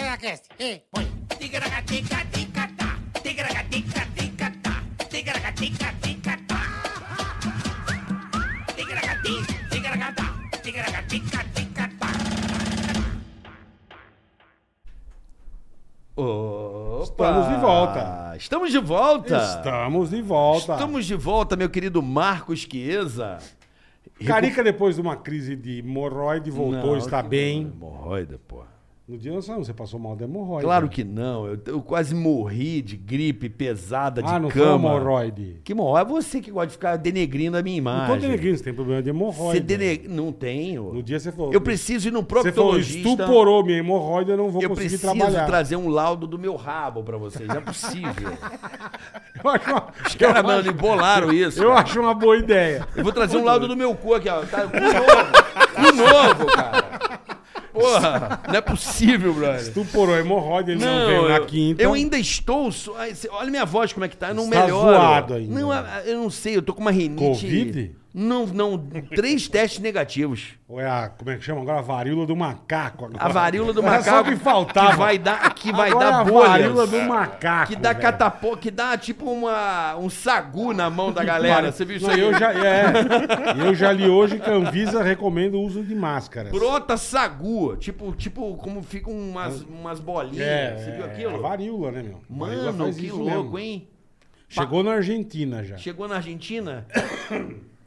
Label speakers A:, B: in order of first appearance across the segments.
A: Tigracast. Ei, põe.
B: Tigragatica-tica-tá. Tigragatica-tica-tá. Tigragatica-tica-tá. Tigragati, tigragatá. Tigragatica-tica-tá.
C: Opa!
D: Estamos de volta.
C: Estamos de volta.
D: Estamos de volta.
C: Ah. Estamos de volta, meu querido Marcos Chiesa.
D: Carica, depois de uma crise de hemorroide, voltou,
C: Não,
D: está
C: que-
D: bem.
C: Hemorroida, pô.
D: No dia nós falamos, você passou mal da hemorroide.
C: Claro que não. Eu, eu quase morri de gripe pesada, tá de
D: Ah, não foi
C: cama.
D: hemorroide.
C: Que mó, é você que gosta de ficar denegrindo a minha
D: Não
C: imagem.
D: tô denegrindo, você tem problema de hemorroide.
C: Você dene- Não tenho.
D: No dia você falou.
C: Eu preciso ir num
D: Você falou,
C: proctologista.
D: estuporou minha hemorroide, eu não vou
C: eu
D: conseguir
C: preciso
D: trabalhar.
C: trazer um laudo do meu rabo pra vocês. Não é possível.
D: Eu acho uma,
C: Os caras, mano, embolaram isso.
D: eu
C: cara.
D: acho uma boa ideia.
C: Eu vou trazer um laudo do meu cu aqui, ó. Tá, cu novo. Cu novo, cara. Porra, não é possível, brother.
D: Estuporou a hemorroide, ele não, veio na
C: eu,
D: quinta.
C: eu ainda estou. so- ai, cê- Olha minha voz como é que tá. Eu não
D: Está
C: melhoro.
D: zoado ainda.
C: Não, a- a- eu não sei, eu tô com uma rinite.
D: Covid?
C: Não, não. Três testes negativos.
D: Ou é a, como é que chama agora? A varíola do macaco. agora.
C: A varíola do
D: Era
C: macaco.
D: só o que faltava.
C: Que vai dar, que vai
D: Agora é
C: dar
D: a
C: bolhas.
D: varíola do macaco.
C: Que dá
D: velho.
C: catapô, que dá tipo uma, um sagu na mão da galera. Você viu isso
D: Não,
C: aí?
D: eu já, é, eu já li hoje que a Anvisa recomenda o uso de máscaras.
C: Brota sagu, tipo, tipo como ficam
D: É.
C: umas, umas bolinhas. Você viu
D: a
C: aquilo?
D: varíola, né, meu? Varíola
C: Mano,
D: faz
C: que
D: isso
C: louco,
D: mesmo.
C: hein?
D: Chegou na Argentina já.
C: Chegou na Argentina,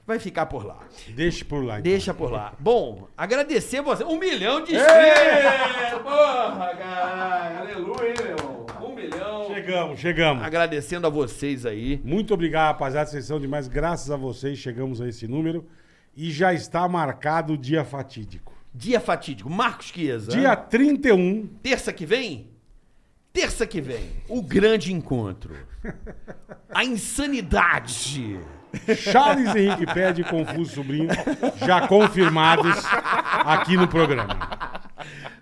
C: vai ficar por lá.
D: Deixa por lá. então.
C: Deixa por lá. Bom, agradecer você. Um milhão de
D: Ê!
C: inscritos! Porra, caralho! Aleluia, hein, meu irmão? Um milhão.
D: Chegamos, chegamos.
C: Agradecendo a vocês aí.
D: Muito obrigado, rapaziada. Vocês são demais. Graças a vocês chegamos a esse número. E já está marcado o dia fatídico.
C: Dia fatídico. Marcos Chiesa.
D: Dia 31,
C: Terça que vem? Terça que vem, o grande encontro. A insanidade.
D: Charles Henrique Pede e Confúcio Sobrinho já confirmados aqui no programa.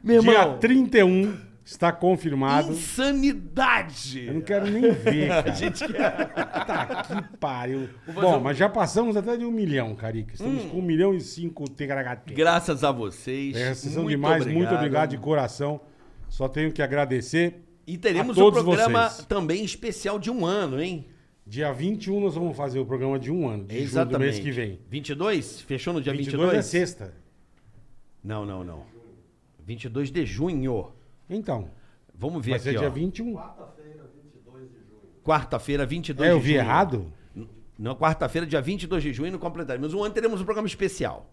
C: Meu
D: Dia
C: irmão,
D: 31 está confirmado.
C: insanidade.
D: Eu não quero nem ver, cara. Tá que pariu.
C: um
D: Bom, mas já passamos até de um milhão, Carica. Estamos com um milhão e cinco TKHT.
C: Hum. Graças a vocês.
D: É, vocês são demais. Muito obrigado de coração. Só tenho que agradecer.
C: E teremos
D: a
C: um
D: todos
C: programa
D: vocês.
C: também especial de um ano, hein?
D: Dia 21 nós vamos fazer o programa de um ano, de julho do mês que vem.
C: 22? Fechou no dia
D: 22,
C: 22?
D: é sexta.
C: Não, não, não. 22 de junho.
D: Então,
C: Vamos ver
D: vai
C: aqui,
D: ser
C: ó.
D: dia 21.
C: Quarta-feira, 22
D: É, eu
C: de
D: vi
C: junho.
D: errado?
C: Na quarta-feira, dia 22 de junho, não completaremos. Um ano teremos um programa especial.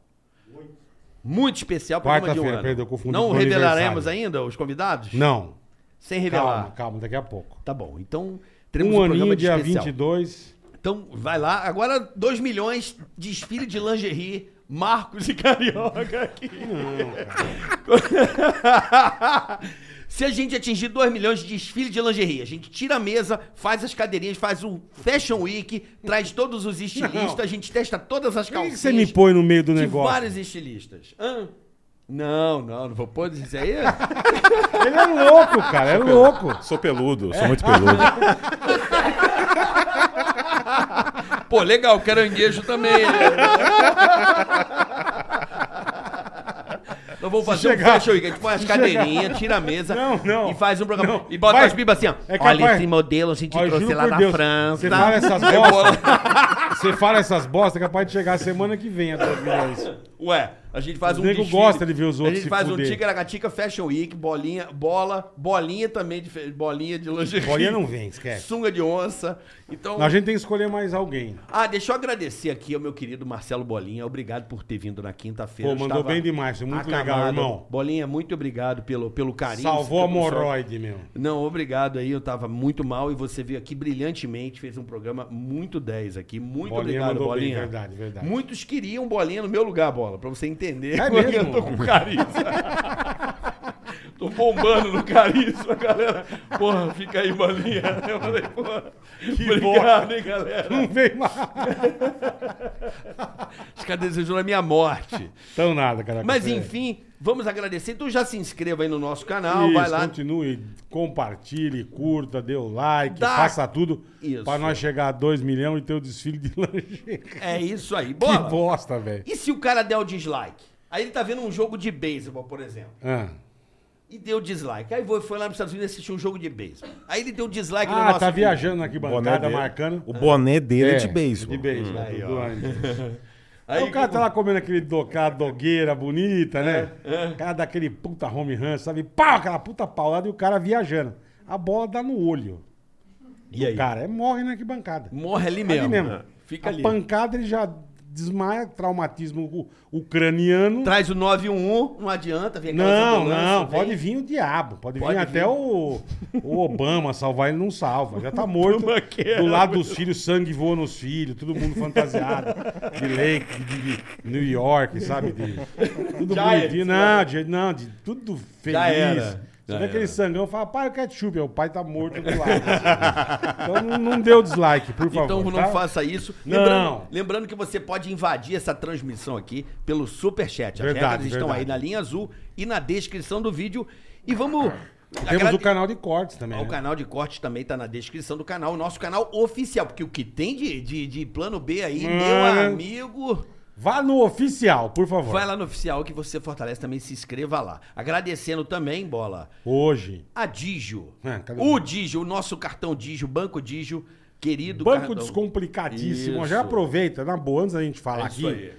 C: Muito especial, programa de um
D: Quarta-feira,
C: ano.
D: perdão, eu confundi
C: Não
D: com o
C: revelaremos
D: aniversário.
C: ainda os convidados?
D: Não.
C: Sem revelar.
D: Calma, calma, daqui a pouco.
C: Tá bom, então teremos um
D: um
C: programa
D: aninho,
C: de
D: dia
C: especial.
D: 22.
C: Então vai lá. Agora 2 milhões, desfile de lingerie, Marcos e Carioca aqui. Se a gente atingir 2 milhões de desfile de lingerie, a gente tira a mesa, faz as cadeirinhas, faz o Fashion Week, traz todos os estilistas,
D: Não.
C: a gente testa todas as
D: Por que
C: calcinhas.
D: que você me põe no meio do
C: de
D: negócio?
C: vários estilistas. Hã? Não, não, não vou pôr isso aí. é
D: Ele é louco, cara, é louco.
E: Sou peludo, sou muito peludo.
C: Pô, legal, caranguejo também. Né? Nós vamos fazer um
D: chegar-
C: fashion week. A gente põe as cadeirinhas, tira a mesa
D: Não, não.
C: e faz um programa.
D: Não,
C: e bota
D: vai.
C: as bibas assim, ó.
D: É capaz-
C: Olha esse modelo, a gente
D: Ó, eu
C: trouxe
D: juro
C: lá
D: por
C: na
D: Deus,
C: França.
D: Você fala essas
C: Eu vou lá-
D: bostas, você fala essas bostas, é capaz de chegar semana que vem a é 2 milhões.
C: Ué, a gente faz
D: O
C: um
D: nego
C: desfile.
D: gosta de ver os
C: A
D: outros
C: gente
D: se
C: faz um
D: fuder.
C: ticaracatica fashion week, bolinha, bola, bolinha também, de, fe- bolinha de lingerie.
D: Bolinha não vem, esquece.
C: Sunga de onça. Então,
D: A gente tem que escolher mais alguém.
C: Ah, deixa eu agradecer aqui ao meu querido Marcelo Bolinha. Obrigado por ter vindo na quinta-feira.
D: Pô,
C: Eu
D: mandou
C: estava
D: bem demais, foi muito legal, irmão.
C: Bolinha, muito obrigado pelo, pelo carinho.
D: Salvou a
C: Você-
D: hemorroide, meu.
C: Não, obrigado aí. Eu tava muito mal e você veio aqui brilhantemente, fez um programa muito 10 aqui. Muito
D: Bolinha
C: obrigado,
D: mandou bem,
C: Bolinha.
D: verdade, verdade.
C: Muitos queriam Bolinha no meu lugar, Bola, pra você entender.
D: É
C: como que
D: mesmo?
C: Eu tô com carisma. tô bombando no carisma, galera. Porra, fica aí, Bolinha. Eu falei, porra. obrigado, hein, galera.
D: Não veio lá.
C: Os caras desejam a minha morte.
D: Então nada, cara.
C: Mas
D: É.
C: enfim, vamos agradecer. Então já se inscreva aí no nosso canal,
D: Isso, então
C: vai lá.
D: continue, compartilhe, curta, dê o like,
C: Dá-
D: faça tudo
C: Isso.
D: pra nós chegar a 2 milhões e ter o desfile de lanche.
C: É isso aí.
D: Que
C: Bola.
D: bosta, velho.
C: E se o cara der o dislike? Aí ele tá vendo um jogo de beisebol, por exemplo.
D: Ah,
C: e deu dislike. Aí foi, foi lá nos Estados Unidos assistir um jogo de beisebol. Aí ele deu dislike no
D: Ah,
C: nosso
D: tá
C: vídeo.
D: viajando aqui,
B: boné
D: bancada,
B: dele-
D: marcando.
B: O boné dele é, de
D: beisebol.
B: beisebol.
D: De beisebol. do- do Andy.
F: Aí,
D: o cara tá lá comendo aquele do, aquela dogueira bonita, né?
C: É,
D: O cara daquele puta home run, sabe? Pau, aquela puta paulada e o cara viajando. A bola dá no olho.
C: E aí?
D: O cara é, morre na arquibancada.
C: Morre ali
D: Ali
C: mesmo. É,
D: mesmo.
C: Fica
D: a
C: ali.
D: pancada ele já desmaia, traumatismo u- ucraniano.
C: Traz o 911, não adianta. Vem aquelas
D: Não,
C: ambulâncias,
D: não,
C: vem.
D: pode vir o diabo, pode,
C: Pode
D: vir
C: vir.
D: até o, o Obama salvar, ele não salva, já tá morto.
F: Obama que
D: Do
F: era,
D: lado dos filhos, sangue voa nos filhos, todo mundo fantasiado, de Lake, de, de New York, sabe? De, tudo
F: Giants,
D: bonitinho, não, de, não, de tudo feliz.
C: Já era,
D: Você vê aquele sangão, fala, pai, o ketchup, aí o pai tá morto do lado. assim. Então não, não dê o dislike, por favor.
C: Então não
D: tá?
C: faça isso.
D: Não.
C: Lembrando, lembrando que você pode invadir essa transmissão aqui pelo Superchat. As
D: Verdade,
C: regras estão
D: verdade.
C: aí na linha azul e na descrição do vídeo. E vamos.
D: Temos
C: agrade-
D: o canal de cortes também.
C: Ah, O
D: né?
C: canal de cortes também tá na descrição do canal, o nosso canal oficial, porque o que tem de, de, de plano B aí,
D: É.
C: meu
D: Mano.
C: amigo,
D: Vá no oficial, por favor.
C: vai lá no oficial que você fortalece também, se inscreva lá. Agradecendo também, bola,
D: Hoje.
C: a Digio.
D: É, cadê?
C: o Digio, o nosso cartão Digio, Banco Digio, querido
D: Banco
C: cartão.
D: descomplicadíssimo.
C: Isso.
D: Já aproveita, na boa, antes da gente falar
F: É
D: aqui.
F: isso aí.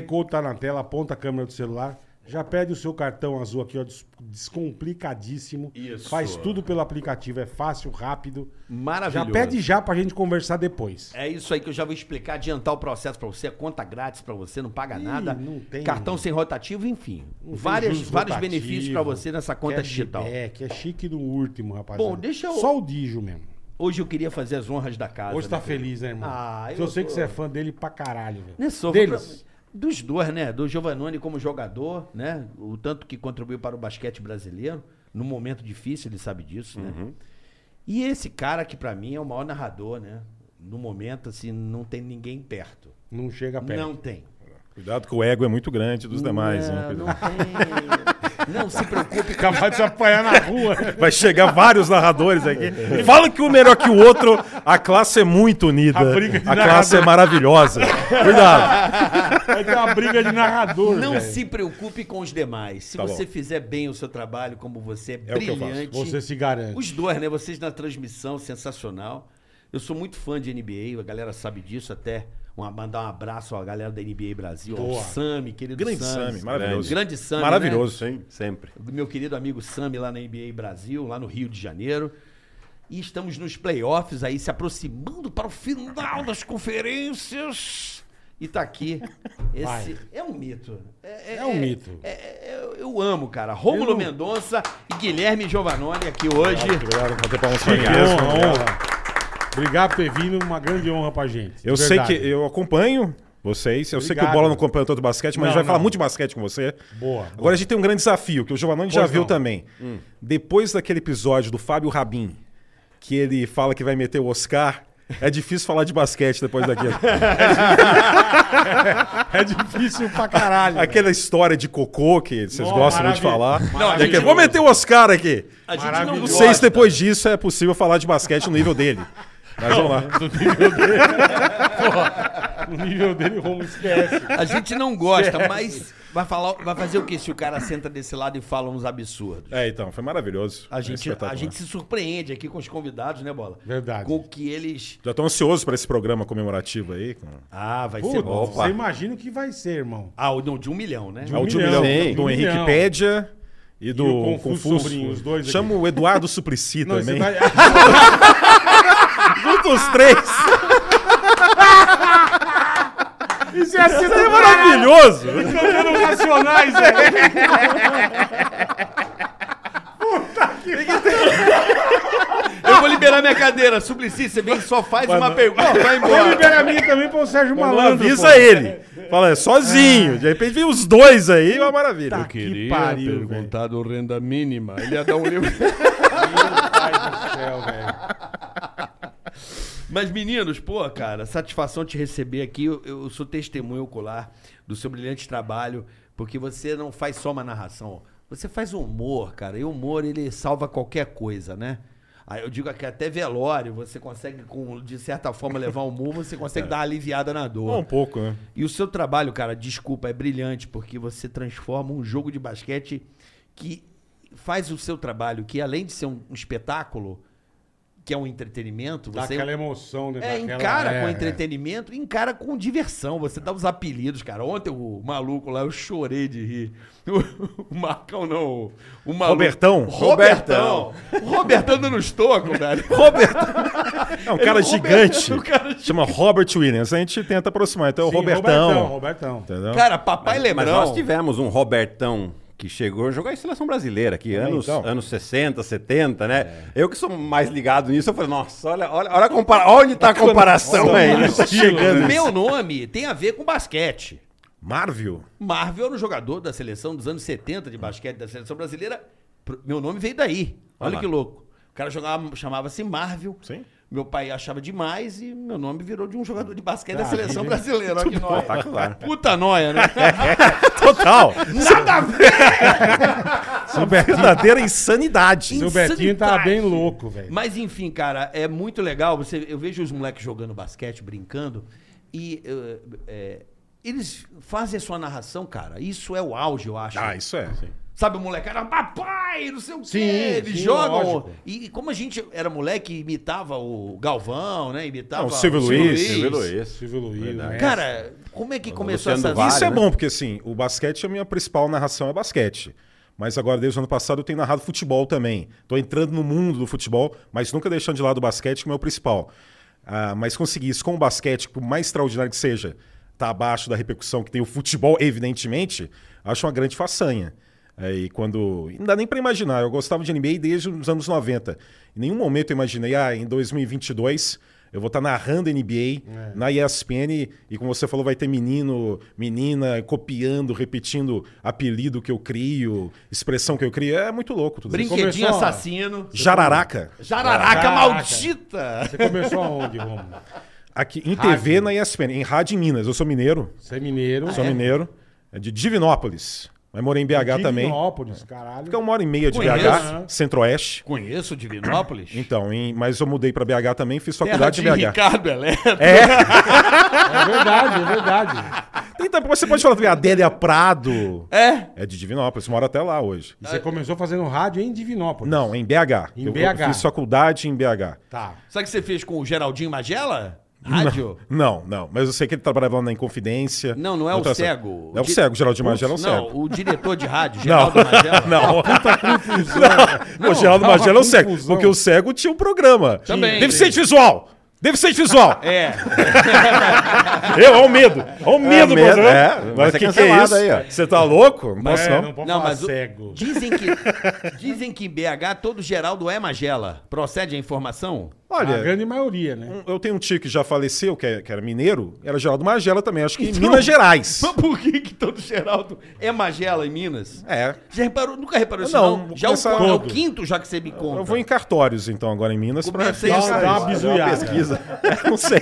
D: QR Code tá na tela, aponta a câmera do celular. Já pede o seu cartão azul aqui, ó, des- descomplicadíssimo.
F: Isso.
D: Faz tudo pelo aplicativo, é fácil, rápido. Já
C: Maravilhoso.
D: pede já pra gente conversar depois.
C: É isso aí que eu já vou explicar, adiantar o processo pra você, é conta grátis pra você, não paga
D: Ih,
C: nada.
D: não tem-
C: Cartão sem rotativo, enfim.
D: Não tem
C: Várias,
D: juros
C: vários
D: rotativo,
C: benefícios pra você nessa conta
D: cash
C: digital.
D: back, é chique no último, rapaziada.
C: Bom, deixa eu-
D: Só o Dijo mesmo.
C: Hoje eu queria fazer as honras da casa.
D: Hoje tá
C: né, querido?
D: feliz, né, irmão?
C: Ah,
D: eu,
C: eu
D: sei
C: tô-
D: que você é fã dele pra caralho, velho.
C: Né, só vou
D: Deles.
C: pra- Dos dois, né? Do Giovannone como jogador, né? O tanto que contribuiu para o basquete brasileiro, num momento difícil, ele sabe disso, né?
B: Uhum.
C: E esse cara que pra mim é o maior narrador, né? No momento, assim, não tem ninguém perto.
D: Não chega perto.
C: Não tem.
B: Cuidado que o ego Tá é né? muito grande dos demais, hein?
C: não,
B: Cuidado.
C: não tem. Não se preocupe.
D: Acabar de se apanhar na rua.
B: Vai chegar vários narradores aqui. E Fala que um melhor que o outro, a classe é muito unida.
D: A briga de
B: A classe é
D: narrador.
B: maravilhosa. Cuidado.
D: Vai ter uma briga de narrador,
C: Não
D: velho.
C: se preocupe com os demais. Se
B: né? Tá bom.
C: você fizer bem o seu trabalho, como você é,
B: É o que eu faço.
C: brilhante.
D: Você se garante.
C: Os dois, né? Vocês na transmissão, sensacional. Eu sou muito fã de NBA, a galera sabe disso até. Uma, mandar um abraço à galera da NBA Brasil, ao
D: Boa.
C: Sami, querido
B: Grande
C: Sami.
B: Sami, maravilhoso.
C: Grande Sami,
B: Maravilhoso, sim, sempre.
C: né? Meu querido amigo Sami lá na NBA Brasil, lá no Rio de Janeiro. E estamos nos playoffs aí, se aproximando para o final das conferências. E tá aqui. Esse é um mito. É,
D: É um mito.
C: é- é- eu- eu amo, cara. Rômulo Mendonça e Guilherme Giovanoni aqui hoje.
B: Obrigado por ter palmas
D: Que honra,
B: pra mim.
D: honra. Obrigado por ter vindo, uma grande honra pra gente.
B: Eu
D: de
B: sei que
D: verdade.
B: eu acompanho vocês. Eu sei que o
D: Obrigado.
B: Bola não acompanha todo o basquete, mas
D: Não,
B: a gente vai falar
D: não.
B: muito de basquete com você.
D: Boa.
B: Agora a gente tem um grande desafio, que o Giovanni já
D: Pois
B: viu
D: não.
B: também.
C: Hum.
B: Depois daquele episódio do Fábio Rabin, que ele fala que vai meter o Oscar, é difícil falar de basquete depois daquilo.
D: É difícil pra caralho.
B: Aquela história de cocô que vocês
D: Nossa,
B: gostam muito de
D: maravilha.
B: falar.
C: Não, a
B: É que
C: gente-
B: eu vou meter o Oscar aqui.
C: A gente
D: Maravilhoso.
B: Não
C: não
B: sei se
C: gosta.
B: depois disso é possível falar de basquete no nível dele. Mas vamos lá.
D: O nível dele, o Romo esquece.
C: A gente não gosta, mas vai, falar, vai fazer o que se o cara senta desse lado e fala uns absurdos?
B: É, então, foi maravilhoso.
C: A
B: É
C: gente, a
B: espetacular.
C: gente se surpreende aqui com os convidados, né, Bola?
D: Verdade.
C: Com o que eles.
B: Já tô ansioso pra esse programa comemorativo aí. com-
C: Ah, vai ser
D: Puta,
C: bom.
D: você imagina o que vai ser, irmão.
C: Ah, o- não, de um milhão, né?
D: De
B: É o de um
D: milhão,
B: milhão,
D: sim.
B: do
D: Um
B: Henrique
D: milhão.
B: Pédia e do
D: E o Confúcio
B: Confúcio.
D: Sobrinho, os dois aqui.
B: Chama o Eduardo Suplicy
D: você
B: também.
D: vai-
B: Junta os três.
D: Ah, Isso é assim,
B: Isso é maravilhoso.
D: cantando racionais, né? velho.
C: Eu vou liberar minha cadeira. Suplicy, você vem e só faz uma pergunta, vai
D: Vou
C: embora.
D: liberar a minha também pra o Sérgio
B: Não
D: Malandro.
B: avisa
D: pô.
B: ele. Fala, é sozinho. De repente vem os dois aí, é uma maravilha.
D: Tá que pariu, velho.
C: do renda mínima. Ele ia dar um livro.
D: Meu céu, velho.
C: Mas, meninos, pô, cara, satisfação te receber aqui. Eu, eu sou testemunho ocular do seu brilhante trabalho, porque você não faz só uma narração. Você faz humor, cara. E o humor, ele salva qualquer coisa, né? Aí eu digo que até velório você consegue, com, de certa forma, levar humor, você consegue dar uma aliviada na dor.
B: Só um pouco, né?
C: E o seu trabalho, cara, desculpa, é brilhante, porque você transforma um jogo de basquete que faz o seu trabalho, que além de ser um, um espetáculo, que é um entretenimento,
D: Dá
C: você
D: aquela emoção, né?
C: é,
D: Daquela-
C: encara
D: é,
C: com
D: é.
C: entretenimento, encara com diversão. Você dá os apelidos, cara. Ontem o maluco lá, eu chorei de rir. O, Marcão não. o- O maluco.
B: Robertão?
C: Robertão. Robertão dando nos tocos, velho.
B: né? É um cara
C: Ele-
B: gigante.
C: Robertão, cara gigante.
B: Chama Robert Williams. A gente tenta aproximar. Então é o
D: Sim,
B: Robertão. Tá.
D: Robertão, Robertão.
B: Entendeu?
C: Cara, papai
G: Mas
C: Lembrão.
G: nós tivemos um Robertão que chegou a jogar em seleção brasileira aqui, anos,
B: então.
G: anos 60, 70, né? Eu que sou mais ligado nisso, eu falei, nossa, olha, olha, olha, a compara- olha onde tá a comparação aí. né?
B: Então, tá Chegando.
C: Meu nome tem a ver com basquete.
B: Marvel?
C: Marvel era um jogador da seleção dos anos 70 de basquete da seleção brasileira. Pro- Meu nome veio daí. Olha
G: lá.
C: que louco. O cara jogava, chamava-se Marvel.
B: Sim.
C: Meu pai achava demais e meu nome virou de um jogador de basquete da
D: Ah,
C: seleção
D: que-
C: brasileira. Olha que nóia.
G: Espetacular.
C: Puta nóia, né?
B: Total.
C: Nada a ver.
B: Uma verdadeira insanidade.
D: Seu Betinho tá
C: Insanidade.
D: bem louco, velho.
C: Mas enfim, cara, é muito legal. Você, eu vejo os moleques jogando basquete, brincando, e eh, eh, eles fazem a sua narração, cara. Isso é o auge, eu acho.
B: Ah, isso é.
C: Sabe, o molecada, papai, não sei o quê.
D: Sim,
C: eles
D: sim,
C: jogam.
D: lógico.
C: E como a gente era moleque, imitava o Galvão, né? Imitava
B: Ah, o Silvio Luiz,
G: Silvio Luiz.
D: Silvio Luiz,
G: Verdade.
D: né?
C: Cara, como é que começou
G: Luciano
C: essa
G: Vale,
B: Isso é
G: né?
B: bom, porque assim, o basquete, a minha principal narração é basquete. Mas agora, desde o ano passado, eu tenho narrado futebol também. Tô entrando no mundo do futebol, mas nunca deixando de lado o basquete, que é o meu principal. Ah, mas conseguir isso com o basquete, por mais extraordinário que seja, tá abaixo da repercussão que tem o futebol, evidentemente, acho uma grande façanha. É, e quando. e Não dá nem pra imaginar. Eu gostava de NBA desde os anos 90. Em nenhum momento eu imaginei, ah, em 2022 eu vou estar narrando NBA
D: É.
B: na ESPN e, como você falou, vai ter menino, menina copiando, repetindo apelido que eu crio, expressão que eu crio. É muito louco tudo isso.
C: Brinquedinho
D: Começou, ó.
C: assassino.
B: Jararaca,
C: Jararaca,
D: Jararaca.
C: maldita!
D: Você começou aonde, Romulo?
B: aqui em
D: Rádio.
B: TV na ESPN, em rádio em Minas. Eu sou mineiro,
D: Você é mineiro.
B: sou mineiro, é de Divinópolis, mas morei em BH também.
D: Divinópolis, caralho.
B: Fica uma hora e meia de
C: Conheço.
D: né?
B: BH, Centro-Oeste.
C: Conheço Divinópolis?
B: Então, em- mas eu mudei pra BH também, fiz
C: Terra
B: faculdade
C: de
B: em BH.
C: Ricardo Eletro.
D: É verdade, é verdade.
B: Tem também- então, você pode falar também, Adélia Prado.
C: É.
B: É de Divinópolis, mora até lá hoje.
D: E você começou fazendo rádio em Divinópolis.
B: Não, em BH.
D: Em
B: eu,
D: BH.
B: Eu fiz faculdade em BH.
D: Tá.
C: Sabe o que você fez com o Geraldinho Magela? Rádio?
B: Não, não. Mas eu sei que ele trabalhava lá na Inconfidência.
C: Não, não é o
B: Outra-
C: cego.
B: É o cego, Geraldo de Magela é o
C: Putz, Não,
B: cego.
C: o diretor de rádio, Geraldo Magela. é
B: Não,
D: Não,
B: o Geraldo
D: tava
B: Magela é o cego.
D: confusão.
B: Porque o cego tinha um programa.
C: Também.
B: Deficiente visual! Deficiente visual!
C: É.
B: Eu, ao medo! Ao medo,
G: medo,
B: mano.
G: é. Vai
B: Mas o que,
G: ser
B: que é
G: cancelado
B: isso?
G: aí, ó.
B: Você tá louco? Não posso,
D: É,
B: não.
D: não pode
C: Não,
D: falar
C: mas o-
D: cego.
C: Dizem que, dizem que em BH todo Geraldo é Magela. Procede a informação?
B: Olha,
D: A grande maioria, né?
B: Um- Eu tenho um tio que já faleceu, que, é- que era mineiro, era Geraldo Magela também, acho que
D: Então,
B: em Minas Gerais.
C: Mas por que, que todo Geraldo é Magela em Minas?
B: É.
C: Já reparou? Nunca reparou isso,
B: Não,
C: não?
B: vou
C: Já o,
B: começar
C: é o
B: todo.
C: quinto já que você me conta.
B: Eu vou em cartórios, então, agora em Minas.
C: Comecei
B: ver
C: a
B: se
C: estudar,
B: é
D: dá
B: isso.
D: uma bizuiada.
B: pesquisa. É, Não sei.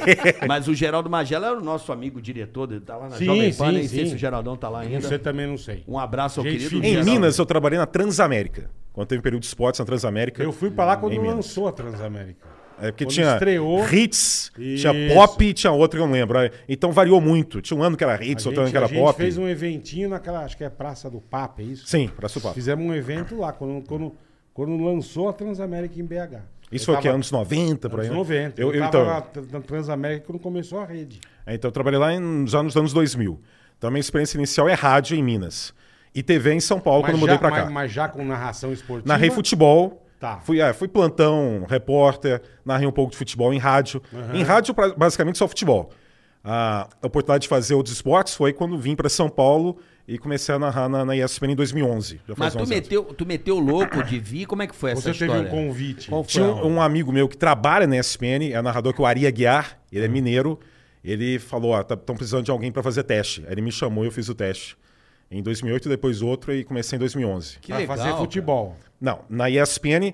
C: Mas o Geraldo Magela era o nosso amigo diretor, ele tá lá na
D: Sim,
C: Jovem Pan,
D: sim,
C: nem sei
D: sim.
C: se o Geraldão tá lá
D: Não
C: ainda.
D: sei também, não sei.
C: Um abraço ao
D: Gente
C: querido
D: fina.
B: Em
C: Geraldo.
B: Minas, eu trabalhei na Transamérica. Quando teve um período de esportes na Transamérica.
D: Eu fui pra lá quando
B: Em Minas.
D: lançou a Transamérica.
B: É, porque
D: Quando
B: tinha
D: estreou-
B: hits, tinha
D: Isso.
B: pop e tinha outro que eu não lembro. Aí, Então variou muito. Tinha um ano que era hits, outro ano que
D: a
B: era pop.
D: fez um eventinho naquela, acho que é Praça do Papa, é isso?
B: Sim, Praça do Papa.
D: Fizemos um evento lá, quando, quando, quando lançou a Transamérica em BH.
B: Isso foi
D: Eu
B: o quê?
D: tava-
B: Anos 90, por aí? né?
D: Anos 90.
B: Eu, eu,
D: tava
B: então,
D: na tran- na Transamérica quando começou a rede.
B: É, Então, eu trabalhei lá em- já nos anos 2000. Então, a minha experiência inicial é rádio em Minas. E TV em São Paulo, quando eu
D: já,
B: mudei pra cá.
D: mas, mas já com narração esportiva.
B: Narrei futebol.
D: Tá.
B: Fui, é, fui plantão, repórter, narrei um pouco de futebol em rádio. Em rádio, pra- basicamente, só futebol. A oportunidade de fazer outros esportes foi quando vim pra São Paulo e comecei a narrar na, na ESPN em 2011. Já
C: Mas
B: faz
C: tu
B: 11 anos.
C: meteu, tu meteu o louco de vir, como é que foi
D: Você
C: essa
D: teve
C: história?
D: um convite.
C: Qual foi
B: Tinha
C: a-
B: um, um amigo meu que trabalha na ESPN, é narrador que é o Ari Aguiar, ele é
C: Hum.
B: mineiro. Ele falou, ó, estão precisando de alguém para fazer teste. Aí ele me chamou e eu fiz o teste. Em 2008, depois outro e comecei em 2011.
C: Que
D: pra
C: legal,
D: fazer
C: cara.
D: futebol.
B: Não, na ESPN,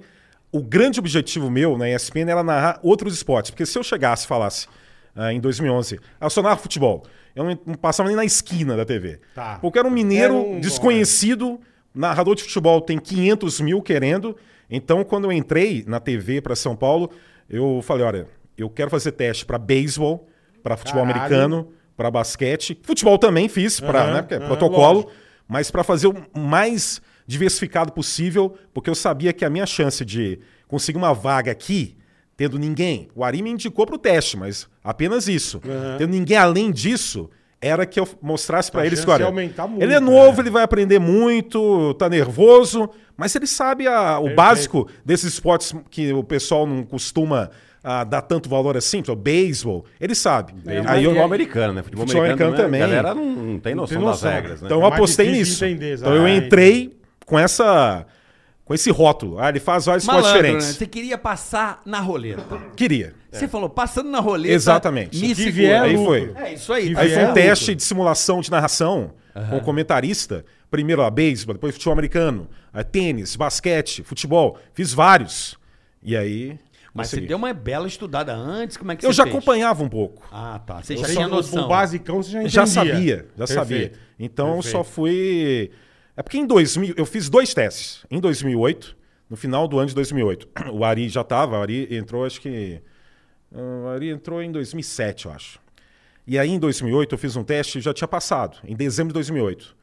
B: o grande objetivo meu na ESPN era narrar outros esportes. Porque se eu chegasse e falasse ah, em 2011, ah, eu só narro futebol, eu não, não passava nem na esquina da TV.
D: Tá.
B: Porque era um mineiro
D: Era um-
B: desconhecido, narrador de futebol tem 500 mil querendo. Então, quando eu entrei na TV para São Paulo, eu falei, olha, eu quero fazer teste para beisebol, para futebol
D: Caralho.
B: americano, para basquete. Futebol também fiz, pra,
D: Aham,
B: né, porque é
D: aham,
B: protocolo
D: lógico.
B: mas para fazer o mais diversificado possível, porque eu sabia que a minha chance de conseguir uma vaga aqui, tendo ninguém, o Ari me indicou pro teste, mas apenas isso. Tendo ninguém além disso, era que eu mostrasse pra
D: A
B: eles
D: chance
B: que, olha,
D: ia aumentar muito,
B: ele é novo,
D: né?
B: ele vai aprender muito, tá nervoso, mas ele sabe a- o básico desses esportes que o pessoal não costuma ah, dar tanto valor assim, que é o beisebol, ele sabe.
G: Aí
B: eu-
D: é
G: futebol americano, né? Futebol,
B: Futebol
G: americano,
B: americano
G: também. A
B: também.
G: galera não, não tem noção das regras, né?
B: Então
D: É
B: eu
D: mais
B: apostei
D: difícil
B: nisso.
D: de entender,
B: então eu
D: exatamente.
B: entrei com essa com esse rótulo. Ah, ele faz vários esportes
C: Malandro, né?
B: diferentes.
C: Você queria passar na roleta.
B: Queria.
C: Você falou, passando na roleta.
B: Exatamente.
C: Me
B: Que
C: segura.
D: vier,
B: aí
D: lucro.
B: foi.
C: É isso aí.
D: Que
B: Aí
D: vier.
B: foi
D: É,
B: um teste de simulação de narração com o comentarista. Primeiro a beisebol, depois futebol americano, aí tênis, basquete, futebol. Fiz vários. E aí.
C: Mas você
B: consegui.
C: deu uma bela estudada antes, como é que
B: Eu
C: você
B: já
C: fez?
B: acompanhava um pouco.
C: Ah, tá. Você já
D: Você
B: um
C: tinha
D: já-
C: noção.
D: O basicão você já entendia.
B: Já sabia, já
D: Perfeito.
B: sabia. Então eu só
D: Perfeito.
B: fui. É porque em 2000, eu fiz dois testes. Em 2008, no final do ano de 2008. O Ari já estava, o Ari entrou, acho que. ah, O Ari entrou em 2007, eu acho. E aí em 2008 eu fiz um teste e já tinha passado, em dezembro de 2008.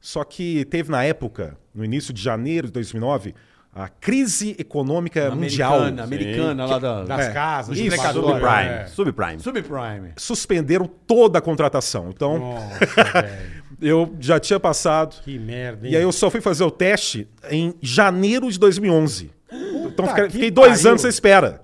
B: Só que teve na época, no início de janeiro de 2009, a crise econômica mundial.
C: Americana, americana lá da,
D: Das casas,
B: É. Isso,
D: precatório,
G: Subprime.
D: é.
G: Subprime.
C: Subprime.
B: Suspenderam toda a contratação. Então,
D: é. Nossa, velho.
B: eu já tinha passado.
D: Que merda, hein?
B: E aí eu só fui fazer o teste em janeiro de 2011. então fica-
D: que
B: fiquei dois
D: pariu.
B: anos à espera.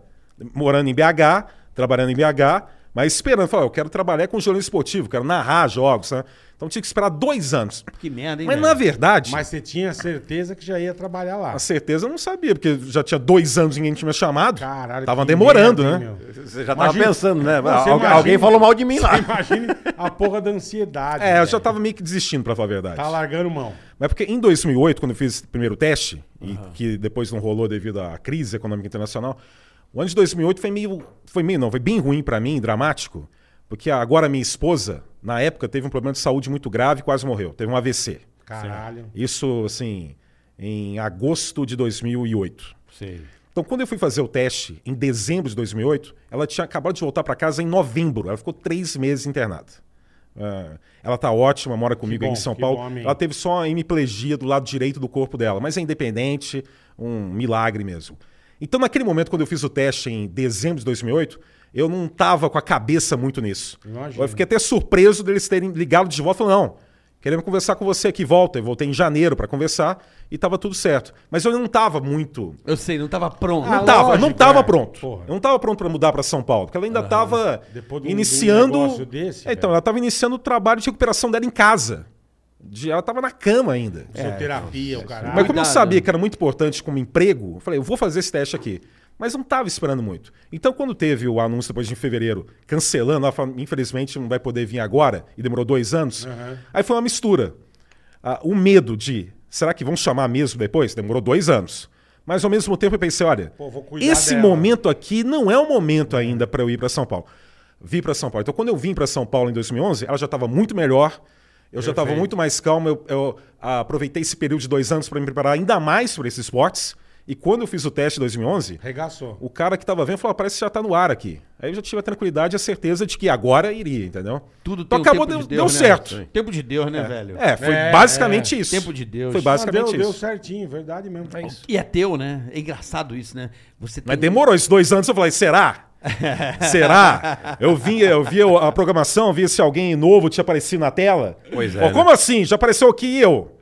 B: Morando em BH, trabalhando em BH, mas esperando. Falei, "Ah, eu quero trabalhar com jornalismo esportivo, quero narrar jogos, né? Então tinha que esperar dois anos.
C: Que merda, hein?
B: Mas
C: velho?
B: na verdade,
D: Mas você tinha certeza que já ia trabalhar lá.
B: a certeza eu não sabia, porque já tinha dois anos e ninguém tinha me chamado.
D: Caralho.
B: Tava
D: que
B: demorando,
D: merda,
B: né?
D: hein, meu?
G: Você já tava
D: Imagina-
G: pensando, né?
D: Não, você
G: Algu-
D: imagina-
G: Alguém falou mal de mim lá.
D: Imagine a porra da ansiedade.
B: É, eu já
D: velho.
B: tava meio que desistindo, pra falar a verdade.
D: Tá largando mão.
B: Mas porque em 2008, quando eu fiz o primeiro teste, e que depois não rolou devido à crise econômica internacional, o ano de 2008 foi meio, foi meio não, foi bem ruim pra mim, dramático, porque agora minha esposa, na época, teve um problema de saúde muito grave, e quase morreu, teve um AVC.
D: Caralho.
B: Isso, assim, em agosto de 2008.
C: Sei.
B: Então, quando eu fui fazer o teste, em dezembro de 2008, ela tinha acabado de voltar pra casa em novembro. Ela ficou três meses internada. Ah, ela tá ótima, mora comigo
D: bom,
B: aqui em São
D: que
B: Paulo.
D: bom, amém.
B: ela teve só a hemiplegia do lado direito do corpo dela, mas é independente, um milagre mesmo. Então, naquele momento, quando eu fiz o teste em dezembro de 2008, eu não tava com a cabeça muito nisso.
D: Imagino.
B: Eu fiquei até surpreso deles terem ligado de volta e falando, não, queremos conversar com você aqui, volta. Eu voltei em janeiro pra conversar e tava tudo certo. Mas eu não tava muito
C: Eu sei, não tá- tava pronto.
B: não
D: Ah,
B: tava,
D: lógico,
B: não tava
D: é.
B: pronto.
D: Porra.
B: Eu não tava pronto pra mudar pra São Paulo, porque ela ainda tava
D: Depois de um-
B: iniciando.
D: de um negócio desse,
B: É, então,
D: velho.
B: ela tava iniciando o trabalho de recuperação dela em casa. De- ela tava na cama ainda.
D: É, Fisioterapia, o caralho.
B: É, Mas como eu
C: Cuidado.
B: sabia que era muito importante como emprego, eu falei, eu vou fazer esse teste aqui. Mas eu não estava esperando muito. Então, quando teve o anúncio depois de fevereiro, cancelando, ela falou, infelizmente não vai poder vir agora, e demorou dois anos, aí foi uma mistura. Ah, o medo de, será que vão chamar mesmo depois? Demorou dois anos. Mas ao mesmo tempo eu pensei, olha,
D: Pô, vou cuidar
B: esse
D: dela.
B: momento aqui não é o momento ainda para eu ir para São Paulo. Vi para São Paulo. Então, quando eu vim para São Paulo em 2011, ela já estava muito melhor, eu já estava
D: Perfeito.
B: muito muito mais calmo. Eu, eu, ah, aproveitei esse período de dois anos para me preparar ainda mais para esses esportes. E quando eu fiz o teste em 2011,
D: Regaçou.
B: o cara que estava vendo falou: ah, parece que já tá no ar aqui. Aí eu já tive a tranquilidade e a certeza de que agora iria, entendeu?
C: Tudo tem
B: então,
C: o
B: acabou,
C: tempo
B: deu,
C: de Deus,
B: deu
C: né?
B: certo.
C: Tempo de Deus, né, velho?
B: É, foi
D: É,
B: basicamente
D: é. Ah,
B: isso.
C: Tempo de Deus.
B: Foi
D: Basicamente
B: basicamente
D: deu, deu
B: isso.
D: certinho, verdade mesmo. É isso.
C: E é teu, né? É engraçado isso, né? Você
B: Mas
C: tem-
B: demorou esses dois anos, eu falei, será? Será? Eu vi, eu vi a programação, vi se alguém novo tinha aparecido na tela.
G: Pois é,
B: Ó,
G: né?
B: Como assim? Já apareceu aqui eu?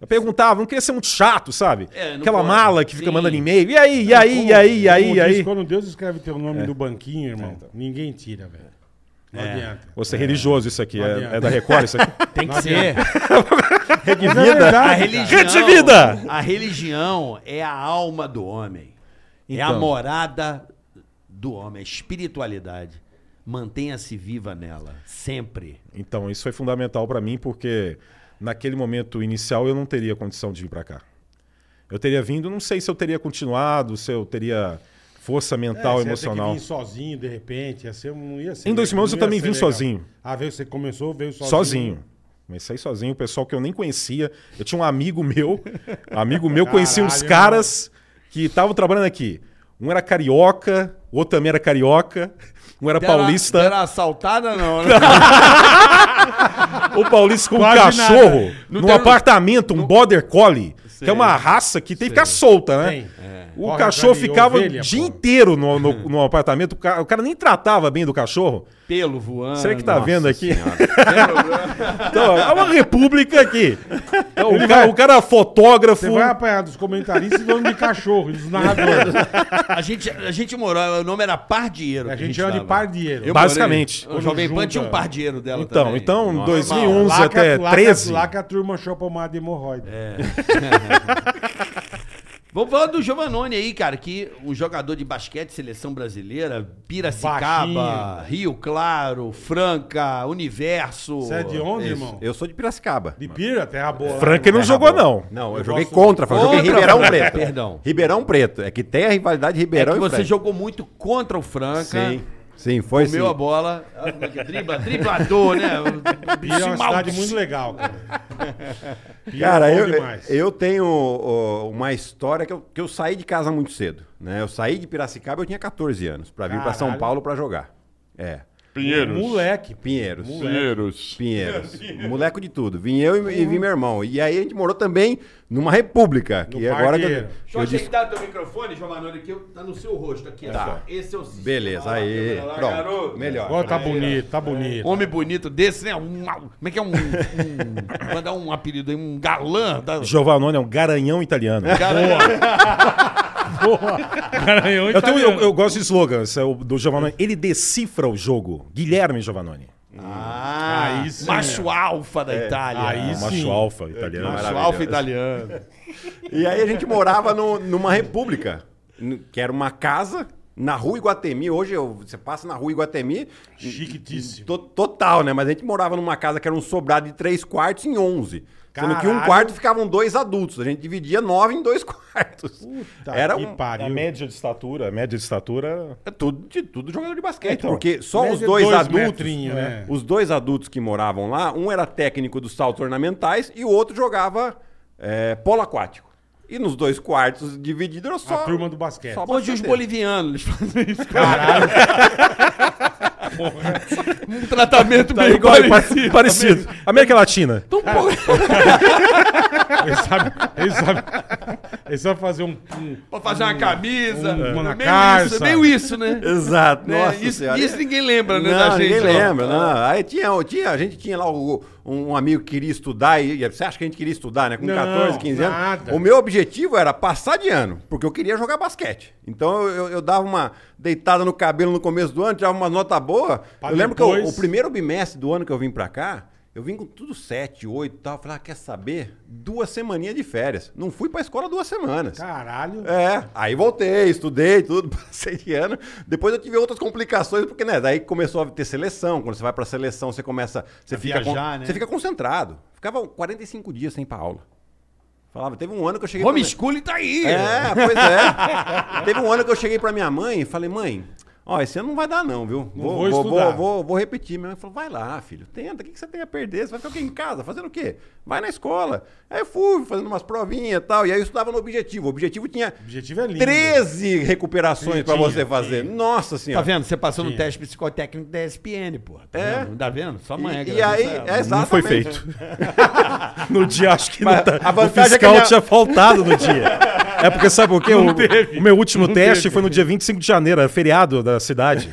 B: Eu perguntava, não queria ser muito chato, sabe?
C: É, não
B: Aquela
C: pode.
B: mala que fica
C: Sim.
B: mandando e-mail. E aí, e aí, e aí, e aí, e aí?
D: Quando Deus escreve teu nome no banquinho, irmão, ninguém tira, velho. Não adianta.
B: Você é religioso isso aqui,
D: Não
B: é,
D: adianta.
B: é da Record isso aqui.
C: Tem que ser.
D: Mas é verdade,
C: A
D: cara.
C: religião,
B: Rede Vida!
C: A religião é a alma do homem. É a
B: Então.
C: morada do homem, a espiritualidade. Mantenha-se viva nela, sempre.
B: Então, isso foi fundamental pra mim, porque naquele momento inicial eu não teria condição de vir pra cá. Eu teria vindo, não sei se eu teria continuado, se eu teria força
D: É,
B: mental,
D: você
B: emocional.
D: Ia ter que vir sozinho, de repente, ia ser, não ia ser
B: Em 2011
D: não
B: eu
D: ia
B: também
D: ser
B: vim
D: legal.
B: sozinho.
D: Ah, veio, você começou, veio sozinho.
B: Sozinho. Comecei sozinho, o pessoal que eu nem conhecia. Eu tinha um amigo meu, amigo meu, conhecia uns
D: Caralho,
B: caras que estavam trabalhando aqui. Um era carioca, o outro também era carioca, um era paulista.
C: Era assaltada, não, né?
B: O paulista com um
D: Quase nada.
B: cachorro,
C: Não
B: num
C: tem-
B: apartamento, um border collie. Que é uma raça que tem que ficar solta, né?
D: Tem.
B: O
D: Corre
B: cachorro
D: atrás de
B: ficava
D: É. ovelha,
B: o dia
D: pô.
B: inteiro no, no, no apartamento. O ca- o cara, nem tratava bem do cachorro.
C: Pelo
G: Ah,
C: voando.
B: Será que tá vendo aqui? então, é uma república aqui. Ele vai- o cara é fotógrafo.
D: Então, Você vai apanhar dos comentaristas e dono de cachorro, e dos narradores.
C: A gente, a gente morava, o nome era Pardieiro.
D: A
C: que
D: gente chama de
C: dava.
D: pardieiro.
C: Eu
B: Basicamente.
C: morei- O Jovem Pan
D: Junta.
C: tinha um Pardieiro dela
B: Então,
C: também.
B: então,
G: Nossa.
B: 2011
D: Lá que a-
B: até É.
D: lá que a-
B: 13.
D: Lá que a turma chopa uma de hemorroida.
C: Vamos falar do Giovannone aí, cara, que um jogador de basquete, seleção brasileira, Piracicaba, Rio Claro, Franca, Universo.
D: Você é de onde, irmão?
G: Eu sou de Piracicaba.
D: De pira, terra boa.
B: Franca é não
G: Terra
B: jogou,
G: boa.
B: não.
G: Não, eu,
D: Eu
G: joguei
D: gosto-
G: contra, eu joguei
C: Contra,
G: Ribeirão
C: Franca,
G: Preto.
C: perdão.
G: Ribeirão Preto. É que tem a rivalidade
C: É
G: Ribeirão
C: que
G: e
C: você
G: Franca.
C: jogou muito contra o Franca.
G: Sim, sim, foi sim.
C: Comeu a bola. Olha como é que é, Dribla, driblador, né?
D: Pira é uma
C: Esse mal-
D: cidade muito legal. Cara, Pira
G: Cara,
D: é bom
G: eu,
D: demais.
G: eu tenho ó, uma história que eu, que eu saí de casa muito cedo. Né? Eu saí de Piracicaba, eu tinha 14 anos, pra vir pra São
D: Caralho.
G: Paulo pra jogar. É.
F: Pinheiros.
D: Moleque.
G: Pinheiros.
F: Pinheiros.
G: Pinheiros. Um Moleco de tudo. Vim eu e, e vim meu irmão. E aí a gente morou também numa república.
D: No
G: Que agora que eu-
D: Parqueiro.
G: que
C: Deixa eu
G: eu disse-
C: ajeitar teu microfone, Giovanni, que eu- tá no seu rosto aqui.
G: Tá.
C: ó. Esse é o sistema.
G: Beleza,
C: Olha lá,
G: aí.
C: olha lá,
G: Pronto.
C: garoto.
G: Melhor.
D: Agora tá bonito, tá bonito.
C: Homem bonito desse, né? Um, como é que é um. um mandar um apelido aí, um galã. Da... um
B: Giovannone é um garanhão italiano.
D: Garanhão
B: É. Eu, tenho- um. eu- eu gosto de slogans é, o do Giovannone. Ele decifra o jogo. Guilherme Giovannone.
C: Ah,
D: Aí sim,
C: macho alfa
G: É.
C: da Itália.
D: Aí
B: o É, macho
D: sim.
B: alfa italiano.
C: macho
G: maravilhoso.
C: alfa italiano.
G: E aí a gente morava no- numa república, n- que era uma casa na rua Iguatemi. Hoje eu- você passa na rua Iguatemi.
D: Chiquitíssimo.
G: to- total, né? Mas a gente morava numa casa que era um sobrado de três quartos em onze. Sendo que um
D: Caralho.
G: quarto ficavam dois adultos. A gente dividia nove em dois quartos.
D: Tá
G: era
D: que
G: um,
B: A
D: pariu.
B: média de estatura, a média de estatura.
G: é tudo, de, tudo jogador de basquete.
B: Então,
G: porque só
D: média
G: os
D: é
G: dois,
D: dois
G: adultos.
D: metrinhos, né?
G: Os dois adultos que moravam lá, um era técnico dos saltos ornamentais e o outro jogava é, polo aquático. E nos dois quartos divididos era só.
D: A turma do basquete.
G: só
C: Hoje os
G: basqueteiro.
C: bolivianos fazem isso.
D: Caralho.
C: Um tratamento
G: Tá
C: bem igual. Então,
B: Igual, parecido. América Latina.
D: Ele sabe, ele sabe, ele sabe fazer um, um-
C: Pra fazer
G: Hum.
C: uma camisa.
D: um- uma na
C: meio isso,
D: calça.
C: meio isso, né?
G: Exato,
C: Né?
G: nossa
C: isso,
G: senhora.
C: isso ninguém lembra, né?
G: não,
C: da gente,
G: ninguém
C: ó. Ah.
G: lembra, não. Aí tinha, tinha, a gente tinha lá o- um amigo que queria estudar, e e você acha que a gente queria estudar, né? Com
D: Não,
G: 14, 15 anos.
D: nada.
G: O meu objetivo era passar de ano, porque eu queria jogar basquete. Então eu, eu- eu dava uma deitada no cabelo no começo do ano, tirava uma nota boa.
D: Pra
G: eu lembro que eu-
D: depois-
G: o primeiro bimestre do ano que eu vim pra cá, eu vim com tudo 7, 8 e tal. Eu Falei, ah, quer saber? Duas semaninhas de férias. Não fui pra escola duas semanas.
D: Caralho.
G: É, aí voltei, estudei tudo, passei de ano. Depois eu tive outras complicações, porque né, daí começou a ter seleção. Quando você vai pra seleção, você começa. Você, fica,
D: viajar,
G: con-
D: né?
G: você fica concentrado. Ficava 45 dias sem ir pra aula. Falava, teve um ano que eu cheguei. pra-
C: Homeschooling tá aí.
G: É, pois é. teve um ano que eu cheguei pra minha mãe e falei, mãe. Ó, esse ano não vai dar, não, viu?
D: Não vou estudar."
G: vou, vou- vou repetir. Minha mãe falou: vai lá, filho, tenta, o que, que você tem a perder? Você vai ficar o quê? em casa? Fazendo o quê? Vai na escola. Aí eu fui fazendo umas provinhas e tal. E aí eu estudava no objetivo. O objetivo tinha
D: O objetivo é lindo.
G: 13 recuperações pra
D: Tinha,
G: você fazer. Nossa
C: Tá
G: senhora.
C: vendo? Você passou no teste psicotécnico da ESPN, pô. Tá
G: É.
C: vendo? Tá vendo? Só amanhã.
G: E, e
C: graças a
G: aí,
C: ela.
G: é exatamente.
B: Não foi feito. no dia, acho que
G: Mas
B: não tá.
G: a
B: O
G: vantagem é
B: fiscal
G: que minha-
B: tinha faltado no dia. É porque, sabe por quê? O, o meu último teste foi no dia 25 de janeiro, era feriado da cidade.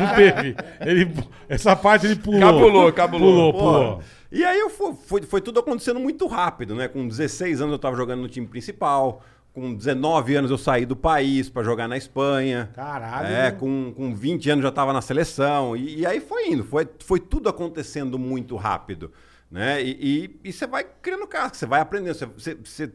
D: Não teve. Ele, essa parte ele pulou.
F: Cabulou, cabulou.
D: Pulou, pulou.
G: E aí eu fu- foi, foi tudo acontecendo muito rápido, né? Com 16 anos eu tava jogando no time principal. Com 19 anos eu saí do país pra jogar na Espanha.
D: Caralho.
G: É, com, com 20 anos já tava na seleção. E, e aí foi indo. Foi, foi tudo acontecendo muito rápido. Né? E, e- e você vai criando casca, você vai aprendendo. Você, você- você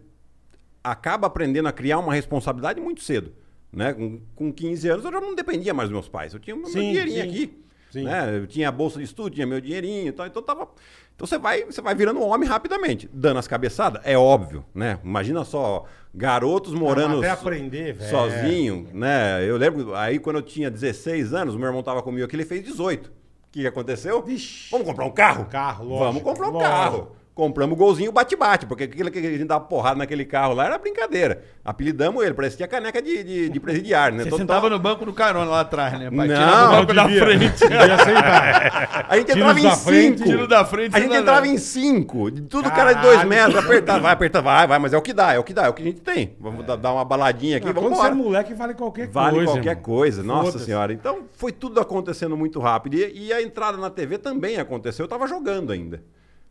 G: acaba aprendendo a criar uma responsabilidade muito cedo. Né? Com, com 15 anos eu já não dependia mais dos meus pais. Eu tinha o meu
D: Sim,
G: dinheirinho
D: sim.
G: aqui.
D: Sim.
G: Né? Eu tinha a bolsa de estudo, tinha meu dinheirinho e tal. Então tava. Então você vai, você vai virando homem rapidamente. Dando as cabeçadas, é óbvio, né? Imagina só, garotos morando
D: até
G: so-
D: aprender, velho.
G: sozinho, né? Eu lembro, aí quando eu tinha 16 anos, meu irmão tava comigo aqui, ele fez 18. O que aconteceu?
D: Vixe.
G: Vamos comprar um carro?
D: Carro, lógico,
G: Vamos comprar um
D: lógico.
G: carro. Compramos o golzinho bate-bate, porque aquilo que a gente dava porrada naquele carro lá era brincadeira. Apelidamos ele, parecia que tinha caneca de, de, de presidiário, né?
C: Você
G: Total-
C: sentava no banco do carona lá atrás, né? pai?
G: Não,
C: Tirava o banco da
D: devia.
C: frente.
D: Devia sentar.
G: A gente
D: Tiros
G: entrava em
D: da frente. né,
G: cinco.
C: Tiro da frente,
G: A
C: tiro
G: gente
C: da-
G: entrava em cinco. De Tudo cara de dois
D: Caralho.
G: metros, apertava, vai, apertava, vai, vai, mas é o que dá, é o que dá, é o que a gente tem. Vamos dar- dar uma baladinha aqui,
D: Quando
G: vamos
D: você é
G: embora.
D: moleque, vale qualquer
G: Vale
D: coisa.
G: qualquer
D: irmão.
G: coisa, nossa
D: Foda-se.
G: senhora. Então foi tudo acontecendo muito rápido. E, e a entrada na TV também aconteceu. Eu tava jogando ainda.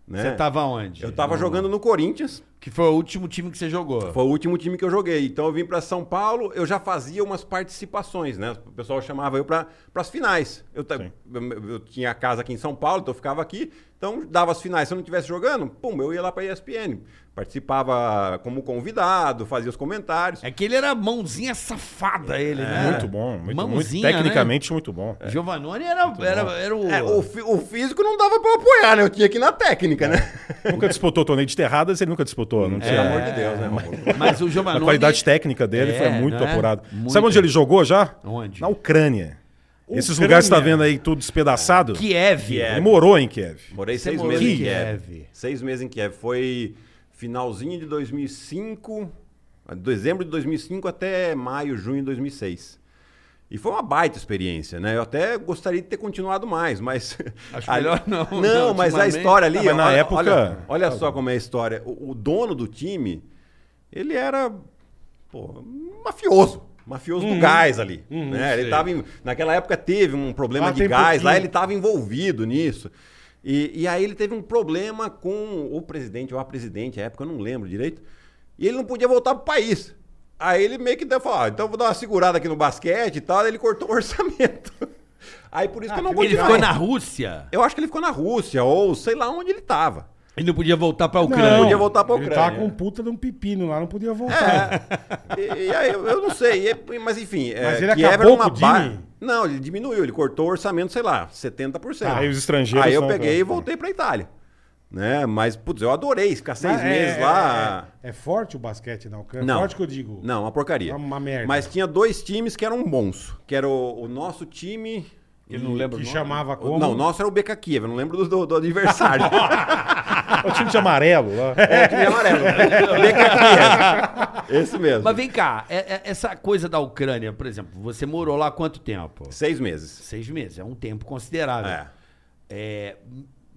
G: né?
C: Você tava onde?
G: Eu tava jogando no Corinthians.
C: Que foi o último time que você jogou.
G: Foi o último time que eu joguei. Então eu vim pra São Paulo, eu já fazia umas participações, né? O pessoal chamava eu para as finais. Eu, ta- eu, eu tinha casa aqui em São Paulo, então eu ficava aqui. Então dava as finais. Se eu não estivesse jogando, pum, eu ia lá pra ESPN. Participava como convidado, fazia os comentários.
C: É que ele era mãozinha safada,
G: É.
C: ele, né?
B: Muito bom, muito, muito-
C: Mãozinha,
B: tecnicamente muito bom.
C: Né? Giovanoni era, era, era o...
G: É, o, fi- o físico não dava pra eu apoiar, né? Eu tinha que ir na técnica, né?
B: Nunca disputou torneio de terradas, ele nunca disputou.
C: É.
B: Não
G: Pelo
B: tinha.
G: amor de Deus, né, Romulo?
C: Mas o
B: A
C: Giovanoni...
B: qualidade técnica dele
C: É,
B: foi muito
C: né?
B: apurada.
C: Muito.
B: Sabe onde ele jogou já?
C: Onde?
B: Na Ucrânia. Esses
D: Ucrânia.
B: lugares que você tá vendo aí tudo despedaçado.
C: Kiev.
B: Ele morou em Kiev.
G: Morei
C: Você
G: seis
C: morou
G: meses em
C: em
G: Kiev.
C: Kiev.
G: Seis meses em Kiev. Foi finalzinho de 2005, dezembro de 2005 até maio, junho de 2006. E foi uma baita experiência, né? Eu até gostaria de ter continuado mais, mas.
C: Acho melhor não,
G: Não,
C: né,
G: mas a
C: ultimamente.
G: história ali.
B: Ah, mas na
G: olha,
B: época-
G: Olha, olha só como é a história. O, o dono do time, ele era. Pô, mafioso. Mafioso
C: Uhum.
G: do gás ali. né? Ele tava em- naquela época teve um problema
D: Ah,
G: de
D: tem
G: gás, lá
D: pouquinho.
G: ele estava envolvido nisso. E, e aí ele teve um problema com o presidente ou a presidente, à época eu não lembro direito, e ele não podia voltar pro país. Aí ele meio que deu, falou, "Ah, então eu vou dar uma segurada aqui no basquete e tal, aí ele cortou o orçamento. Aí por isso que eu não
C: Ele
G: continuei.
C: ficou na Rússia.
G: Eu acho que ele ficou na Rússia ou sei lá onde ele estava.
C: Ele não podia voltar pra Ucrânia.
D: Não,
G: podia voltar pra
D: Ele
G: Ucrânia. É,
D: tava com puta de um pepino lá, não podia voltar.
G: E, e aí, eu eu não sei, e- mas enfim. é,
D: Mas ele
G: Kiev era
D: acabou
G: uma
D: com o
G: ba-
D: time?
G: Não, ele diminuiu, ele cortou o orçamento, sei lá, 70%.
B: Ah, e os estrangeiros
G: Aí eu
B: não,
G: peguei
B: cara.
G: e voltei pra Itália. Né? Mas, putz, eu adorei ficar seis
D: Mas é-
G: meses
D: é-
G: lá.
D: É, é forte o basquete na Ucrânia?
G: Não.
D: Forte que eu digo.
G: Não, uma porcaria.
D: É Uma- uma merda.
G: Mas tinha dois times que eram bons. Que era o, o nosso time.
C: Ele não lembra o
D: Que
C: nome.
D: chamava como?
G: Não, o nosso era o BK Kiev, eu não lembro do, do, do adversário.
B: É o time de amarelo lá.
G: é, o time amarelo. BK Kiev. Esse mesmo.
C: Mas vem cá, é- é- essa coisa da Ucrânia, por exemplo, você morou lá há quanto tempo?
G: Seis meses.
C: Seis meses, é um tempo considerável.
G: É.
C: É,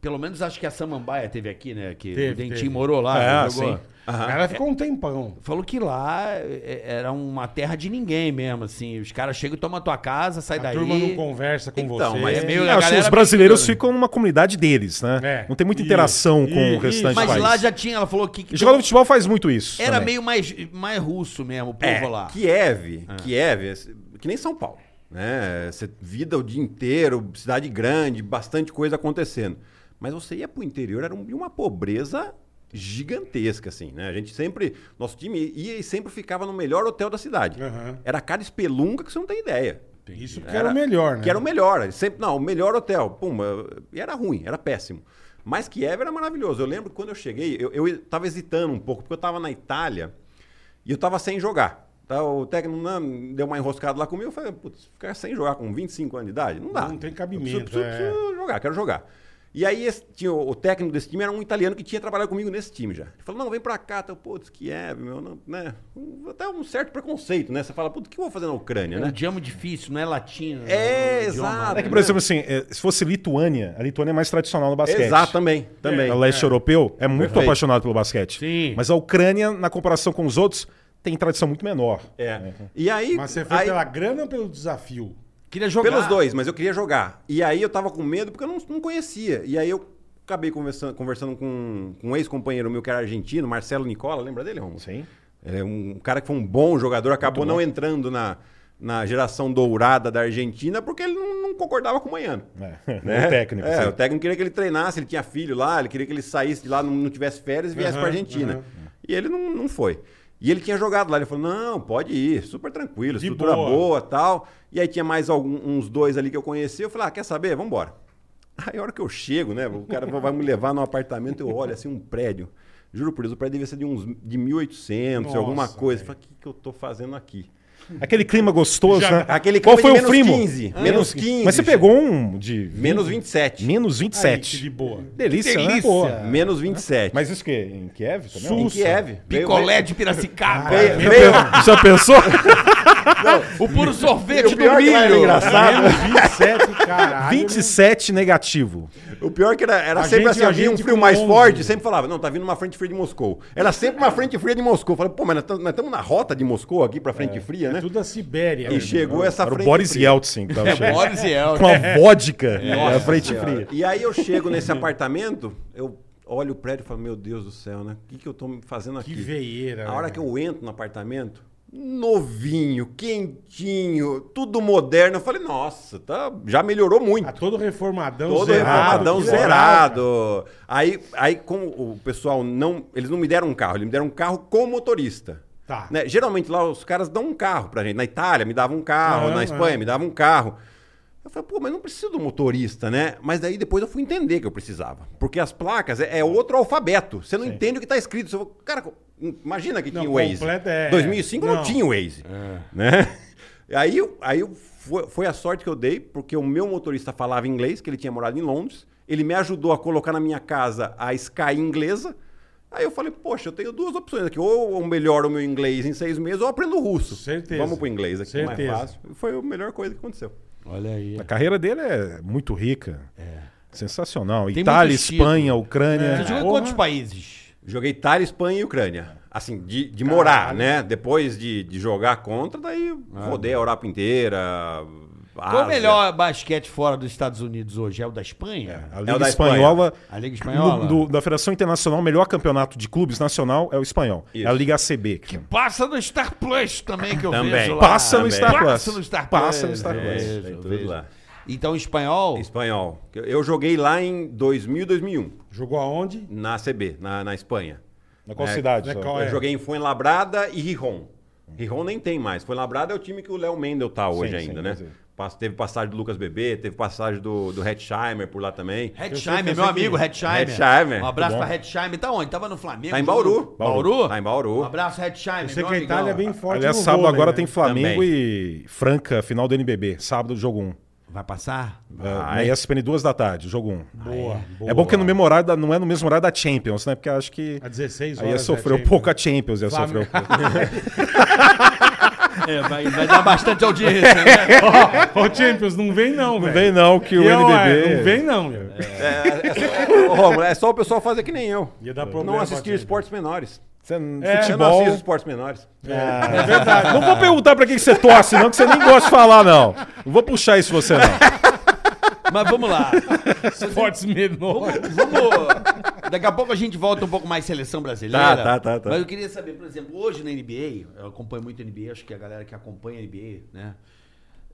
C: pelo menos acho que a Samambaia teve aqui, né? Que
D: Teve,
C: o Dentinho
D: teve.
C: morou lá.
B: É,
C: né, jogou.
B: sim.
D: Ela ficou um tempão.
C: Falou que lá é, era uma terra de ninguém mesmo, assim. Os caras chegam, tomam a tua casa, sai
D: A
C: daí.
D: turma não conversa com
G: Então,
D: você.
G: mas é
C: meio-
B: Não,
C: a
B: assim,
C: galera
B: os brasileiros
C: brincando.
B: ficam numa comunidade deles, né?
D: É.
B: Não tem muita
D: Isso,
B: interação com o
D: isso,
B: restante do
C: Mas
B: país.
C: lá já tinha, ela falou que. que
B: E jogador de futebol faz muito isso.
C: era
B: também.
C: meio mais, mais russo mesmo, o povo
G: É,
C: lá.
G: Kiev, Kiev, é, que nem São Paulo, né? Você vida o dia inteiro, cidade grande, bastante coisa acontecendo. Mas você ia pro interior, era um- uma pobreza gigantesca, assim, né? A gente sempre, nosso time ia e sempre ficava no melhor hotel da cidade.
D: Aham.
G: Era cada espelunca que você não tem ideia.
D: Isso porque era o melhor, né?
G: Que era o melhor. Sempre, não, o melhor hotel. Pum, eh, e era ruim, era péssimo. Mas Kiev era maravilhoso. Eu lembro que quando eu cheguei, eu, eu tava hesitando um pouco, porque eu tava na Itália e eu tava sem jogar. Tá, o técnico não, deu uma enroscada lá comigo. Eu falei, putz, ficar sem jogar com 25 anos de idade? Não dá.
D: Não tem
G: Eu
D: cabimento,
G: Preciso, preciso,
D: é.
G: preciso jogar, quero jogar. E aí esse- tinha, o o técnico desse time era um italiano que tinha trabalhado comigo nesse time já. Ele falou, não, vem pra cá. Eu, putz, Kiev, meu, não, né? Um- Até um certo preconceito, né? Você fala, putz, o que eu vou fazer na Ucrânia,
C: É
G: né?
C: um idioma difícil, não é latino.
G: É,
C: não um idioma,
G: exato.
C: né?
B: É que, por exemplo, assim, é, se fosse Lituânia, a Lituânia é mais tradicional no basquete.
G: Exato, também. também.
B: O É, leste europeu é muito
G: Perfeito.
B: apaixonado pelo basquete.
C: Sim.
B: Mas a Ucrânia, na comparação com os outros, tem tradição muito menor.
G: É.
B: Uhum.
G: E aí,
D: Mas você foi
G: aí-
D: pela grana ou pelo desafio?
C: Queria jogar.
G: pelos dois, mas eu queria jogar. E aí eu tava com medo porque eu não, não conhecia. E aí eu acabei conversando, conversando com, com um ex-companheiro meu que era argentino, Marcelo Nicola, lembra dele, Romulo?
B: Sim.
G: É um cara que foi um bom jogador, acabou não entrando na, na geração dourada da Argentina porque ele não, não concordava com o Manhano.
B: É.
G: né?
B: O técnico.
G: É,
B: sim.
G: o técnico queria que ele treinasse, ele tinha filho lá, ele queria que ele saísse de lá, não, não tivesse férias e viesse pra Argentina. E ele não, não foi. E ele tinha jogado lá, ele falou: não, pode ir, super tranquilo,
D: De
G: estrutura
D: boa.
G: boa. tal. E aí tinha mais algum, uns dois ali que eu conheci, eu falei: ah, quer saber? Vambora. Aí a hora que eu chego, né, o cara vai me levar num apartamento, eu olho assim, um prédio. Juro por Deus, o prédio devia ser de uns de 1800, alguma
D: Nossa,
G: coisa. Eu falei: o que, que eu tô fazendo aqui?
B: Aquele clima gostoso,
D: Já-
B: né?
G: Aquele
B: Qual
G: clima
B: foi
G: de
B: o
G: menos
B: primo?
G: 15, menos 15.
B: Mas você pegou um de...
G: Menos 27.
B: Menos
D: Aí, que
B: 27.
D: de boa.
B: delícia, né?
C: delícia.
B: Porra.
G: Menos 27.
B: Mas isso que Em Kiev também?
G: em
B: Em Kiev.
G: Kiev. Veio-
C: Picolé de Piracicaba.
G: Veio, veio, veio,
B: Já pensou?
C: o puro sorvete
G: o pior
C: do
G: que lá era
C: milho.
G: engraçado.
D: Menos 27, caralho.
B: 27 negativo.
G: O pior que era, era
D: A
G: sempre
D: gente-
G: assim,
D: a
G: havia um
D: gente
G: frio
D: com
G: mais
D: 11.
G: forte, sempre falava, não, tá vindo uma frente fria de Moscou. Era sempre uma frente fria de Moscou. Falava, pô, mas nós estamos na rota de Moscou aqui pra frente fria, né?
D: é Tudo a Sibéria.
G: E chegou essa
B: Era o
G: Tá frente
B: Boris
G: fria.
B: Yeltsin que tava chegando.
C: Boris e El.
B: Com a vodka na frente
G: Senhora.
B: fria.
G: E aí eu chego nesse apartamento, eu olho o prédio e falo, meu Deus do céu, né? O que, que eu tô fazendo aqui?
D: Que veieira.
G: A hora
D: né?
G: que eu entro no apartamento, novinho, quentinho, tudo moderno. Eu falei, nossa, tá, já melhorou muito.
D: Ah, todo reformadão
G: Todo
D: zerado.
G: reformadão
D: que
G: zerado. Aí, aí como o pessoal não. Eles não me deram um carro, eles me deram um carro com motorista.
D: Tá.
G: Né? Geralmente lá os caras dão um carro pra gente. Na Itália me davam um carro,
D: Aham,
G: na Espanha
D: é.
G: me davam um carro. Eu falei, pô, mas não preciso do motorista, né? Mas daí depois eu fui entender que eu precisava. Porque as placas
D: Tá.
G: é, é outro alfabeto. Você não entende o que tá escrito. Você fala, cara, imagina que
D: Não,
G: tinha o Waze.
D: completo é-
G: 2005 não,
D: não.
G: tinha o Waze.
D: É.
G: Né? Aí, eu- aí eu- foi, foi a sorte que eu dei, porque o meu motorista falava inglês, que ele tinha morado em Londres. Ele me ajudou a colocar na minha casa a Sky inglesa. Aí eu falei, poxa, eu tenho duas opções aqui. Ou eu melhoro o meu inglês em seis meses, ou eu aprendo russo.
D: Certeza.
G: Vamos pro inglês aqui, mais
D: Certeza.
G: fácil. Foi a melhor coisa que aconteceu.
C: Olha aí.
B: A carreira dele é muito rica. Sensacional.
C: Tem
B: Itália,
C: muito estilo.
B: Espanha, Ucrânia.
C: Você jogou em
D: porra.
C: quantos países?
G: Joguei Itália, Espanha e Ucrânia. Assim, de, de morar, né? Depois de, de jogar contra, daí eu
D: Ah,
G: rodei a Europa inteira.
C: Qual
G: Ásia.
C: o melhor basquete fora dos Estados Unidos hoje? É o da Espanha?
B: A
G: É o
B: Liga
G: da
B: Espanhola.
C: A Liga Espanhola?
B: no- do- da Federação Internacional, o melhor campeonato de clubes nacional é o espanhol.
G: Isso.
B: É a Liga ACB. Que
C: Passa no Star Plus também, que eu
G: Também.
C: vejo lá.
B: passa no
G: também.
B: Star Plus.
C: Passa no Star Plus.
B: Passa no Star Plus.
C: Vejo,
G: É, Tem tudo
C: vejo.
G: lá.
C: Então, espanhol?
G: Espanhol. Eu- Eu joguei lá em 2000 e 2001,
D: Jogou aonde?
G: na CB, na, na Espanha.
B: Na qual
G: É,
B: cidade?
D: é
B: só?
D: qual-
G: Eu joguei em Fuenlabrada e Rijon. Rijon nem tem mais. Fuenlabrada é o time que o Léo Mendel tá hoje
B: sim,
G: ainda,
B: sim.
G: né? Pas- Teve passagem do Lucas Bebê, teve passagem do, do Hetzheimer por lá também.
D: Eu sei
C: Hetzheimer,
D: que
C: meu
D: eu sei
C: amigo,
D: que-
C: Hetzheimer.
G: Hetzheimer.
C: Um abraço
B: Tudo
C: pra
B: bom?
C: Hetzheimer. Tá onde? Tava no Flamengo.
G: Tá em Bauru.
C: Bauru?
G: Tá em Bauru.
C: Um abraço, Hetzheimer.
D: Eu sei
C: meu
D: que a
C: amigão.
D: Itália é bem forte
B: Aliás,
D: no
B: sábado
D: vôlei,
B: agora
D: né?
B: tem Flamengo
G: Também.
B: e Franca, final do NBB. Sábado, jogo 1.
C: Vai passar?
B: Na ESPN, duas da tarde, jogo 1.
D: Boa, boa.
B: É bom que é no mesmo horário da- não é no mesmo horário da Champions, né? Porque eu acho que.
D: A 16
B: Aí
D: horas. né?
B: ia sofrer um pouco a Champions, ia
D: Flamengo.
B: sofrer um pouco.
C: É, vai, vai dar bastante audiência, né?
D: Ô, Champions, não vem não,
B: Não
D: velho.
B: vem não, que o
D: Eu,
B: NBB.
D: é, Não vem não, meu.
G: É. Ô, Rômulo, é só o pessoal fazer que nem eu.
D: Ia dar problema
G: Não
D: pra
G: assistir
D: time.
G: esportes menores.
B: Você-
G: Eu É, não
B: É. futebol.
G: assisto esportes menores.
D: É verdade.
B: Não vou perguntar pra quem que você torce, não, que você nem gosta de falar, não. Não vou puxar isso você, não.
C: Mas vamos lá.
D: Fortes menores.
C: Vamos. Daqui a pouco a gente volta um pouco mais seleção brasileira.
G: Tá, tá, tá, tá.
C: Mas eu queria saber, por exemplo, hoje na NBA, eu acompanho muito a NBA, acho que a galera que acompanha a NBA, né?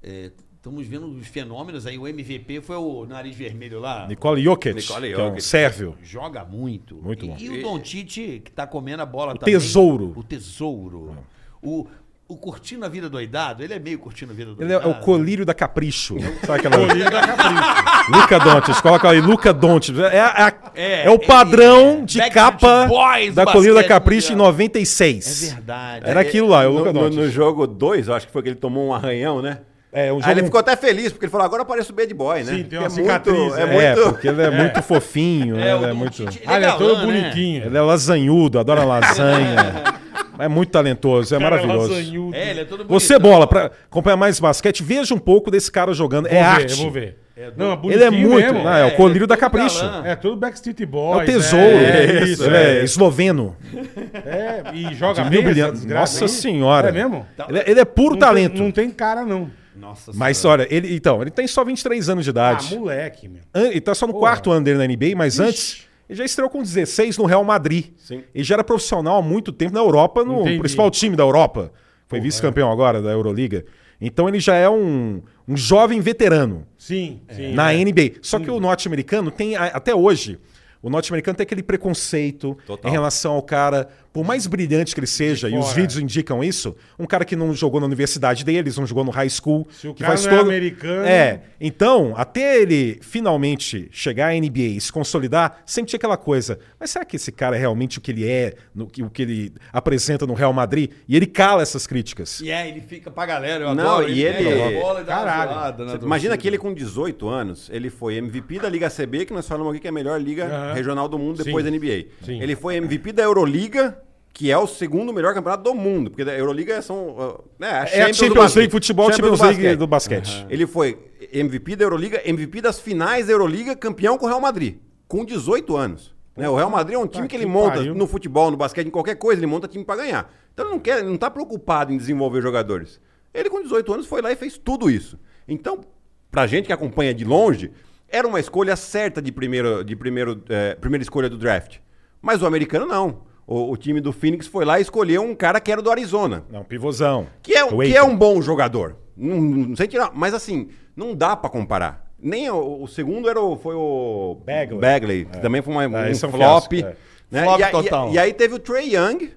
C: É, estamos vendo os fenômenos aí. O MVP foi o nariz vermelho lá.
B: Nicole Jokic,
G: Nikola
B: que é um
G: Jokic.
B: sérvio.
C: Joga muito.
B: Muito
C: e,
B: bom.
C: E o Don Tite, que tá comendo a bola também.
B: tesouro. É.
C: O tesouro. O, o curtindo a vida doidado, ele é meio curtindo a vida
B: Ele
C: doidado.
B: é, é o colírio da capricho. Sabe aquela...
D: Colírio da Capricho.
B: Luca Doncic, coloca aí, Luca Doncic. É, a-
C: É,
B: é o
C: ele-
B: padrão de
C: Backstreet
B: capa
C: Boys do
B: da colírio da
C: basquete
B: capricho em
C: mundial. É
B: 96.
C: verdade.
B: Era aquilo lá, é o
G: no,
B: Luca
G: no,
B: Doncic.
G: no jogo 2, eu acho que foi que ele tomou um arranhão, né?
B: É, um
G: Aí ele
B: jogo-
G: ficou até feliz, porque ele falou, agora parece o bad boy, né?
D: Sim, tem uma
G: Porque
D: cicatriz,
G: Muito, é,
B: É,
G: muito...
B: porque ele é, muito fofinho, né?
C: o
B: ele é
C: Don
B: muito...
C: Tite, ele
D: Ah, ele é todo
C: galã, né?
D: bonitinho.
B: Ele é lasanhudo, adora lasanha. é muito talentoso, é maravilhoso.
D: lasanhudo.
C: É, ele é todo bonito.
B: Você, bola, pra acompanhar mais basquete, veja um pouco desse cara jogando.
D: Vou
B: é
D: ver,
B: arte.
D: Eu vou ver. Não, é
B: Ele é
D: bonitinho
B: muito.
D: mesmo.
B: né, é, o colírio
C: ele é
B: da
C: todo
B: Capricho.
C: galã.
D: É tudo Backstreet
B: É
D: Boys.
B: o tesouro.
D: É, isso.
B: ele é, esloveno.
D: É, e joga
B: De
D: bem
B: mil
D: essa
B: brilhantes.
D: desgraça
B: Nossa
D: aí.
B: senhora.
D: É mesmo?
B: Ele, é- ele é puro
D: Não tem-
B: talento.
D: Não tem cara, não.
C: Nossa
B: Mas
C: Senhora.
B: olha, ele então, ele tem só 23 anos de
D: Ah,
B: idade.
D: moleque, meu.
B: An- ele tá só no quarto ano dele na NBA, mas antes ele já estreou com 16 no Real Madrid.
G: Sim.
B: Ele já era profissional há muito tempo na Europa, no
D: Entendi.
B: principal time da Europa. Foi vice-campeão agora da Euroliga. Então ele já é um, um jovem veterano
D: Sim, sim.
B: É.
D: é.
B: na NBA. Só que o norte-americano tem, a- até hoje, o norte-americano tem aquele preconceito
G: Total.
B: em relação ao cara Por mais brilhante que ele seja, e os
D: fora.
B: vídeos indicam isso, um cara que não jogou na universidade deles, não jogou no high school,
D: Se o
B: que
D: cara
B: faz
D: não é
B: todo...
D: americano-
B: É. Então, até ele finalmente chegar à NBA e se consolidar, sempre tinha aquela coisa. Mas será que esse cara é realmente o que ele é, no- o que ele apresenta no Real Madrid? E ele cala essas críticas.
C: E é, ele fica pra galera, eu
G: Não,
C: adoro.
G: e ele-
B: é
C: pega a bola e dá
D: Caralho.
C: uma zoada, né,
G: Você
C: do-
G: imagina que ele com 18 anos, ele foi MVP da Liga CB, que nós falamos aqui que é a melhor liga
D: Aham.
G: regional do mundo depois
D: Sim.
G: da NBA.
D: Sim.
G: Ele foi MVP da Euroliga, que é o segundo melhor campeonato do mundo, porque a Euroliga são, uh, né, a
B: É a
G: do
B: Champions
G: basquete.
B: League futebol, Champions League do basquete.
G: Ele foi MVP da Euroliga, MVP das finais da Euroliga, campeão com o Real Madrid, com 18 anos. Né? O Real Madrid é um time que ele
D: que
G: monta
D: pariu.
G: no futebol, no basquete, em qualquer coisa, ele monta time pra ganhar. Então ele não quer, ele não tá preocupado em desenvolver jogadores. Ele com 18 anos foi lá e fez tudo isso. Então, pra gente que acompanha de longe, era uma escolha certa de primeiro, de primeiro, eh, primeira escolha do draft. Mas o americano não. O, o time do Phoenix foi lá e escolheu um cara que era do Arizona.
B: Não, pivôzão.
G: Que é,
B: O
G: que é
B: Aiton.
G: um bom jogador. Não, não sei tirar. Mas assim, não dá pra comparar. Nem o, o segundo era o, foi o
B: Bagley.
G: que também foi uma-
B: É,
G: um
B: esse é um
G: flop.
B: fiasco, é.
G: né?
C: Flop
G: e, a- e a-
C: total.
G: e aí teve o Trey Young,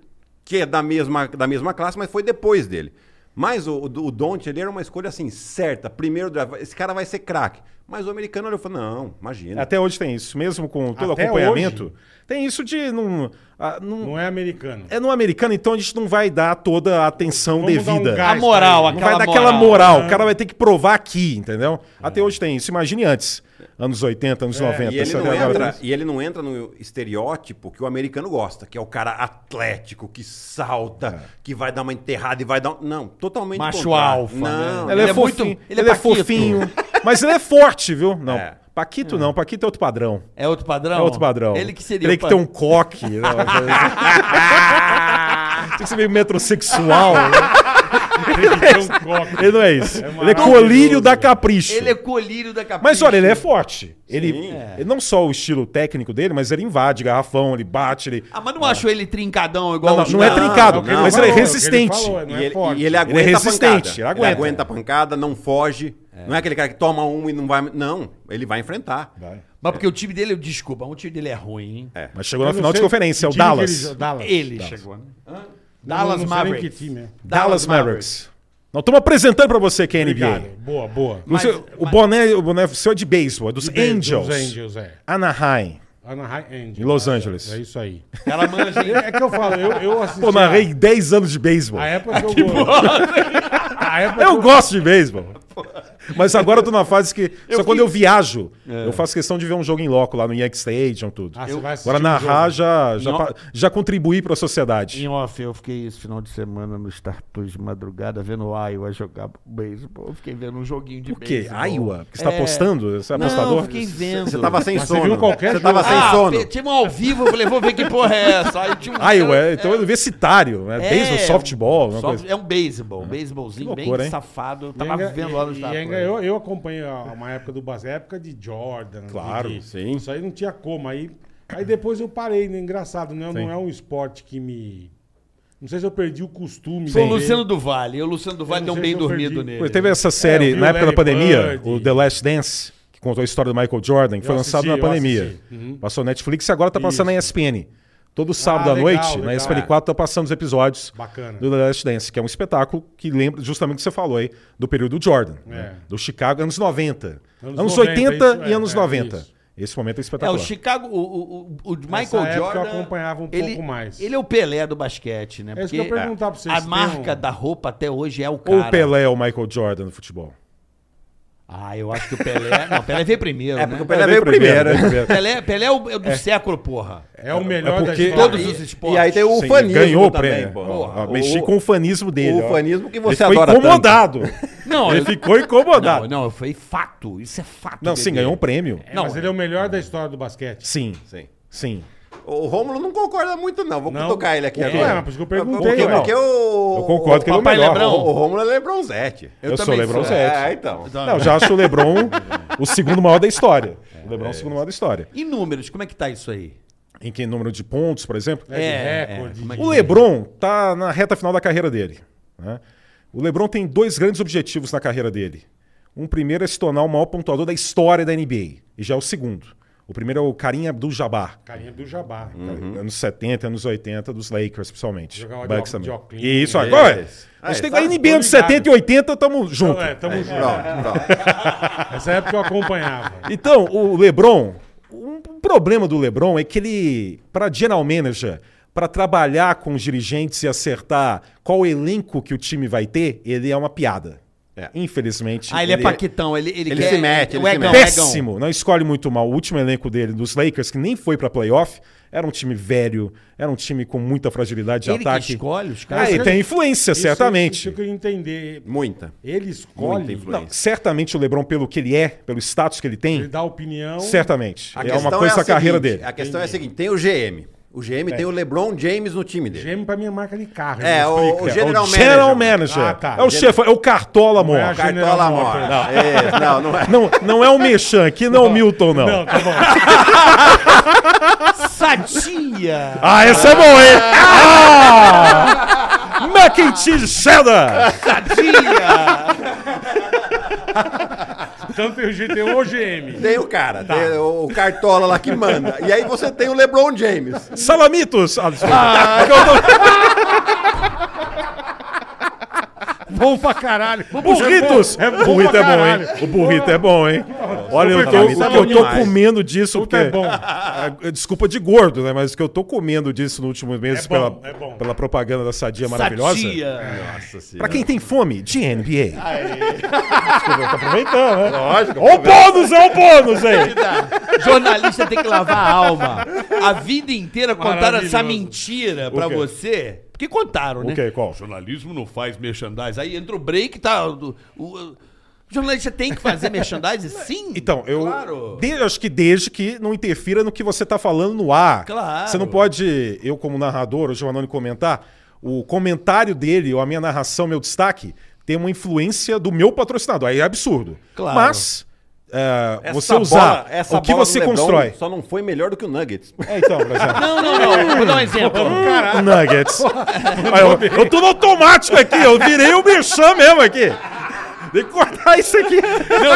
G: que é da mesma, da mesma classe, mas foi depois dele. Mas o, o, o Don't, ele era uma escolha assim, certa. Primeiro draft, esse cara vai ser craque. Mas o americano olhou e falou: não, imagina.
B: Até hoje tem isso, mesmo com todo
D: Até
B: acompanhamento.
D: hoje?
B: Tem isso de não, ah, não-
D: Não é americano.
B: é no americano, então a gente não vai dar toda a atenção
D: Vamos dar um
B: devida.
D: gás
B: Não
C: A moral,
D: pra
C: a-
D: ele.
B: vai
C: Aquela
B: dar aquela
C: moral.
B: moral.
D: né?
B: O cara vai ter que provar aqui, entendeu?
D: É.
B: Até hoje tem isso. Imagine antes, anos 80, anos 90.
G: E ele,
B: essa
G: não
B: galera-
G: entra, e ele não entra no estereótipo que o americano gosta, que é o cara atlético, que salta, que vai dar uma enterrada e vai dar. um- Não, totalmente.
C: Macho
G: contrário.
C: alfa,
G: Não,
C: né?
B: Ele,
C: Ele
B: é,
C: é
B: fofinho,
C: muito-
B: ele,
C: ele é
B: é
C: Paquito.
B: fofinho, mas ele é forte, viu? Não,
G: É.
B: Paquito não, Paquito é outro padrão.
C: É outro padrão?
B: É outro padrão.
C: Ele que seria.
B: Ele
C: o
B: que
C: pa-
B: tem um coque. né? Uma coisa assim. Tem que ser meio metrosexual. né?
D: um
B: Ele não é isso. ele é
D: maravilhoso.
B: colírio da capricho.
C: Ele é colírio da capricho.
B: Mas olha, ele é forte. Ele,
G: É.
B: ele não só o estilo técnico dele, mas ele invade garrafão, ele bate, ele.
C: Ah, mas não achou ele trincadão
B: Não,
C: igual
B: não,
C: os-
B: não é trincado,
G: não, não.
B: mas ele é
D: Falou,
B: resistente.
D: o que ele falou, não é
G: E ele,
D: forte.
G: e ele aguenta
B: Ele é
G: a
B: resistente,
G: pancada.
B: ele aguenta.
G: a pancada, não foge. Não é aquele cara que toma um e não vai. Não, ele vai enfrentar.
C: Mas porque o time dele, eu- desculpa, o time dele é ruim, hein?
B: Mas chegou
D: Eu
B: na
D: não
B: final de
D: sei
B: conferência, é o
D: que time que
B: Dallas.
D: ele- Dallas.
C: Ele chegou, né? Dallas
D: não, não sei nem
C: Mavericks.
D: que time é.
B: Dallas Mavericks. Nós estamos apresentando pra você que é
D: Obrigado.
B: NBA.
D: Boa, boa.
B: O seu- o, boné, o boné seu é de beisebol, é dos Angels.
D: Dos Angels, é.
B: Anaheim.
D: Anaheim Angels.
B: Em Los Angeles.
D: É isso aí.
C: Ela manja, hein?
D: É que eu falo, eu, eu assisti.
B: Pô, Ah, narrei 10 anos de beisebol.
D: A época que eu gosto. A época que
B: Eu gosto de beisebol. Mas agora eu tô numa fase que. só quando eu viajo,
H: É.
B: eu faço questão de ver um jogo em loco lá no Yankee Stadium, tudo.
D: Ah, você vai assistir
B: agora
D: o
B: narrar
D: jogo.
B: já, já, pa- já contribuí pra
H: Em um
B: sociedade.
H: off, eu fiquei esse final de semana no Star Plus de madrugada vendo o Iowa jogar beisebol. Eu fiquei vendo um joguinho de
B: Por quê?
H: beisebol.
B: Iowa? Porque você tá
H: É.
B: apostando? Você é
H: Não, eu
B: apostador?
H: fiquei vendo.
G: Você tava sem
D: Mas você
G: sono.
D: viu qualquer
G: Você tava
D: jogo.
G: sem
C: Ah,
G: sono.
C: pe- tinha um ao vivo, eu falei, vou ver que porra é essa. Aí tinha um
B: Iowa,
C: cara-
H: É.
B: então eu vi citário, né? Beisebol, softball, uma
C: soft-
B: coisa. Uhum.
C: É um beisebol, um beisebolzinho
B: Que
C: bem
B: loucura, hein?
C: safado. Eu
D: E
C: tava
D: ainda-
C: vendo lá no
D: e-
C: Star
D: e
C: Plus.
D: ainda eu, eu acompanhei a- uma época do basquete, época de Jordan. de-
B: Claro,
D: de-
B: sim.
D: Isso aí não tinha como. Aí, aí depois eu parei, né? Engraçado, né? Não é um esporte que me. Não sei se eu perdi o costume.
C: Foi o
D: de ver.
C: Luciano do Vale. O Luciano do Vale deu
D: não
C: um
D: sei
C: bem
D: se eu
C: dormido
D: perdi.
C: nele.
B: Pô, Teve essa
D: É,
B: série
D: eu vi
B: na
D: o
B: época da
D: Larry
B: pandemia,
D: Bird.
B: o The Last Dance, que contou a história do Michael Jordan, que foi
D: Eu
B: lançado
D: assisti,
B: na
D: eu
B: pandemia.
D: assisti. Uhum. Ah,
B: Passou na Netflix e agora tá passando na ESPN. Todo sábado à
D: legal,
B: noite, na
D: legal.
B: ESPN4, tá passando os episódios
D: Bacana.
B: do The Last Dance, que é um espetáculo que lembra justamente o que você falou aí, do período Jordan, né? do Chicago, anos 90. Anos,
D: É. Anos
B: 80
D: 90,
B: e
D: isso,
B: anos
D: é,
B: 90.
D: isso.
B: Esse momento é
C: É,
B: espetacular.
C: o Chicago, o, o, o- o
D: Nessa
C: Michael
D: época
C: Jordan.
D: eu acompanhava um
C: ele-
D: pouco mais.
C: Ele é o Pelé do basquete, né?
D: É isso que eu ia perguntar pra vocês,
C: A
D: tem
C: marca
D: um-
C: da roupa até hoje é o cara.
B: Ou o Pelé ou o Michael Jordan no futebol?
C: Ah, eu acho que o Pelé. Não, o Pelé veio primeiro.
G: É,
C: né?
G: porque o Pelé veio primeiro.
C: Pelé, Pelé é o é o do século, porra.
D: É o melhor
B: É
D: da
B: porque-
D: história.
C: Todos os
G: E
C: esportes.
G: aí tem o
B: Sim,
G: fanismo.
B: ganhou o
G: também,
B: prêmio.
G: pô.
B: Ó, ó,
G: O-
B: mexi com o fanismo dele.
G: o
B: ó.
G: fanismo que
B: Ele
G: você
B: ficou
G: adora tanto.
B: incomodado.
C: Não,
B: Ele
C: eu-
B: ficou incomodado.
C: Não, não, foi fato. Isso é fato.
B: Não, sim,
C: bebê.
B: ganhou um prêmio.
D: É, mas ele é o melhor da história do basquete.
B: Sim,
G: Sim.
B: sim.
G: O Rômulo não concorda muito, não. Vou
D: Não?
G: tocar ele aqui
D: Por quê?
G: agora.
D: Ué, mas por isso que eu perguntei,
G: Porque,
B: ué.
G: porque o...
B: Eu concordo que ele é o
C: Papai
B: melhor.
C: Lebrão.
G: O, o Rômulo é Lebronzete.
B: Eu, sou
C: também
B: Lebron
C: sou.
B: Zete.
G: É, então.
B: Não, eu já acho o Lebron o segundo maior da história. O Lebron é o segundo maior da história.
C: E números, como é que tá isso aí?
B: Em que número de pontos, por exemplo.
D: de
C: É,
D: recorde.
C: é,
D: de-
B: O Lebron tá na reta final da carreira dele. né? O Lebron tem dois grandes objetivos na carreira dele. Um primeiro é se tornar o maior pontuador da história da NBA. E já é o segundo. O primeiro é o Carinha do Jabá.
D: Carinha do Jabá. tá
B: Uhum. Anos 70, anos 80, dos Lakers, principalmente.
D: Jogar uma de
B: Bucks
D: óculos- de né?
B: também.
D: óculos.
B: Isso, agora.
G: Esse.
B: A gente tem
G: Aí, tá,
B: a NBA dos
D: tô Ah, ligado.
B: 70 e 80, tamo junto.
D: Então, é, tamo junto.
G: Pronto, pronto.
D: Essa época eu acompanhava.
B: Então, o LeBron, um problema do LeBron é que ele, para general manager, para trabalhar com os dirigentes e acertar qual elenco que o time vai ter, ele é uma piada.
G: É.
B: Infelizmente.
C: Ah, ele, é paquetão, ele, ele,
G: Ele
C: quer-
G: se mete, ele
C: o
G: se
C: egão,
G: mete.
C: o egão.
B: péssimo, não escolhe muito mal. O último elenco dele, dos Lakers, que nem foi pra playoff, era um time velho, era um time com muita fragilidade de
C: Ele que
B: ataque.
C: escolhe os
B: Ah,
C: caras.
B: ele tem influência,
D: Isso-
B: certamente.
D: Isso que eu ia entender.
G: Muita.
D: Ele
G: Muita
D: escolhe,
B: Não,
G: influência.
B: certamente o LeBron, pelo que ele é, pelo status que ele tem,
D: ele dá um- opinião.
B: certamente.
G: A
B: É uma
G: questão
B: coisa
G: a
B: da carreira
G: seguinte,
B: dele.
G: A questão é a seguinte: tem o GM. O GM tem o LeBron James no time dele.
D: GM pra minha marca de carro.
G: É,
D: irmão.
G: o, o
B: É,
G: General
B: o General
G: Manager.
B: Manager.
D: Ah, tá.
B: É o chefe, é o cartola, amor.
D: Não é a gente.
G: Cartola
D: General
G: Amor.
D: Motors.
G: Não. não, não é.
B: Não, não é o Mechan aqui, não é o Milton, não.
D: Não, tá bom.
C: Sadia!
B: Ah, essa é boa, hein? Ah! McIntyre Cheddar!
C: Sadia!
D: Então tem o GTO ou GM.
G: Tem o cara, tem o o Cartola lá que manda. E aí você tem o LeBron James.
B: Salamitos! Ah, desculpa.
D: Bom pra caralho.
B: Burritos!
D: É
B: o
D: bom,
B: burrito
D: pra
B: é bom,
D: caralho.
B: hein? O burrito é bom, hein? Olha, eu tô, o que eu tô
G: demais.
B: comendo disso,
D: é Puta,
B: porque...
D: é bom.
B: Ah, Desculpa de gordo, né? Mas o que eu tô comendo disso no último mês
D: É bom,
B: pela,
D: é bom.
B: pela propaganda da Sadia maravilhosa.
C: Sadia!
B: Pra quem tem fome, de NBA. Desculpa, tá aproveitando, né? Lógico. Olha o bônus,
D: é um
B: olha o bônus aí.
C: Jornalista tem que lavar a alma. A vida inteira contaram essa
D: Maravilhoso.
C: mentira pra
B: quê?
C: você. Porque contaram, né?
B: O que, qual?
F: Jornalismo não faz merchandising.
C: Aí entra o break, tá? O, o- o jornalista tem que fazer merchandising? Sim.
B: Então, eu
C: Claro.
B: de- acho que desde que não interfira no que você tá falando no ar.
C: Claro.
B: Você não pode, eu como narrador, o Giovannone comentar, o comentário dele ou a minha narração, meu destaque, tem uma influência do meu patrocinador. Aí é absurdo.
C: Claro.
B: Mas é,
G: Essa
B: você
G: bola-
B: usar
G: essa
B: o que
G: bola do
B: você
G: LeBron
B: constrói.
G: Só não foi melhor do que o Nuggets.
B: É, então, por exemplo.
C: Não, não, não. Vou dar um exemplo.
B: Hum, Nuggets. Aí eu, eu tô no automático aqui, eu virei o merchan mesmo aqui. Tem que cortar isso aqui.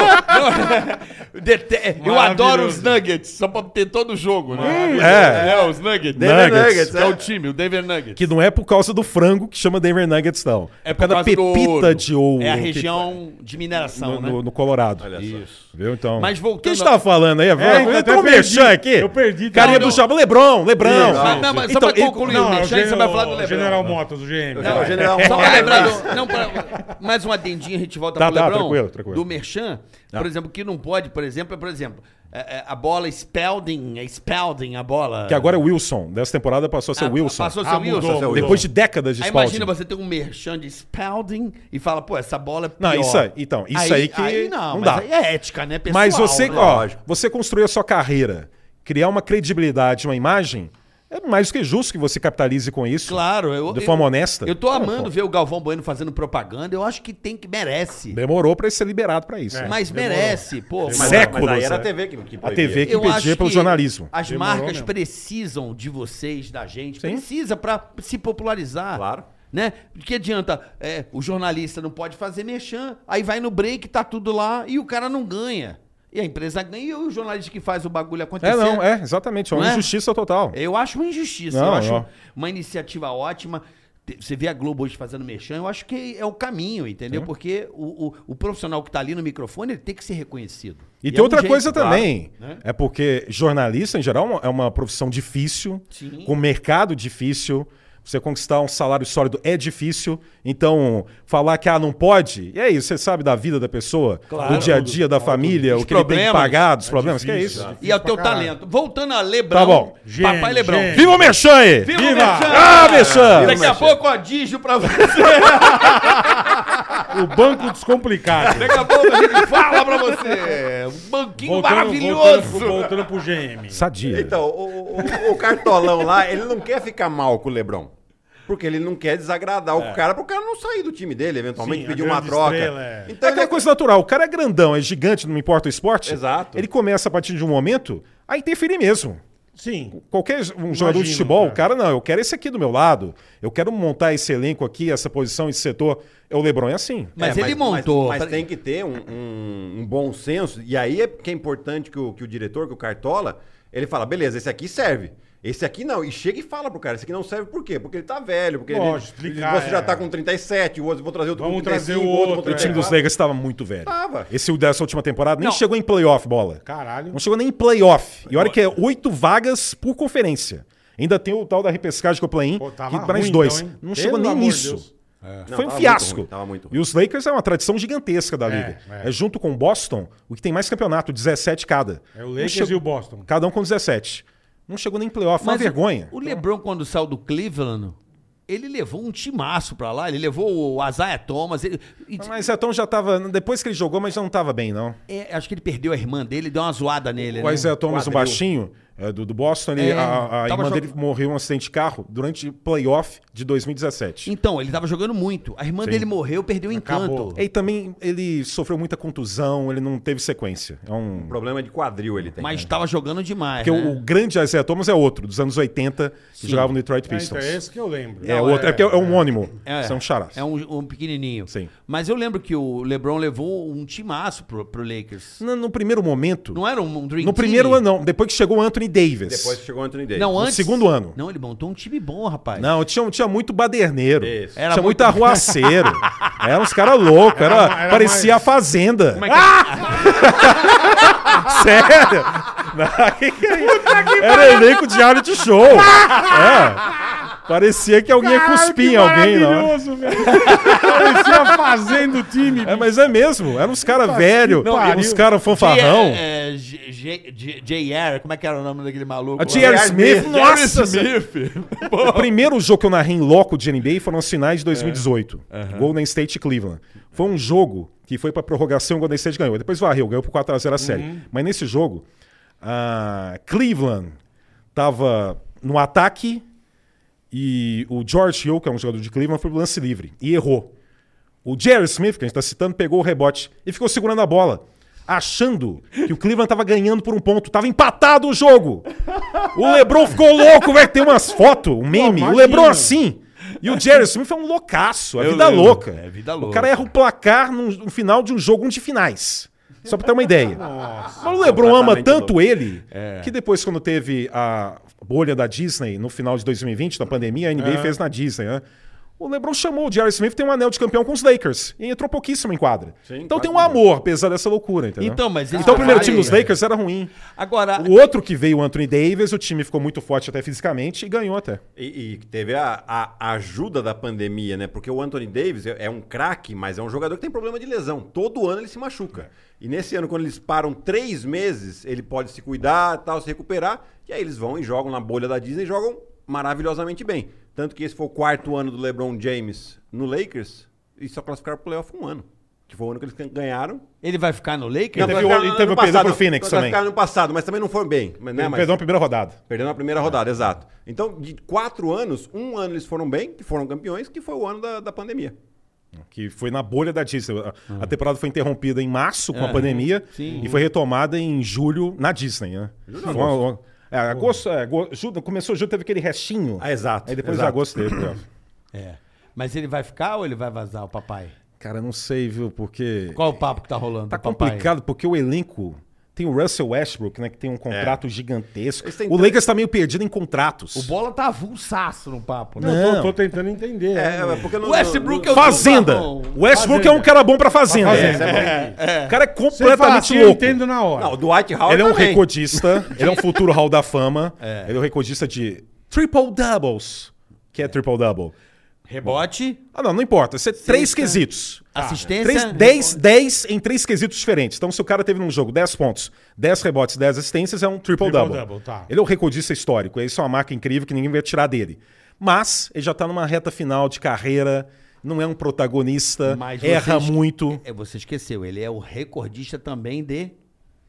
F: Não, Dete-
C: é, Eu adoro os
D: Maravilhoso.
C: nuggets, só pra ter todo o jogo, né?
B: É.
F: É, os Nuggets.
B: Denver Nuggets,
F: que é.
G: é.
F: o time, o Denver Nuggets.
B: Que não é por causa do frango que chama Denver Nuggets, não.
F: É por
B: da
F: causa do
B: pepita
F: ouro.
B: de ouro. um
C: É a
B: que- tá
C: região de mineração,
B: no,
C: né?
B: no- no Colorado.
G: Isso.
B: Viu? Então.
C: Mas voltando
B: O que a gente tava falando aí?
D: eu
B: É,
D: até
B: tem um
D: perdi.
B: merchan aqui.
D: Eu perdi, tá?
B: Carinha
D: Não,
B: do
D: não.
B: Chapa. Lebrão, Lebrão.
C: Mas, não, mas
B: Então,
C: só pra
B: ele-
C: concluir
D: Não,
C: o
D: é o
C: merchan, né? você vai falar do
D: Gen-
C: Lebron.
D: General Motors, o GM.
G: É o General
C: Só pra
G: Motors.
C: lembrar do- não, pra- mais uma dendinha, a gente volta
B: Tá,
C: pro
B: tá,
C: Lebrão.
B: tranquilo, tranquilo.
C: Do Merchan, por exemplo, que não pode, por exemplo, é, por exemplo, é, é, a bola Spalding, é Spalding a bola.
B: Que agora é Wilson. Dessa temporada passou a ser
C: Ah,
B: Wilson.
C: Passou a ser
D: Ah,
C: Wilson.
D: mudou, mudou.
B: Depois de décadas de
C: Aí
B: Spalding.
C: imagina você ter um merchan de Spalding e fala, pô, essa bola é pior.
B: Não, isso aí- então, isso aí que
C: não,
B: não
C: mas
B: dá.
C: aí é ética, né, pessoal?
B: Mas você,
C: né?
B: ó, você construir a sua carreira, criar uma credibilidade, uma imagem, é mais do que justo que você capitalize com isso.
C: Claro, eu,
B: De
C: eu-
B: forma honesta.
C: Eu tô
B: É,
C: amando
B: pô.
C: ver o Galvão Bueno fazendo propaganda. Eu acho que tem que merece.
B: Demorou pra ele ser liberado pra isso. né?
C: É. mas merece, pô.
G: Mas-
B: Séculos,
G: Mas aí era
B: é.
G: a TV que, que
B: A
G: proibia.
B: TV que
C: Eu
B: pedia
C: acho
B: pelo
C: que
B: jornalismo.
C: As
D: Demorou
C: marcas
D: mesmo.
C: precisam de vocês, da gente. Precisa pra se popularizar.
G: Claro.
C: Né? De que adianta? é, o jornalista não pode fazer mexer, aí vai no break, tá tudo lá e o cara não ganha. E a empresa ganha e o jornalista que faz o bagulho acontecer.
B: É, não, é, exatamente. É uma
C: Não é?
B: injustiça total.
C: Eu acho uma injustiça.
B: Não,
C: eu acho
B: não.
C: uma iniciativa ótima. Te- Você vê a Globo hoje fazendo mexão, eu acho que é o caminho, entendeu? Porque o, o- o profissional que tá ali no microfone, ele tem que ser reconhecido.
B: E
C: é
B: tem
C: um
B: outra
C: jeito,
B: coisa
C: claro.
B: também.
C: né?
B: É porque jornalista, em geral, é uma- é uma profissão difícil,
C: Sim.
B: com mercado difícil. Você conquistar um salário sólido é difícil. Então, falar que ah, não pode, e aí, você sabe da vida da pessoa, do dia a dia, da família,
C: Os
B: o que ele tem que
C: problemas.
B: pagar, dos problemas, que é isso.
C: E é o teu talento. Voltando a Lebrão.
B: Tá bom.
C: Papai
D: Gênio,
C: Lebrão.
D: gênio.
B: Viva o Merchan aí!
C: Viva o Merchan!
B: Ah, Merchan!
C: Daqui a pouco, ó, Digio pra você.
D: O banco descomplicado.
C: Daqui a pouco a gente fala pra você. Um banquinho maravilhoso.
D: Voltando, voltando pro GM.
B: Sadia.
G: Então, o, o- o cartolão lá, ele não quer ficar mal com o Lebron. Porque ele não quer desagradar o cara, pro cara não sair do time dele,
D: É.
G: eventualmente
D: Sim, a
G: pedir uma
D: grande
G: troca.
D: estrela, é.
B: É
G: Então, ele
B: aquela coisa natural. O cara é grandão, é gigante, não importa o esporte.
G: Exato.
B: Ele começa a partir de um momento a interferir mesmo.
D: Sim.
B: Qualquer um jogador de futebol, cara. não, eu quero esse aqui do meu lado. Eu quero montar esse elenco aqui, essa posição, esse setor. É, O Lebron é assim.
G: É,
C: Mas ele montou.
G: Mas,
C: pra-
G: tem que ter um, um- um bom senso. E aí é que é importante que o, que o diretor, que o Cartola, ele fala: beleza, esse aqui serve. Esse aqui não. E chega e fala pro cara: esse aqui não serve por quê? Porque ele tá velho. Porque ele-
D: Lógico,
G: ele,
D: explicar,
G: você
D: é.
G: já tá com 37, o outro, vou trazer outro
D: Vamos
G: com
D: trazer
G: 35,
D: o
G: outro com
D: outro, é.
B: O time dos
G: 34.
B: Lakers estava muito velho.
G: é. Tava.
B: Esse dessa última temporada nem
C: Não.
B: chegou em playoff, bola.
D: Caralho.
B: Não chegou nem em playoff. E olha que é oito vagas por conferência. Ainda tem o tal da repescagem que eu play-in,
D: Pô, tava
B: que mais
D: ruim,
B: dois.
D: então, hein?
B: não
D: Pelo
B: chegou nem
D: amor de
B: nisso.
D: Deus.
G: É. Não,
B: Foi um
G: tava muito
B: fiasco.
G: ruim, tava muito ruim.
B: E os Lakers é uma tradição gigantesca da
D: É,
B: liga.
D: é.
B: É, junto com o Boston, o que tem mais campeonato, 17 cada.
D: É o
B: Não
D: Lakers
B: chegou-
D: e o Boston.
B: Cada um com 17. Não chegou nem em playoff, foi uma
C: Mas o-
B: vergonha.
C: O LeBron, quando saiu do Cleveland, ele levou um timaço pra lá. Ele levou o Isaiah Thomas. ele- e-
B: Mas Atom já tava. Depois que ele jogou, mas já não tava bem, não.
C: é, acho que ele perdeu a irmã dele, deu uma zoada nele.
B: O
C: né?
B: Isaiah Thomas, um
G: Quadril.
B: baixinho é, do, do Boston, ele,
C: É,
B: a, a
C: tava
B: irmã
C: jogando-
B: dele morreu em um acidente de carro durante o playoff de 2017.
C: Então, ele tava jogando muito. A irmã dele morreu, perdeu o encanto.
D: Acabou.
B: E também ele sofreu muita contusão, ele não teve sequência. É um.
G: O
C: Uhum.
G: problema é de quadril ele tem.
C: Mas tava jogando demais.
B: Porque
C: né?
B: o, o grande Isaiah Thomas é outro, dos anos 80, que jogava no Detroit
D: É, então,
B: Pistons.
D: é
B: É,
D: esse que eu lembro.
B: outro, é, porque é um ônimo.
C: É,
B: São charás.
C: É um, um pequenininho.
B: Sim.
C: Mas eu lembro que o LeBron levou um timaço pro, pro Lakers.
B: No, no primeiro momento.
C: Não era um, um dream
B: no
C: team?
B: primeiro ano, não. Depois que chegou o Anthony Davis.
G: né? Depois que chegou o Anthony Davis.
C: Não, antes.
B: segundo ano.
C: Não, ele montou um time bom, rapaz.
B: Não, tinha, tinha muito baderneiro.
G: Isso.
C: Era
B: tinha muito,
C: muito-
B: arruaceiro. era uns caras loucos. Era,
D: ma- era
B: parecia
D: mais-
B: a Fazenda. Ah! Sério? Não, que que é isso? era elenco de reality show. É. Parecia que alguém ia cuspir em alguém. Não. é?
D: maravilhoso, velho. Parecia fazendo o time.
B: É, mas é mesmo. Eram uns caras velhos.
D: Não, e-
B: Uns caras fanfarrão.
C: É, é, J- J- J- JR, como é que era o nome daquele maluco?
B: A
C: lá?
B: J.R. Smith.
F: Jerry
B: Nossa senhora.
F: Smith.
B: O primeiro jogo que eu narrei em loco de NBA foram as finais de 2018. Golden State e Cleveland. Foi um jogo que foi pra prorrogação e o Golden State ganhou. Depois varreu, ganhou por 4x0 a série. Mas nesse jogo, a Cleveland tava no ataque e o George Hill, que é um jogador de Cleveland, foi pro lance livre e errou. O Jerry Smith, que a gente tá citando, pegou o rebote e ficou segurando a bola, achando que o Cleveland tava ganhando por um ponto. Tava empatado o jogo. O LeBron ficou louco, velho. Tem umas fotos, um meme. o
D: imagina.
B: LeBron assim. E o Jerry Smith é um loucaço. É
F: Eu
B: vida
F: lembro.
B: louca.
C: É vida
B: O
C: louca.
B: cara erra o um placar num- no final de um jogo, um de finais. Só pra ter uma ideia. Mas o LeBron ama
G: completamente É.
B: tanto ele que depois, quando teve a bolha da Disney no final de 2020, da pandemia, a NBA
G: É.
B: fez na Disney, né? O LeBron chamou o Jerry Smith, tem um anel de campeão com os Lakers. E entrou pouquíssimo em quadra.
G: Sim, é.
B: então tem um
G: quase
B: amor, apesar dessa loucura, entendeu?
C: Então, mas eles
B: então o primeiro
C: tavam-
B: time dos Lakers era ruim.
C: Agora,
B: O outro que veio, o Anthony Davis, o time ficou muito forte até fisicamente e ganhou até.
G: E, e teve a, a ajuda da pandemia, né? Porque o Anthony Davis é, é um craque, mas é um jogador que tem problema de lesão. Todo ano ele se machuca. E nesse ano, quando eles param três meses, ele pode se cuidar, tal, se recuperar. E aí eles vão e jogam na bolha da Disney e jogam maravilhosamente bem. Tanto que esse foi o quarto ano do LeBron James no Lakers e só classificaram pro playoff um ano. Que foi o ano que eles ganharam.
C: ele vai ficar no Lakers?
B: Não, teve o-
G: classificaram
B: e teve
G: no ano
B: o perdão
G: passado,
B: pro Phoenix também.
G: classificaram no passado, mas também não foram bem. Mas, né, mas-
B: Perdão, a primeira rodada.
G: Perdeu na primeira rodada, exato. Então, de quatro anos, um ano eles foram bem, que foram campeões, que foi o ano da, da pandemia.
B: Que foi na bolha da Disney. A- A temporada foi interrompida em março com a pandemia e foi retomada em julho na Disney, né? Foi uma- uma- é, agosto, é, go- julho- começou julho, teve aquele restinho.
G: Ah, exato.
B: Aí depois de agosto teve. né? playoff.
C: É. Mas ele vai ficar ou ele vai vazar, o papai?
B: Cara, não sei, viu? Porque
C: Qual o papo que tá rolando?
B: tá
C: do papai?
B: complicado, porque o elenco... Tem o Russell Westbrook, né? Que tem um contrato gigantesco.
G: É. Eles têm
B: O
G: três-
B: Lakers tá meio perdido em contratos.
C: O bola tá avulsaço no papo, né?
D: Não,
B: Não. É,
D: Tô, tô tentando entender. né?
G: É, porque
C: O Westbrook é o
B: Fazenda!
C: Tubarão.
B: O Westbrook é um
D: Fazenda.
B: cara bom pra Fazenda.
D: Fazenda,
B: O cara é
D: Você fala
B: completamente
D: assim, eu
B: louco.
D: entendo na hora.
G: Não, o Dwight Howard
B: Ele é um
G: também.
B: recordista, ele é um futuro Hall da Fama. Ele é um recordista de triple doubles. que é, triple double?
C: Rebote,
B: Ah, não, não importa. Isso é três quesitos.
C: assistência...
B: Três,
C: rebote.
B: 10, 10 em três quesitos diferentes. Então, se o cara teve num jogo 10 pontos, 10 rebotes, 10 assistências, é um triple-double.
D: Triple-double, tá.
B: Ele é um recordista histórico. Isso é uma marca incrível que ninguém vai tirar dele. Mas ele já tá numa reta final de carreira, não é um protagonista,
C: Mas
B: erra
C: vocês-
B: muito.
C: É, você esqueceu, ele é o recordista também de...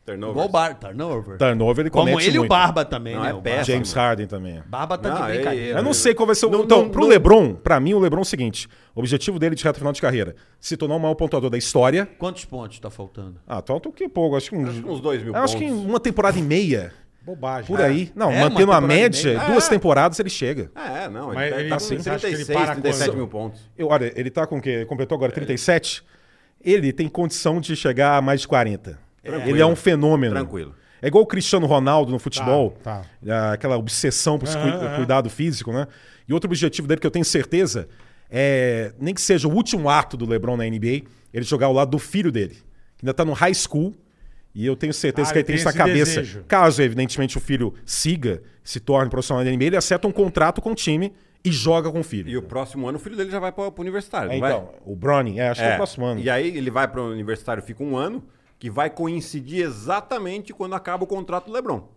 G: Turnovers.
C: Igual o Bar, turnover.
B: Turnover, ele
C: Como
B: comete
C: ele e o
B: muito.
C: Barba também,
G: Não,
C: né?
G: é
C: o
G: péssimo.
B: James Harden também.
C: Barba, Barba tá
G: Não,
C: de
G: é-
C: brincadeira.
B: Eu não sei qual vai ser o.
G: Não-
B: então,
G: não-
B: pro
G: não-
B: Lebron, pra mim, o Lebron é o seguinte: o objetivo dele de reta final de carreira: se tornar o maior pontuador da história.
C: Quantos pontos tá faltando?
B: Ah, falta o que pouco? Acho que uns.
G: Acho que uns dois mil
B: Acho que
G: pontos.
B: uma temporada e meia.
D: Bobagem.
B: Por aí. Não,
C: É, uma
B: mantendo a
C: temporada e
B: média,
C: meia.
B: duas
G: É.
B: temporadas ele chega.
G: É, não, ele
D: Mas
G: tá,
D: ele-
G: tá
D: você
G: com
D: acha que ele
G: 36,
D: para
G: 37
D: quando?
G: mil pontos.
B: Eu, olha, ele tá com o quê? Completou agora 37? Ele tem condição de chegar a mais de 40. Ele é um fenômeno.
G: Tranquilo.
B: É igual o Cristiano Ronaldo no futebol.
D: Tá,
B: Ah, Aquela obsessão por esse cui-
D: Aham, aham.
B: cuidado físico, né? E outro objetivo dele que eu tenho certeza é, nem que seja o último ato do LeBron na NBA, ele jogar ao lado do filho dele, que ainda tá no high school. E eu tenho certeza
D: Ah,
B: que
D: ele
B: ele tem
D: tem
B: isso na
D: esse
B: cabeça.
D: desejo.
B: Caso, evidentemente, o filho siga, se torne profissional da NBA, ele acerta um contrato com o time e joga com o filho.
G: E o próximo ano o filho dele já vai para o universitário,
B: É,
G: não vai?
B: então, o Browning, é, acho que é o próximo ano.
G: E aí ele vai para o universitário, fica um ano, que vai coincidir exatamente quando acaba o contrato do LeBron.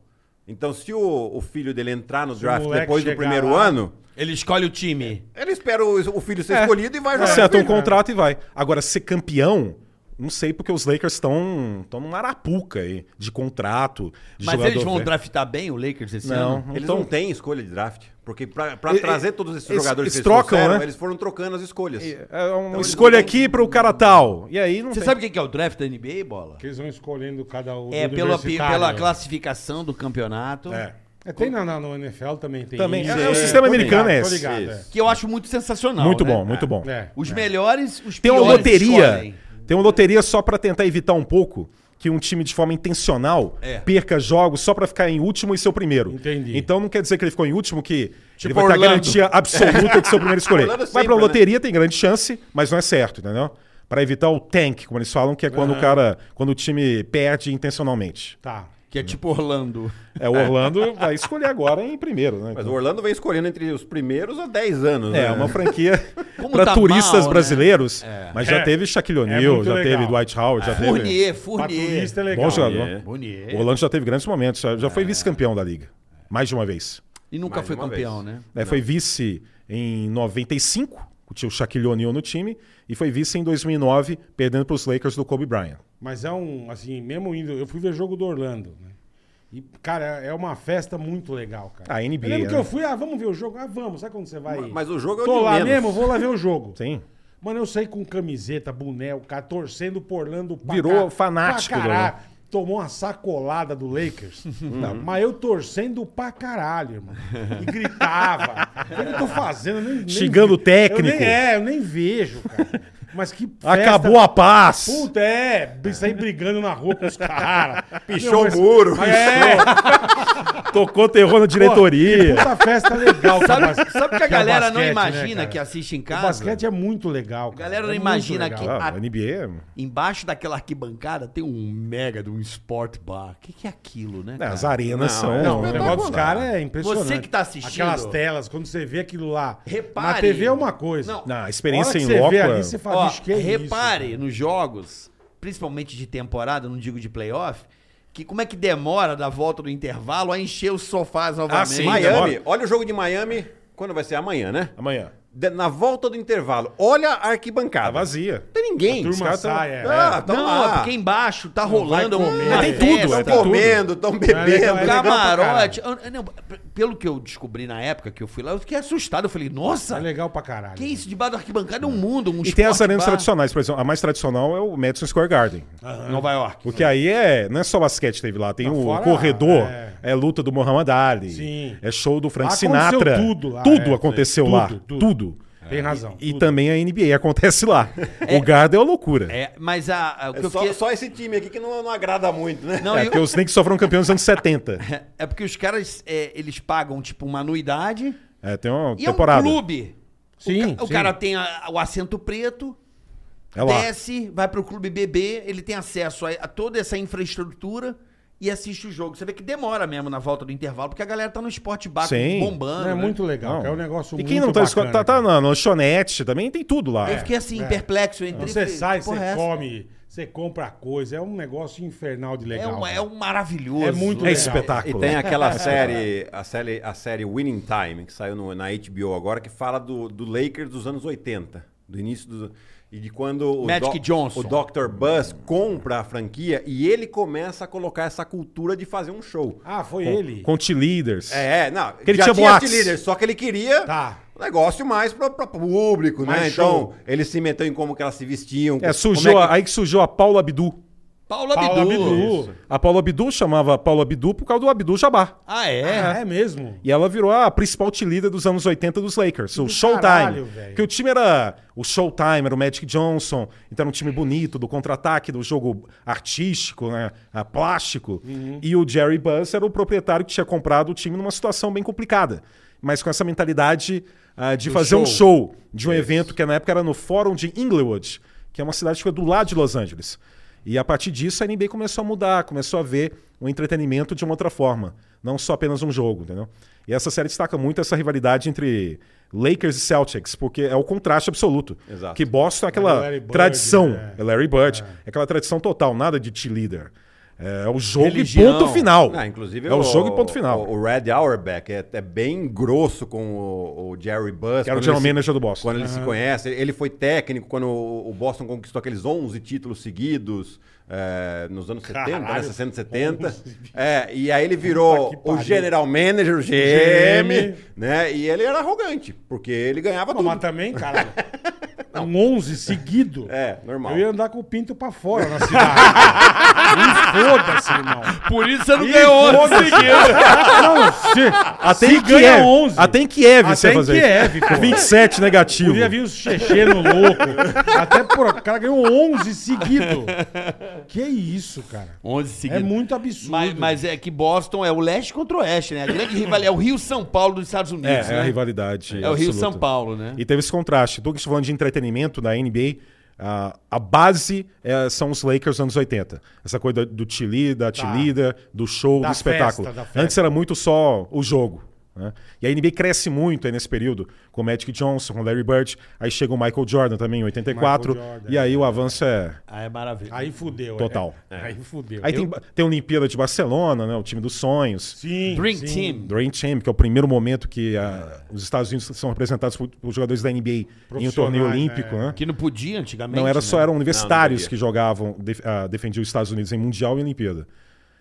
G: Então, se o, o filho dele entrar no draft
D: moleque
G: depois do
D: chegar
G: primeiro
D: lá-
G: ano,
C: Ele escolhe o time.
G: ele espera o, o filho
B: É.
G: ser escolhido e vai
C: é.
G: jogar.
B: Acerta
G: com
B: um
G: o filho.
B: contrato e vai. Agora, ser campeão, não sei, porque os Lakers estão estão numa arapuca aí, de contrato, de
C: Mas
B: jogador
C: eles vão
B: velho.
C: draftar bem o Lakers esse
B: Não,
C: ano?
B: não
G: Eles
B: tão-
G: não têm escolha de draft. Porque para
B: então- E-
G: trazer todos esses
B: eles-
G: jogadores
B: eles
G: que eles
B: trocam,
G: trouxeram,
B: né?
G: eles foram trocando as escolhas.
B: É uma
G: eles
B: escolha
G: não têm-
B: aqui pro cara tal. E aí não
C: Então Você
B: tem.
C: sabe quem que é o draft da NBA, Bola?
D: Que eles vão escolhendo cada um.
C: É pela, pela classificação do campeonato.
D: É, tem na, na- no NFL também. Tem
B: Também.
D: isso.
B: É, o sistema
D: Tô
B: americano é
D: ligado, tô
B: esse.
D: ligado,
G: Isso.
C: Que eu acho muito sensacional.
B: Muito
C: né?
B: bom, muito bom.
D: É.
C: Os melhores, os
B: Tem uma
C: piores
B: loteria.
C: escolhem.
B: Tem uma loteria só pra tentar evitar um pouco que um time de forma intencional
C: É.
B: perca jogos só pra ficar em último e seu primeiro.
D: Entendi.
B: Então não quer dizer que ele ficou em último que
C: Tipo
B: ele vai ter a
C: Orlando.
B: garantia absoluta de seu primeiro escolher.
G: Orlando
B: vai
G: sempre,
B: pra
G: né?
B: loteria, tem grande chance, mas não é certo, entendeu? Pra evitar o tank, como eles falam, que é quando o cara, quando o time perde intencionalmente.
D: Tá.
C: Que é tipo Orlando.
B: É, o Orlando vai escolher agora em primeiro, né?
G: Mas o
B: Então,
G: Orlando vem escolhendo entre os primeiros a 10 anos.
B: É,
G: né?
B: uma franquia
C: Como
B: pra
C: tá
B: turistas
C: mal, né?
B: brasileiros, mas já
D: É.
B: teve Shaquille
D: É
B: O'Neal,
D: muito
B: já
D: legal.
B: teve Dwight Howard, já teve...
C: Fournier,
D: Pra
C: Fournier.
D: turista é legal.
B: Bom jogador.
G: É.
C: Fournier.
B: O é Orlando já teve grandes momentos, já, já foi
D: É.
B: vice-campeão da liga. Mais de uma vez.
C: E nunca
G: Mais
C: foi
G: uma
C: campeão,
G: vez.
C: né?
B: É, foi vice em 95, tinha o Shaquille O'Neal no time, e foi vice em 2009, perdendo para os Lakers do Kobe Bryant.
D: Mas é um, assim, mesmo indo. Eu fui ver jogo do Orlando, né? E, cara, é uma festa muito legal, cara.
B: Ah, NBA,
D: Eu lembro que
B: né?
D: eu fui, ah, vamos ver o jogo. Ah, vamos. Sabe quando você vai.
G: Mas o jogo é o
D: Tô
G: de
D: lá
G: menos.
D: mesmo, vou lá ver o jogo.
B: Sim.
D: Mano, eu saí com camiseta, boné, o cara torcendo por Orlando. pra
B: Virou fanático né?
D: Pra
B: do
D: caralho.
B: Orlando.
D: Tomou uma sacolada do Lakers. Não, mas eu torcendo pra caralho, irmão. E gritava. o que eu tô fazendo? Eu nem, nem
B: Xingando o
D: vi-
B: técnico.
D: Eu nem, é, eu nem vejo, cara. Mas que festa.
B: Acabou a paz!
D: Puta, é. Saí brigando na rua com os caras.
G: Pichou o muro.
D: É,
B: Tocou terror na diretoria.
D: puta festa legal. que
C: É,
D: é
C: Sabe,
D: bas-
C: sabe que a
D: é o
C: galera não
D: basquete, né,
C: imagina
D: cara?
C: que assiste em
D: O
C: casa?
D: basquete é muito legal, cara.
C: galera não
D: É muito
C: imagina
D: legal.
C: que-
B: Ah, o NBA...
D: é-
C: Embaixo daquela arquibancada tem um mega de um sport bar. O que, que é aquilo, né?
B: né,
C: cara?
B: as arenas
G: Não,
B: são...
G: é
D: Não, o
G: espetacular.
D: negócio dos caras é impressionante.
C: Você que tá assistindo-
D: Aquelas telas, quando você vê aquilo lá.
C: Repare.
D: Na TV é uma coisa.
C: Não.
B: Não, a experiência
D: A
B: em
D: hora que
B: loco
D: Você vê
B: é...
D: ali, você fala,
C: Ó,
D: "Bicho, que é isso,
C: repare
D: cara?"
C: nos jogos, principalmente de temporada, não digo de playoff, que como é que demora da volta do intervalo a encher os
D: Ah,
C: sofás novamente.
B: Ah, sim,
C: Mas-
G: Miami,
B: demora.
G: olha o jogo de Miami. Quando vai ser? Amanhã, né?
B: Amanhã.
G: De- na volta do intervalo. Olha a arquibancada.
B: Tá vazia.
G: Não tem ninguém.
D: Turma
G: Os caras tão-
D: sai, é.
G: Ah, tão
C: não,
G: lá.
C: é porque embaixo tá rolando
D: vai
C: uma
D: comer.
C: uma
B: Tem tudo,
C: festa.
B: é, então, tá, tem
G: Estão
B: tudo.
G: comendo, estão
D: legal,
G: bebendo.
D: é legal. pra
C: Camarote. Eu- eu não, p- pelo que eu descobri na época que eu fui lá, eu fiquei assustado. Eu falei, nossa,
D: É legal pra caralho.
C: que isso? Debaixo da arquibancada é um mundo, um
B: E tem as
C: esporte
B: arenas
C: bar.
B: tradicionais, por exemplo. A mais tradicional é o Madison Square Garden.
C: Nova York.
B: Porque aí é. Não é só basquete que teve lá, tem
D: Tá
B: o
D: fora,
B: corredor,
D: é.
B: é. luta do Muhammad Ali,
D: Sim.
B: é show do Frank
D: Lá aconteceu
B: Sinatra.
D: tudo lá,
B: Tudo
D: é,
B: aconteceu
D: tudo,
B: lá.
D: tudo. É.
B: Tudo.
D: Tem razão.
B: E
D: tudo.
B: também a NBA acontece lá. O Garden é uma loucura. É.
C: É, mas a, a- o que
G: É
C: eu
G: só,
C: fiquei...
G: só esse time aqui que não, não agrada muito, né?
C: Não, eu-
B: É, porque os Knicks só foram campeões nos anos 70.
C: é porque os caras, é, eles pagam, tipo, uma anuidade...
B: É, tem uma
C: E
B: temporada.
C: é um clube.
D: Sim,
C: o, ca- o
D: sim.
C: cara tem a- o assento preto,
B: É lá.
C: desce, vai pro clube bebê, ele tem acesso a, a toda essa infraestrutura e assiste o jogo. Você vê que demora mesmo na volta do intervalo, porque a galera tá no esporte bar
B: Sim.
C: bombando. né?
D: É muito legal. cara, É um negócio
B: E quem
D: muito
B: não tá na escola,
D: bacana,
B: tá,
D: cara.
B: tá na na lanchonete também, tem tudo lá. É.
C: Eu fiquei assim, perplexo. eu Entrei, e
D: É. Então
C: falei,
D: Você sai,
C: "Que porra
D: você
C: é essa?"
D: come, você compra coisa. É um negócio infernal de
C: É,
D: legal.
C: uma- é
D: cara.
C: um maravilhoso.
D: É muito
B: É
D: legal.
G: E
B: espetáculo.
G: tem
D: né?
G: aquela série, a série, a série Winning Time, que saiu no- na HBO agora, que fala do, do Lakers dos anos 80, do início do e de quando o,
C: Magic Johnson.
G: o Dr. Buzz compra a franquia e ele começa a colocar essa cultura de fazer um show.
D: Ah, foi ele?
B: Com T-Leaders.
G: É, é, não.
B: Que ele tinha boates.
G: cheerleader, só que ele queria
D: Tá.
G: um negócio mais para público, né?
D: Mais
G: Então,
D: show.
G: ele se meteu em como que elas se vestiam.
B: É,
G: como
B: surgiu
G: é
B: a- aí que surgiu a Paula Abdu.
C: Paula
D: Paula Abdu.
C: Abdu.
B: A Paula Abdu chamava a Paula Abdu por causa do Abdu Jabbar.
C: Ah, é?
D: É, é mesmo.
B: E ela virou a principal líder dos anos 80 dos Lakers, o
D: do
B: Showtime.
D: caralho, velho.
B: que o time era o Showtime, era o Magic Johnson, então era um time bonito, do contra-ataque, do jogo artístico, né? ah, plástico.
D: Uhum.
B: E o Jerry Buss era o proprietário que tinha comprado o time numa situação bem complicada. Mas com essa mentalidade ah, de fazer um show de um evento que na época era no Fórum de Inglewood, que é uma cidade que fica do lado de Los Angeles. E a partir disso a NBA começou a mudar, começou a ver o entretenimento de uma outra forma, não só apenas um jogo, entendeu? E essa série destaca muito essa rivalidade entre Lakers e Celtics, porque é o contraste absoluto.
G: Exato.
B: Que Boston é aquela
D: Larry Bird,
B: tradição,
D: né?
B: é Larry Bird, é. aquela tradição total, nada de cheerleader. É o jogo
C: Religião.
B: e ponto final.
G: Ah, inclusive
B: é o, jogo e ponto final.
G: O, o Red Auerbach é, é bem grosso com o, o Jerry Buss.
B: que era o
G: quando
B: general
G: ele se-
B: manager do Boston.
G: Quando ele se conhece, ele foi técnico quando o o Boston conquistou aqueles 11 títulos seguidos é, nos anos 70, né?
D: Caralho,
G: 60, 70. É, e aí ele virou
D: Puta que
G: o
D: pariu.
G: general manager, o GM, né? E ele era arrogante, porque ele ganhava
D: Não,
G: tudo.
D: mas tá- também, cara, um 11 seguido.
G: É, normal.
D: Eu ia andar com o pinto pra fora na cidade. Me foda-se, irmão.
C: Por isso você não
D: Me
C: ganhou
D: foda-se.
C: ontem.
D: Não, se,
B: Até
D: se
B: em
D: ganha
B: Kiev.
D: 11.
B: Até é. em Kiev
D: Até
B: você ia
D: em
B: fazer
D: Kiev,
B: isso.
D: pô.
B: 27 negativo.
D: Podia vir os chechenos loucos. Até, pô, o cara ganhou 11 seguido. Que isso, cara.
C: 11 seguidos.
D: É muito absurdo.
C: Mas, mas é que Boston é o leste contra o oeste, né? A grande rivalidade é o Rio-São Paulo dos Estados Unidos,
B: É, é a
C: né?
B: rivalidade.
C: É o Rio
B: absoluta.
C: São Paulo, né?
B: E teve esse contraste. Tudo que estou falando de entretenimento da NBA, a, a base é, são os Lakers anos 80. Essa coisa do Chile, da Tilida, do show,
D: Da
B: do espetáculo.
D: festa, da festa.
B: Antes era muito só o jogo. né? E a NBA cresce muito aí nesse período, com o Magic Johnson, com o Larry Bird, aí chega o Michael Jordan também, em 84,
D: Michael Jordan,
B: e aí o avanço é.
C: Ah, é maravilha.
D: Aí fudeu.
B: Total.
D: é. Aí fudeu.
B: Aí tem, tem a Olimpíada de Barcelona, né? o time dos sonhos,
D: Sim,
C: Dream
D: sim.
C: Team.
B: Dream Team, que é o primeiro momento que a- os Estados Unidos são representados por, por jogadores da NBA em um torneio
D: Profissionais,
B: olímpico,
D: é.
B: né?
C: Que não podia antigamente.
B: Não era só,
C: né?
B: eram universitários
G: podia.
B: que jogavam, def- ah, defendiam os Estados Unidos em Mundial e Olimpíada.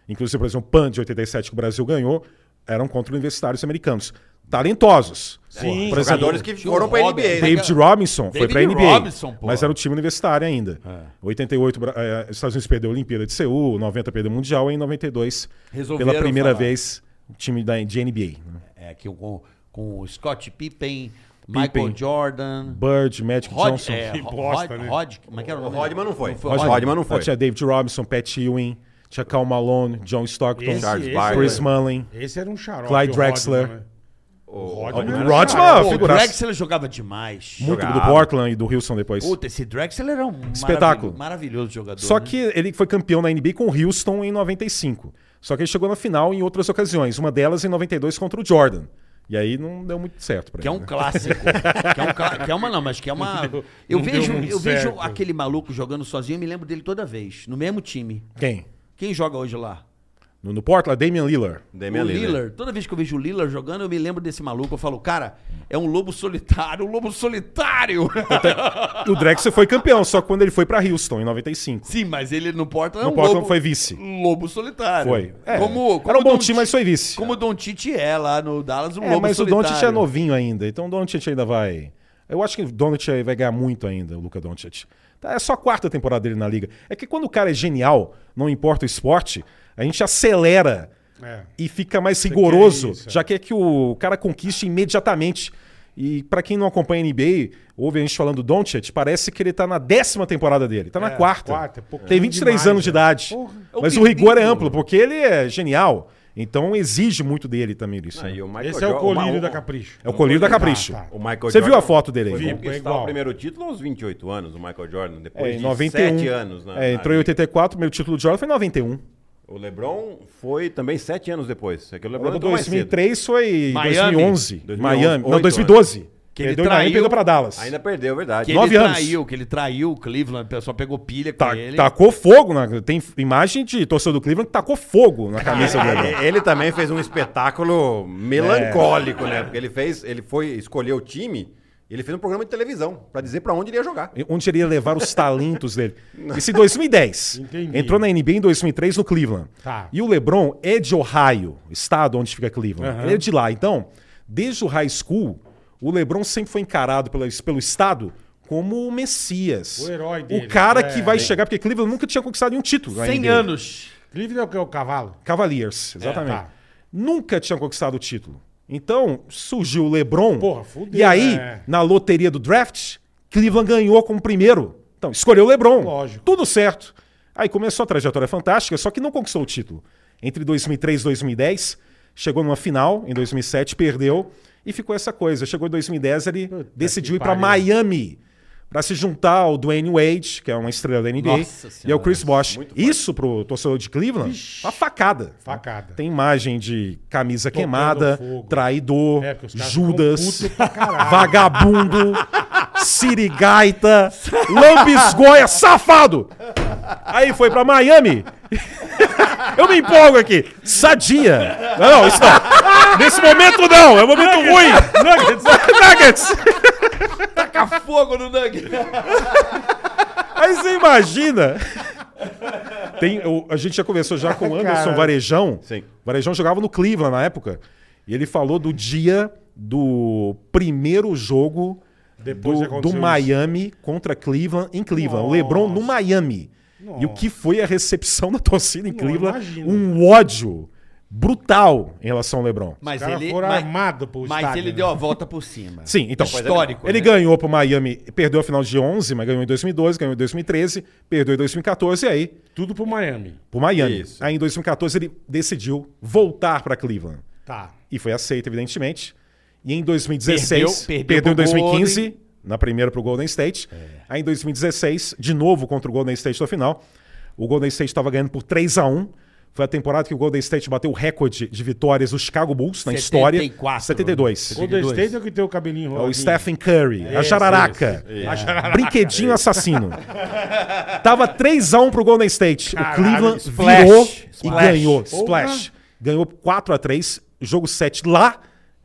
B: Inclusive, por exemplo, o PAN de 87 que o Brasil ganhou, eram contra universitários americanos. Talentosos.
D: Sim,
B: por exemplo,
G: Jogadores que
C: Tinha
D: um
G: foram
C: o
G: pra
C: Robert,
G: NBA. né?
B: David Robinson foi
C: David
B: pra NBA.
C: Robinson, pô. É.
B: mas era o time universitário ainda. 88, Bra- eh, Estados Unidos perdeu a Olimpíada de Seul, 90 perdeu o Mundial, e em 92,
C: Resolveram
B: pela primeira
C: falar.
B: vez, o time da, de NBA. né?
C: É, que com, com o Scott Pippen, Michael Jordan,
B: Bird, Magic
C: Rod,
B: Johnson.
C: é,
D: que
C: Rod,
D: bosta,
C: Rod,
D: né?
C: como é que era o nome?
G: Rodman não foi.
C: foi.
G: Rodman.
C: Rodman.
G: Rodman não foi.
B: Tinha David Robinson, Pat Ewing, tinha Cal Malone, John Stockton,
D: Esse,
G: Charles
D: esse,
G: Barkley.
B: Chris Mullin.
D: Esse era um xarope.
B: Clyde
D: o
B: Drexler.
D: Rodman, né? O Rodman.
B: O
D: era
B: Rodman, um
D: xarope.
B: ó,
C: assim, Pô, o
B: figuraça.
C: Drexler jogava demais.
B: Muito
G: Jogava.
B: do Portland e do Houston depois.
C: Puta, esse Drexler era um
B: Espetáculo.
C: maravilhoso, maravilhoso jogador.
B: Só
C: né?
B: que ele foi campeão na NBA com o Houston em 95. Só que ele chegou na final em outras ocasiões, uma delas em 92 contra o Jordan. E aí não deu muito certo pra
C: Que é
B: ele.
C: um
B: né?
C: clássico. que, é um cla- que é uma, não, mas que é uma. eu
D: não
C: vejo,
D: deu muito
C: eu vejo
D: certo.
C: aquele maluco jogando sozinho, eu me lembro dele toda vez, no mesmo time.
B: Quem?
C: Quem joga hoje lá?
B: No, no Portland, Damian É Lillard.
G: Damian
C: o
G: Lillard.
C: Lillard. Toda vez que eu vejo o Lillard jogando, eu me lembro desse maluco. Eu falo, cara, é um lobo solitário, um lobo solitário.
B: E o Drexler foi campeão, só que quando ele foi pra Houston em 95.
C: Sim, mas ele no Portland é
B: No
C: um
B: Portland
C: lobo,
B: foi vice.
C: lobo solitário.
B: Foi. É.
C: Como, como
B: Era um bom
C: Don
B: time, mas
C: Ti-
B: foi vice.
C: Como o Don Tite é lá no Dallas, um
B: É,
C: lobo
B: mas o
C: solitário.
B: Doncic é novinho ainda, então o Doncic ainda vai. Eu acho que o Doncic vai ganhar muito ainda, o Luca Doncic. Tá, É só a quarta temporada dele na liga. É que quando o cara é genial, não importa o esporte, a gente acelera
D: É.
B: e fica mais rigoroso,
D: isso, é.
B: já quer que o cara conquiste imediatamente. E pra quem não acompanha a NBA, ouve a gente falando do Doncic, parece que ele tá na décima temporada dele, tá na
D: É,
B: quarta.
D: quarta, é pouquinho
B: Tem 23
D: demais,
B: anos de
D: né?
B: idade.
D: Porra.
C: É um
B: Mas o rigor é
C: perigo.
B: amplo, porque ele é genial. Então exige muito dele também isso.
G: Ah,
B: né?
G: e o Michael
D: Esse é o
G: Jo-
D: colírio
G: Ma-
D: da Capricho.
B: É o colírio da Capricho.
D: Ah, tá.
G: O Michael
B: Você viu
G: Jordan
B: a foto dele aí?
G: Foi
D: Vi, é
G: conquistar
D: igual.
G: o primeiro título aos 28 anos, o Michael Jordan. Depois
B: É, em
G: de
B: 91.
G: 7 anos. né? na-
B: é, entrou em
G: na-
B: 84, meu título de Jordan foi em 91.
G: O LeBron foi também 7 anos depois. É que o
B: O
G: LeBron
B: LeBron
G: entrou mais cedo.
B: 2003 foi em
C: Miami.
B: 2011.
G: 2011,
B: Miami. Não,
G: oito é.
B: 2012. Que
C: Que ele
B: ele deu
C: traiu-
B: e perdeu pra Dallas.
G: Ainda perdeu, é verdade.
C: Que
B: Nove
C: ele
B: anos. Tá,
C: traiu, que ele traiu o Cleveland, o pessoal pegou pilha com
B: Ta-
C: ele.
B: Tacou fogo. Na... Tem imagem de torcedor do Cleveland que tacou fogo na camisa do LeBron.
G: Ele, ele também fez um espetáculo melancólico,
B: É.
G: né? Porque ele fez, ele foi escolher o time, e ele fez um programa de televisão pra dizer pra onde ele ia jogar.
B: Onde ele ia levar os talentos dele. Isso em 2010.
D: Entendi.
B: Entrou na NBA em 2003 no Cleveland.
D: Tá.
B: E o LeBron é de Ohio, estado onde fica Cleveland. Ele é de lá. Então, desde o high school, o LeBron sempre foi encarado pela- pelo estado como o Messias.
D: O herói dele,
B: O cara que
D: é.
B: vai chegar, porque Cleveland nunca tinha conquistado nenhum título.
C: 100
B: ainda.
C: anos.
D: Cleveland é o que? O cavalo?
B: Cavaliers, exatamente.
D: tá.
B: Nunca tinha conquistado o título. Então, surgiu o LeBron.
D: Porra, fudeu,
B: E aí,
D: é.
B: na loteria do draft, Cleveland ganhou como primeiro. Então, escolheu o LeBron.
D: Lógico.
B: Tudo certo. Aí começou a trajetória fantástica, só que não conquistou o título. Entre 2003 e 2010, chegou numa final em 2007, perdeu e ficou essa coisa. Chegou em 2010, ele decidiu ir para
D: pariu.
B: Miami para se juntar ao Dwayne Wade, que é uma estrela da NBA,
C: Nossa
B: e ao
C: Senhora. é
B: Chris Bosh. Isso pro torcedor de Cleveland, uma facada.
D: Facada.
B: Tem imagem de camisa
D: Tocando
B: queimada,
D: fogo.
B: traidor,
D: É, porque os caras
B: Judas,
D: ficam putos pra caralho.
B: vagabundo, sirigaita, lambisgoia, safado. Aí foi pra Miami. Eu me empolgo aqui. Sadia. Não, não, isso não. Nesse momento não, é um momento ruim. Nuggets. Nuggets.
C: Taca fogo no Nugget.
B: Aí você imagina. Tem, o- a gente já conversou já com o Anderson
D: Cara.
B: Varejão.
G: Sim.
B: Varejão jogava no Cleveland na época. E ele falou do dia do primeiro jogo
D: Depois que
B: do,
D: aconteceu
B: do Miami contra Cleveland em Cleveland. O LeBron no Miami. E o que foi a recepção da torcida em
D: Não,
B: Cleveland?
D: imagino.
B: Um ódio brutal em relação ao LeBron.
C: Mas
D: caras
C: ele.
D: foram
C: mas,
D: armados pro
C: mas
D: estádio,
C: ele
D: né?
C: deu a volta por cima.
B: Sim, então.
C: Histórico,
B: Ele
C: né?
B: ganhou pro Miami, perdeu a final de 11, mas ganhou em 2012, ganhou em 2013, perdeu em 2014 e aí
D: Tudo pro Miami.
B: pro Miami.
G: Isso.
B: Aí em 2014 ele decidiu voltar pra Cleveland
D: Tá.
B: e foi aceito evidentemente. E em 2016
C: Perdeu- perdeu
B: perdeu, em
C: pro
B: 2015 na primeira pro Golden State. Aí em 2016 de novo contra o Golden State na final. O Golden State estava ganhando por 3 a 1. Foi a temporada que o Golden State bateu o recorde de vitórias do Chicago Bulls na história.
C: 74.
B: 72.
D: Golden State é o que tem o cabelinho
B: É o
D: roladinho.
B: Stephen Curry, a
D: Isso,
B: jararaca. A jararaca. Brinquedinho assassino. Tava 3x1 pro Golden State. o Cleveland
C: splash,
B: virou e
C: splash.
B: ganhou.
D: Porra.
B: Splash. Ganhou 4x3, jogo 7 lá,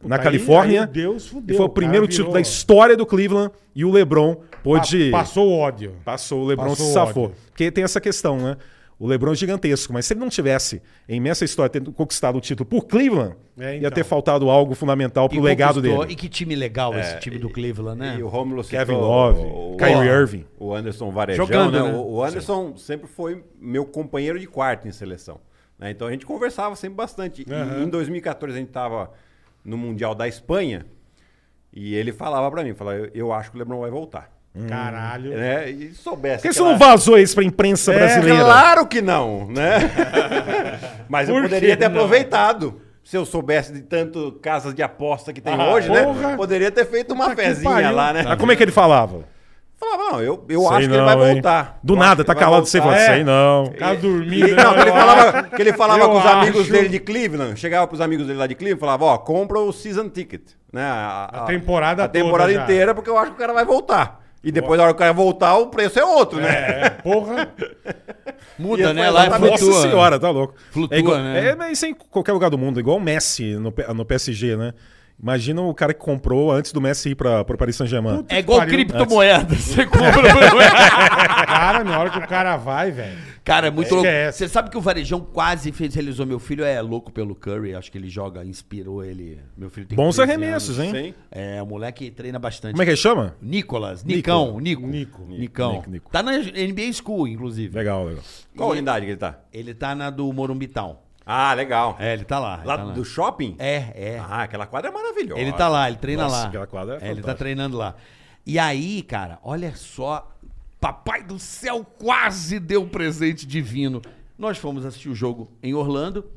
B: na
D: aí-
B: Califórnia.
D: aí Deus fudeu,
B: e foi o
D: cara,
B: primeiro
D: virou.
B: título da história do Cleveland. E o LeBron
D: Pa-
B: pôde...
D: Passou o ódio.
B: Passou, o LeBron
D: Passou
B: se
D: o
B: safou.
D: ódio.
B: Porque tem essa questão, né? O LeBron é gigantesco, mas se ele não tivesse, em meia história, tendo conquistado o título por Cleveland,
D: É,
B: ia
D: então.
B: ter faltado algo fundamental pro
C: E
B: legado
C: conquistou.
B: dele.
C: E que time legal esse time do Cleveland, né?
G: E o Romulo citou
B: É. Kevin Love,
G: o-
B: Kyrie
G: o-
B: Irving.
G: O Anderson Varejão,
C: Jogando,
G: né?
C: né?
G: O, o Anderson sempre foi meu companheiro de quarto em seleção. né? Então a gente conversava sempre bastante. E em 2014 a gente estava no Mundial da Espanha e ele falava pra mim, falava, eu, eu acho que o LeBron vai voltar.
D: Caralho.
G: Né? E soubesse...
B: Por que Hum. você
G: aquela-
B: não vazou isso pra imprensa brasileira?
G: É, claro que não, né? Mas eu
D: Por que
G: poderia ter
D: não?
G: aproveitado. Se eu soubesse de tanto casas de aposta que tem
B: Ah,
G: hoje,
D: porra.
G: né? Poderia ter feito uma
D: que
G: fezinha
D: pariu.
G: lá, né?
B: Mas como é que ele falava?
G: Falava, não, eu, eu
B: Sei
G: acho que ele
B: não,
G: vai
B: hein?
G: voltar.
B: Do
G: Eu acho que
B: nada,
G: ele
B: tá
G: vai
B: calado, você
G: voltar.
B: fala,
G: É.
B: sei não.
D: O cara dormindo. né?
G: Ele, não, né? que ele falava, que ele falava
D: Eu
G: com os amigos
D: acho.
G: dele de Cleveland, chegava pros amigos dele lá de Cleveland, falava, ó, compra o season ticket, né? A,
D: A temporada
G: A temporada
D: toda já.
G: inteira, porque eu acho que o cara vai voltar. E depois, na hora que o cara voltar, o preço é outro, né?
D: É, porra.
C: Muda,
G: E
C: né?
G: foi
C: Lá é
G: exatamente-
B: Nossa
C: flutua.
B: senhora, tá louco.
C: Flutua,
B: é igual-
C: né?
B: É, mas isso é em qualquer lugar do mundo, igual o Messi no, P- no PSG, né? Imagina o cara que comprou antes do Messi ir pra, pro Paris Saint-Germain.
C: É igual
D: Pariu.
C: criptomoeda. Você compra.
D: Cara, na hora que o cara vai, velho.
C: Cara, é muito louco.
D: Esquece.
C: Você sabe que o Varejão quase fez, realizou. Meu filho é louco pelo Curry. Acho que ele joga, inspirou ele. Meu filho tem
B: Bons
C: 13
B: arremessos,
C: anos.
B: hein?
G: Sim.
C: É, o moleque treina bastante.
B: Como é que ele chama?
C: Nicolas, Nicão, Nico.
D: Nico.
C: Nicão.
B: Nico, Nico. Né?
C: Tá na NBA School, inclusive.
B: Legal, legal.
G: Qual unidade que ele tá?
C: Ele tá na do Morumbi Town.
G: Ah, legal.
C: É, ele tá lá. ele
G: Lá
C: tá lá.
G: do shopping?
C: É, é.
G: Ah, aquela quadra é maravilhosa.
C: Ele tá lá, ele treina
B: Nossa,
C: lá.
B: aquela quadra é
C: Ele
B: fantástica.
C: tá treinando lá. E aí, cara, olha só. Papai do céu quase deu um presente divino. Nós fomos assistir o jogo em Orlando.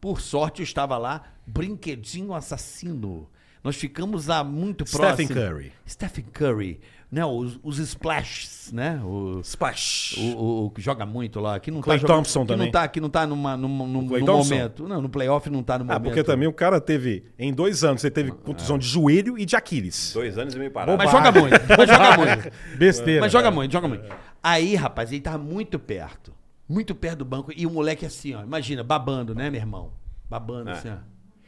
C: Por sorte, eu estava lá. Brinquedinho assassino. Nós ficamos a muito
B: Stephen
C: próximo.
B: Curry.
C: Stephen Curry. Né, os, os splashes, né? O,
B: Splash.
C: o- o- o que joga muito lá. Que não
B: Clay
C: tá jogando-
B: Thompson
C: que
B: também.
C: Não tá, que não tá numa, numa, num,
B: Clay
C: num
B: Thompson?
C: momento. Não, no playoff não tá no
B: Ah,
C: momento.
B: porque também o cara teve, em dois anos, ele teve contusão de joelho e de Aquiles.
G: Ah, Dois anos e meio
B: é
G: parado.
C: Mas joga muito, mas joga muito.
D: Besteira.
C: Mas joga muito, joga muito. Aí, rapaz, ele tava muito perto. Muito perto do banco. E o moleque assim, ó. Imagina, babando, né, meu irmão? Babando,
B: É.
C: assim, ó.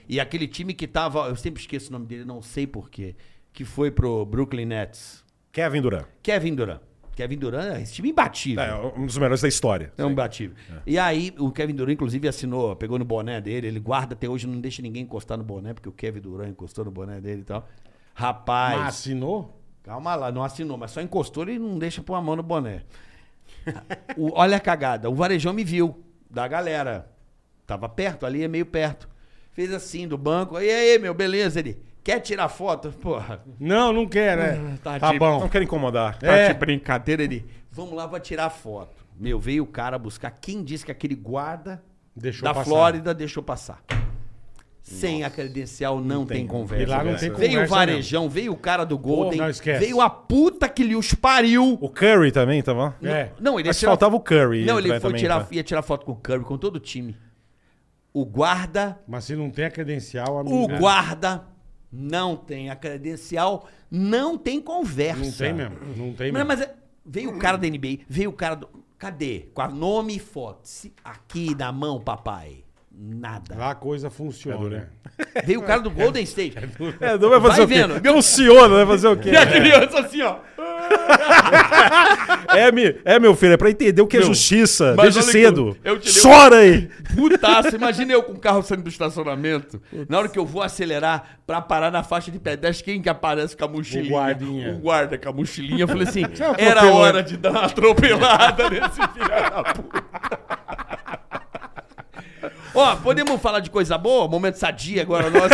C: E aquele time que tava. Eu sempre esqueço o nome dele, não sei porquê. Que foi pro Brooklyn Nets.
B: Kevin Durant.
C: Kevin Durant. Kevin Durant, esse time imbatível.
B: É, um dos melhores da história.
C: É um imbatível. E aí, o Kevin Durant, inclusive, assinou, pegou no boné dele, ele guarda até hoje, não deixa ninguém encostar no boné, porque o Kevin Durant encostou no boné dele e tal. Rapaz.
D: Mas assinou?
C: Calma lá, não assinou, mas só encostou e não deixa pôr a mão no boné. O- olha a cagada. O varejão me viu, da galera. Tava perto ali, é meio perto. Fez assim do banco. E aí, meu, beleza? Ele quer tirar foto? Porra,
D: Não, não quero, é.
C: tá
D: Tá,
C: de-
D: bom.
B: Não quero incomodar.
C: tá de brincadeira. Ele, vamos lá pra tirar foto. Meu, veio o cara buscar. Quem disse que aquele guarda
D: Deixou
C: da
D: passar.
C: Flórida deixou passar? Sem a credencial não, tem, conversa.
D: E lá não tem
C: veio o
D: conversa,
C: varejão, veio o cara do Golden,
D: não, esquece.
C: veio a puta que lhe os pariu.
B: O Curry também tá tava?
D: não. É.
C: Não, ele ia
B: Mas
C: tirar-
B: faltava o Curry.
C: Não, ele
B: entrar
C: foi
B: também,
C: tirar,
B: tá?
C: ia tirar foto com o Curry, com todo o time. O guarda,
D: Mas se não tem a credencial, amigo.
C: o
D: é.
C: guarda não tem a credencial, não tem conversa.
D: Não tem mesmo. Não tem
C: Mas,
D: mesmo.
C: mas é- veio o cara da NBA, veio o cara do. Cadê? Com a nome e foto. Se- Aqui na mão, papai. Nada.
D: Lá a coisa funciona. né?
C: Veio o cara do Golden State.
B: É, não vai fazer
C: Vai
B: o quê?
C: vendo.
B: Funciona, vai fazer o quê?
C: E a criança assim, ó.
B: É, mi- é, meu filho, é pra entender o que é justiça
C: mas
B: desde
C: olha que
B: cedo.
C: eu- eu te dei
B: Chora aí!
C: Putaço, imagina eu com o carro saindo do estacionamento. Na hora que eu vou acelerar pra parar na faixa de pedestre, quem que aparece com a mochilinha?
D: O guardinha. é um
C: O guarda com a mochilinha. Eu falei assim,
D: atropelou
C: era
D: ele?"
C: hora de dar uma atropelada nesse filho da puta. Ó, podemos falar de coisa boa? Momento sadia agora nosso.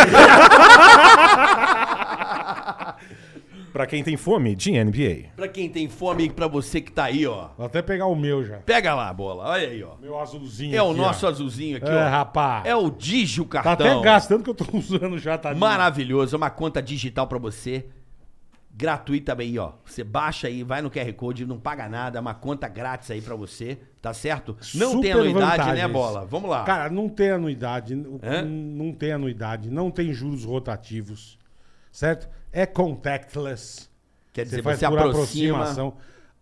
B: Pra quem tem fome, de NBA.
C: pra quem tem fome e pra você que tá aí, ó.
D: Vou até pegar o meu já.
C: Pega lá a bola, olha aí, ó.
D: Meu azulzinho.
C: É o
D: aqui,
C: nosso
D: ó.
C: azulzinho aqui,
D: É,
C: ó.
D: rapaz.
C: É o então. Digio
D: Tá
C: Cartão.
D: até gastando que eu tô usando já, tá lindo.
C: Maravilhoso, é uma conta digital pra você. Gratuita aí, ó. Você baixa aí, vai no QR Code, não paga nada, é uma conta grátis aí pra você, tá certo? Não tem
D: Super
C: anuidade, né,
D: vantagens.
C: bola? Vamos lá.
D: Cara, não tem anuidade, o-
C: Hã?
D: não tem anuidade, não tem juros rotativos, certo? É contactless.
C: Quer dizer,
D: faz
C: você
D: por
C: aproxima.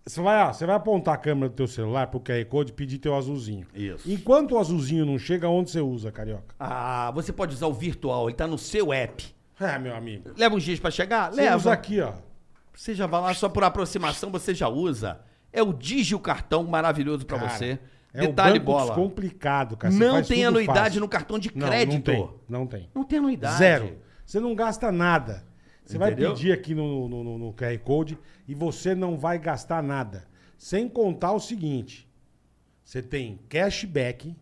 D: Você vai, ah, você vai apontar a câmera do teu celular pro QR Code e pedir teu azulzinho.
C: Isso.
D: Enquanto o azulzinho não chega, onde você usa, carioca?
C: Ah, você pode usar o virtual, ele tá no seu app.
D: É, meu amigo.
C: Leva uns dias pra chegar?
D: Você
C: Leva.
D: usa aqui, ó.
C: Você já vai lá, só por aproximação você já usa. É o Digio Cartão maravilhoso pra
D: Cara,
C: você.
D: É
C: Detalhe
D: o banco
C: bola.
D: complicado, cara. Você
C: Não
D: faz
C: tem
D: tudo
C: anuidade
D: fácil.
C: no cartão de
D: Não,
C: crédito.
D: Não, tem, não tem.
C: Não tem anuidade.
D: Zero. Você não gasta nada. Você
C: Entendeu?
D: vai pedir aqui no, no, no- no QR Code e você não vai gastar nada. Sem contar o seguinte: você tem cashback.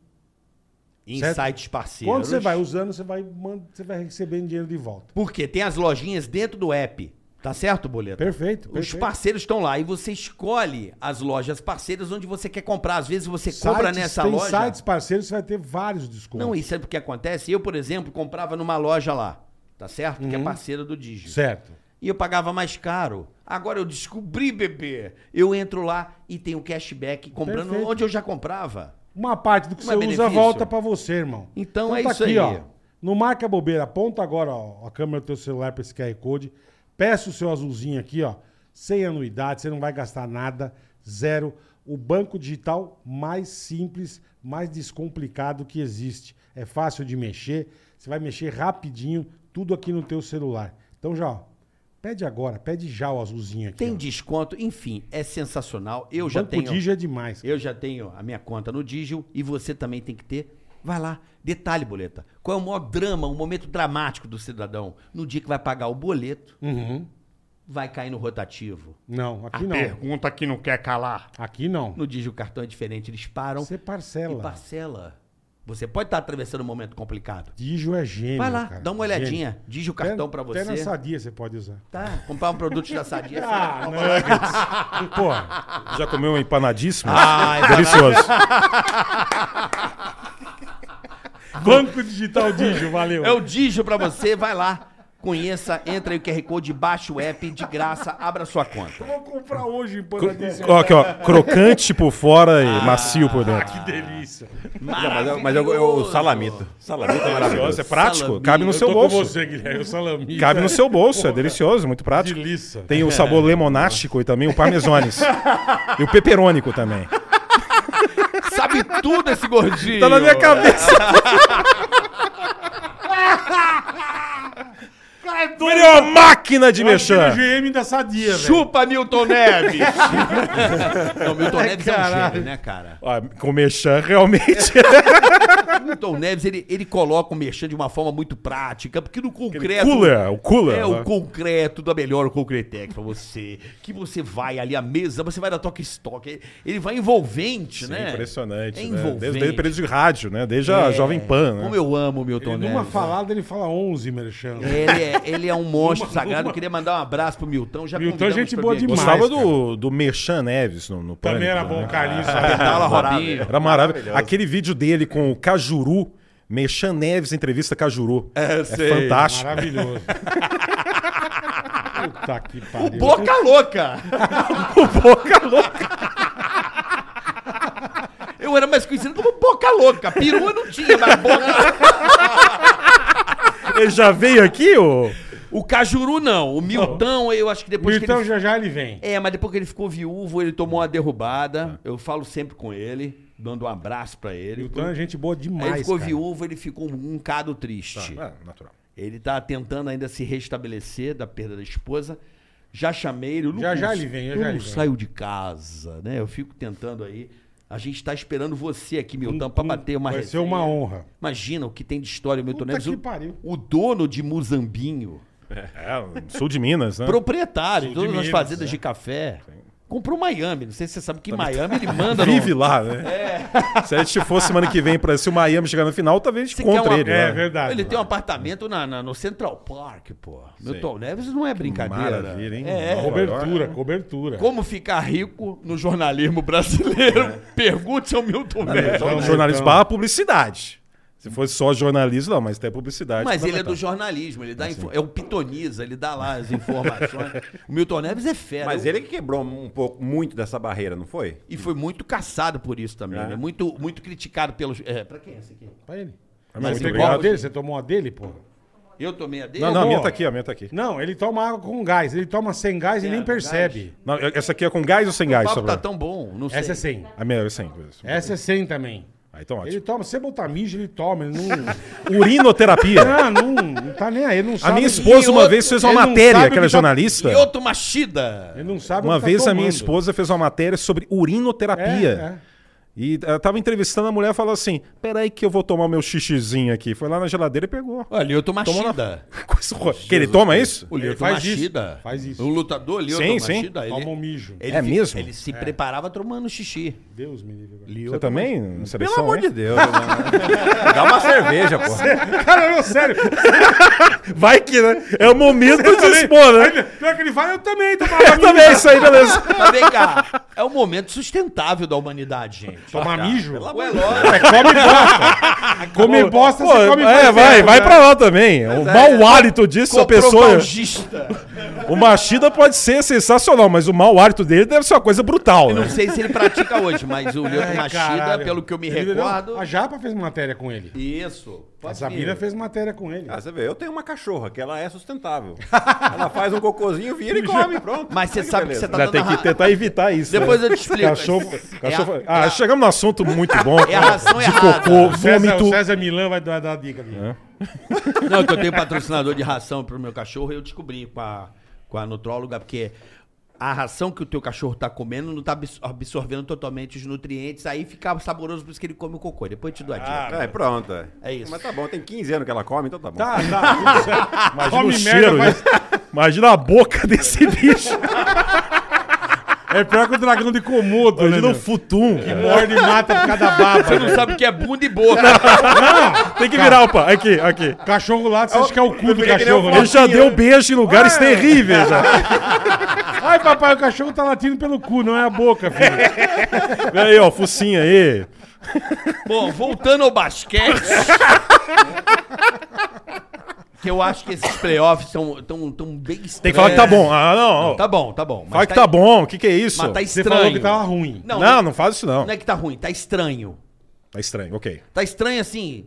C: Insights parceiros.
D: Quando você vai usando, você vai, man- você vai recebendo dinheiro de volta.
C: Porque tem as lojinhas dentro do app. Tá certo, Boleto?
D: Perfeito.
C: Os
D: perfeito.
C: parceiros estão lá e você escolhe as lojas parceiras onde você quer comprar. Às vezes você compra
D: Sites-
C: nessa
D: tem
C: loja.
D: sites parceiros, você vai ter vários descontos.
C: Não, isso é porque acontece. Eu, por exemplo, comprava numa loja lá, tá certo? Que é parceira do Digio.
D: Uhum. Certo.
C: E eu pagava mais caro. Agora eu descobri, bebê. Eu entro lá e tenho cashback comprando
D: Perfeito.
C: onde eu já comprava.
D: Uma parte do que
C: Não é
D: você
C: benefício?
D: usa volta pra você, irmão. tá
C: Então é isso aí.
D: Ó, não marca bobeira. Aponta agora ó, a câmera do teu celular pra esse QR Code. Peça o seu azulzinho aqui, ó. Sem anuidade, você não vai gastar nada. Zero. O banco digital mais simples, mais descomplicado que existe. É fácil de mexer. Você vai mexer rapidinho, tudo aqui no teu celular. Então já, ó, pede agora. Pede já o azulzinho aqui.
C: Tem
D: ó.
C: desconto, enfim, é sensacional. Eu
D: O
C: já
D: banco
C: tenho.
D: Digi é demais.
C: Eu já tenho a minha conta no Digio e você também tem que ter. Vai lá. Detalhe, boleta. Qual é o maior drama, o momento dramático do cidadão? No dia que vai pagar o boleto,
D: Uhum.
C: vai cair no rotativo.
D: Não, aqui não.
H: Pergunta que não quer calar.
D: Aqui não.
C: No Digio o cartão é diferente, eles param
D: Você
C: e
D: parcela.
C: parcela. Você pode estar atravessando um momento complicado.
D: Digio é gênio.
C: Vai lá,
D: cara.
C: dá uma olhadinha. Digio o
D: Gênio.
C: cartão pra
D: Até na
C: você.
D: sadia você pode usar.
C: Tá, comprar um produto da Sadia.
D: Ah, não. Pô,
B: Já comeu um empanadíssimo?
C: Ah,
B: Delicioso.
D: Banco Digital Digio, valeu.
C: É o Digio pra você, vai lá. Conheça, entra aí o QR Code, baixa o app de graça, abra sua conta.
D: Vou comprar hoje empanadíssimo.
B: Ó, aqui, ó. Crocante por fora e macio por dentro.
D: Ah, Que delícia.
G: Não, mas eu, mas eu, eu- salamito. Salamito é maravilhoso.
B: É prático,
C: Salame.
B: cabe no
D: Eu
B: seu
D: tô
B: bolso.
D: com você, Guilherme. O salami.
B: Cabe no seu bolso, é delicioso, muito prático.
D: Delícia.
B: Tem o sabor lemonástico e também o parmesones. e o peperônico também.
C: Sabe tudo esse gordinho.
B: Tá na minha cabeça.
D: Cara, é
B: Melhor máquina de
D: Mexer.
B: mexer.
D: GM da Sadia, velho.
C: Chupa Milton Neves! não, Milton Neves é um gênio, né, cara?
B: Ah, Com mexer, realmente.
C: É,
B: é
C: Milton Neves, ele, ele coloca o merchan de uma forma muito prática, porque no concreto...
B: cooler, o cooler.
C: É
B: né?
C: o concreto da melhor Concretec pra você. Que você vai ali à mesa, você vai na Toque Stock. ele- Ele vai envolvente,
B: Sim,
C: né?
B: Impressionante.
C: É
B: né?
C: envolvente.
B: Desde, desde o período de rádio, né? Desde a
C: É.
B: Jovem Pan, né?
C: Como eu amo o Milton
D: Ele,
C: Neves.
D: numa
C: né?
D: falada, ele fala 11, Merchan.
C: Ele é, ele é um monstro
D: Uma-
C: sagrado.
D: uma-
C: Eu queria mandar um abraço pro Milton. Já
D: Milton é
C: convidamos
D: gente
C: pra
D: boa
C: vir aqui.
D: demais.
B: Gostava
D: cara.
B: do, do Merchan Neves no, no
D: Também
B: Pânico,
D: era
B: né?
D: bom, Carlinhos.
G: Ah.
C: Pedala rodada.
B: Era maravilhoso. Aquele vídeo dele com o Cajuru, Merchan Neves entrevista Cajuru. É, fantástico.
D: Maravilhoso. Puta que pariu.
C: Boca louca!
B: Boca louca.
C: Eu era mais conhecido como boca louca. Perua não tinha, mas boca...
B: Ele já veio aqui, ô?
C: O Cajuru não. O Milton, eu acho que depois
D: Milton
C: que ele...
D: Então, já já ele vem.
C: É, mas depois que ele ficou viúvo, ele tomou uma derrubada. Eu falo sempre com ele, dando um abraço pra ele.
D: É. Milton é gente boa
C: Aí
D: demais,
C: ele ficou
D: cara. Tá.
C: viúvo, ele ficou um cado triste.
B: É, natural.
C: Ele tá tentando ainda se restabelecer da perda da esposa. Já chamei ele. eu não
D: Já, já
C: cons-
D: ele vem, já,
C: Eu
D: já
C: não
D: ele vem.
C: saio de casa, né? Eu fico tentando aí. A gente tá esperando você aqui, Milton, pra bater uma
D: Vai ser
C: resenha.
D: uma honra.
C: Imagina o que tem de história, Milton
D: Puta
C: Neves.
D: que
C: o-
D: pariu.
C: O dono de Muzambinho,
B: É, sul de Minas, né?
C: proprietário de
D: Sul de
C: todas as
D: Minas,
C: fazendas
D: é. tá-
C: de café, comprou um Miami. Não sei se você sabe que Miami ele manda. no-
B: Vive lá, né? Se a gente for semana que vem, pra, se o Miami chegar na final, talvez a gente
C: Você É. quer
B: encontre
C: uma-
B: ele.
D: É
B: né?
D: verdade.
C: Ele tem um apartamento na, na- no Central Park, pô. Milton Neves não é brincadeira.
B: Maravilha, hein?
C: É,
B: Nova
D: Cobertura,
B: York.
D: cobertura.
C: Como ficar rico no jornalismo brasileiro? Pergunte ao Milton Neves.
B: Então,
D: Então,
B: jornalismo
D: então.
B: barra publicidade. Se fosse só jornalismo, não, mas tem publicidade.
C: Mas ele é do
B: fundamental.
C: jornalismo, ele dá info- é o pitoniza, ele dá lá as informações. o Milton Neves é fera.
G: Mas
C: Eu-
G: ele que quebrou um pouco, muito dessa barreira, não foi?
C: E foi muito caçado por isso também,
G: É.
C: né? Muito, muito criticado pelos. É, pra quem é esse aqui?
D: Pra ele.
B: Ah,
D: Mas
B: muito
D: você
B: obrigado.
D: tomou a dele? Você tomou a dele, porra?
C: Eu tomei a dele.
B: Não, não, a
D: Boa.
B: minha tá aqui, a minha tá aqui.
D: Não, ele toma água com gás. Ele toma sem gás e
C: É,
D: nem
C: com
D: percebe.
B: Não, eu- essa aqui é com gás ou sem gás?
C: o
B: só
C: papo tá
B: pra-
C: tão bom, não sei.
D: Essa é 100.
B: A minha é sem.
D: Essa é 100 também.
B: Ah, então
D: Ele
B: ótimo.
D: toma, se você botar mijo, ele toma. Ele não,
B: Urinoterapia.
D: Ah, não, não tá nem aí. Ele não
B: a
D: sabe.
B: minha esposa
C: E
B: uma
C: outro-
B: vez fez uma
D: ele não
B: matéria,
D: sabe
B: que ela é
D: que tá-
B: jornalista.
C: E outro machida.
D: Ele não sabe o
B: Uma
D: que tá
B: vez a minha
D: tomando.
B: esposa fez uma matéria sobre urinoterapia.
D: É, é.
B: E ela tava entrevistando a mulher e falou assim: peraí que eu vou tomar o meu xixizinho aqui. Foi lá na geladeira e pegou.
C: Olha, Lyoto Machida.
B: Coisa horrorosa. que ele toma isso?
C: O Lyoto
D: faz isso,
C: Machida.
D: faz isso.
C: O lutador Lyoto
B: Sim, sim.
C: Machida. ele-
D: Toma um mijo.
C: ele
B: É
C: fi-
B: mesmo?
C: Ele se preparava tomando xixi.
D: Deus me livre. velho.
B: Você também? na
G: Pelo
B: seleção,
C: é?
B: é?
G: amor
B: hein?
G: de Deus. mano. Dá uma cerveja, pô.
D: Cara, não, sério.
B: Vai que, né? É o momento de
D: também.
B: expor, né?
D: Ele- Pior que ele fala, eu também tomava
B: Eu também, é isso aí, beleza.
C: Mas vem cá, é o momento sustentável da humanidade, gente.
D: Tomar mijo?
C: Ué, lógico.
D: Come bosta. Come bosta,
B: Pô,
D: você come
B: é,
D: bosta,
B: vai,
D: né?
B: vai pra lá também. O mau hálito disso, a pessoa.
C: Coprofagista.
B: O machida pode ser sensacional, mas o mau hálito dele deve ser uma coisa brutal,
C: Eu
B: né?
C: não sei se ele pratica hoje, mas o Lyoto
D: Ai,
C: Machida,
D: caralho.
C: pelo que eu me
D: Ele virou-
C: recordo.
D: A Japa fez matéria com ele.
C: Isso.
D: A
C: Pode
D: Sabina
C: vir.
D: fez matéria com ele.
G: Ah, você vê, eu tenho uma cachorra que ela é sustentável. Ela faz um cocôzinho, vira e come, pronto.
C: Mas você
G: Olha
C: sabe que
G: beleza.
C: você tá
B: Já tem
C: dando
B: que
C: ra-
B: tentar evitar isso. né?
C: Depois eu te explico.
B: Cachorro.
C: É a-
B: cachorro
C: é
B: ah,
C: a-
B: chegamos num assunto muito bom.
C: É a ração
B: de
C: errada.
B: cocô,
D: César, é o É.
B: vômito.
D: César Milan vai dar, dar a dica aqui.
C: Não, que eu tenho patrocinador de ração pro meu cachorro e eu descobri com a, com a nutróloga, porque a ração que o teu cachorro tá comendo não tá abs- absorvendo totalmente os nutrientes, aí fica saboroso, por isso que ele come o cocô. Depois eu te dou a
D: Ah.
C: dica.
G: É, pronto. É.
C: É isso.
G: Mas tá bom, tem 15 anos que ela come, então tá bom.
D: Tá, tá. tudo certo.
B: Imagina
D: Come
B: o
D: merda,
B: cheiro,
D: faz-
B: né? Imagina a boca desse bicho.
D: É pior que o dragão de Komodo, né?
B: Imagina o
D: meu?
B: futum.
D: Que morde e mata por cada baba.
C: Você não
D: velho.
C: sabe o que é bunda e boca.
B: Tem que virar, opa. Aqui, aqui.
D: Cachorro lá, você acha que é o cu do
G: que nem
D: cachorro,
G: o
D: né?
B: Ele já deu beijo em lugares terríveis. Já.
D: Ai, papai, o cachorro tá latindo pelo cu, não é a boca, filho.
B: Vem aí, ó, focinho aí.
C: Bom, voltando ao basquete. que eu acho que esses playoffs estão tão, tão bem estranhos.
B: Tem que falar que tá bom. Ah, não.
C: Tá bom, tá bom. mas
B: Fala que tá bom. O que, que é isso?
C: Mas tá
D: Você
C: estranho.
D: falou que tava ruim.
C: Não,
B: não,
C: não,
B: não faz isso, não.
C: não é que tá ruim, tá estranho.
B: Tá estranho, ok.
C: Tá estranho assim.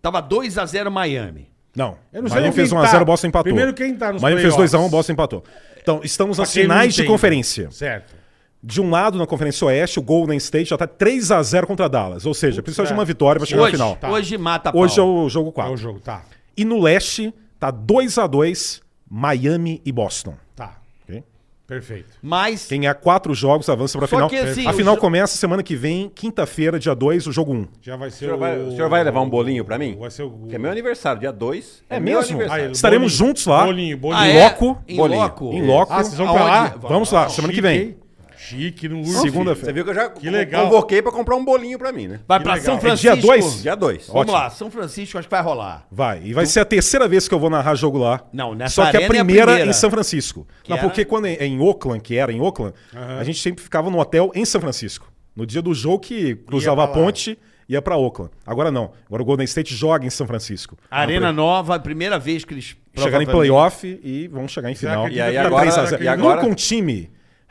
C: Tava 2 a 0 Miami.
B: Não.
D: Eu não sei
B: Miami
D: quem
B: fez
D: tá.
B: 1x0, Boston empatou.
D: Primeiro quem tá nos
B: Miami fez
D: playoffs.
B: 2x1, Boston empatou. Então, estamos nas
D: quem não
B: finais de
D: entende.
B: conferência.
D: Certo.
B: De um lado, na Conferência Oeste, o Golden State já tá 3x0 contra Dallas. Ou seja, precisa de
D: é. Tá
B: uma vitória pra chegar
C: hoje, Tá.
B: na final. Tá.
C: hoje mata a
B: Hoje é
C: pau.
B: o jogo
D: É
B: 4.
D: o jogo, tá.
B: E no Leste, tá 2x2 Miami e Boston.
D: Tá,
B: ok?
D: perfeito.
C: Mas
B: Quem ganhar quatro jogos avança para a
C: Só
B: final.
C: que, assim,
B: a
C: o
B: final
C: jo-
B: começa semana que vem, quinta-feira, dia 2, o jogo 1. Um.
D: Já vai ser
G: O senhor, vai,
D: o...
G: o senhor vai levar um bolinho pra mim?
D: Vai ser o...
G: Que é meu aniversário, dia 2. É,
B: mesmo?
G: Meu aniversário.
D: Aí,
B: Estaremos
D: bolinho.
B: juntos lá.
D: Bolinho, bolinho.
C: Ah,
B: Em
C: é?
B: loco.
C: Em
B: bolinho.
C: loco.
B: Em loco.
D: Ah, vocês vão pra lá?
C: Aonde?
B: Vamos lá, semana que vem.
D: Chique no Urso.
B: Segunda-feira.
G: Você viu que eu já
D: legal.
G: convoquei pra comprar um bolinho pra mim, né?
C: vai
D: Que
C: pra
D: legal.
C: São
B: É
C: Francisco.
B: dia dois?
G: Dia 2.
C: Vamos
B: Ótimo.
C: lá, São Francisco, acho que vai rolar.
B: Vai. E vai ser a terceira vez que eu vou narrar jogo lá.
C: Não, nessa
B: Só que a
C: arena é a
B: primeira,
C: primeira.
B: em São Francisco.
C: Que
B: Não,
C: era-
B: porque quando é é em Oakland, que era em Oakland, a gente sempre ficava no hotel em São Francisco. No dia do jogo que cruzava a
D: pra lá.
B: ponte, ia pra Oakland. Agora não. Agora o Golden State joga em São Francisco.
C: Arena Nova, primeira vez que eles
B: chegar em
C: provavelmente-
B: playoff e vão chegar em
D: Será
B: final.
D: que
G: E aí
B: Tá
G: agora-
B: 3 a 0.
G: e agora-
B: Nunca um time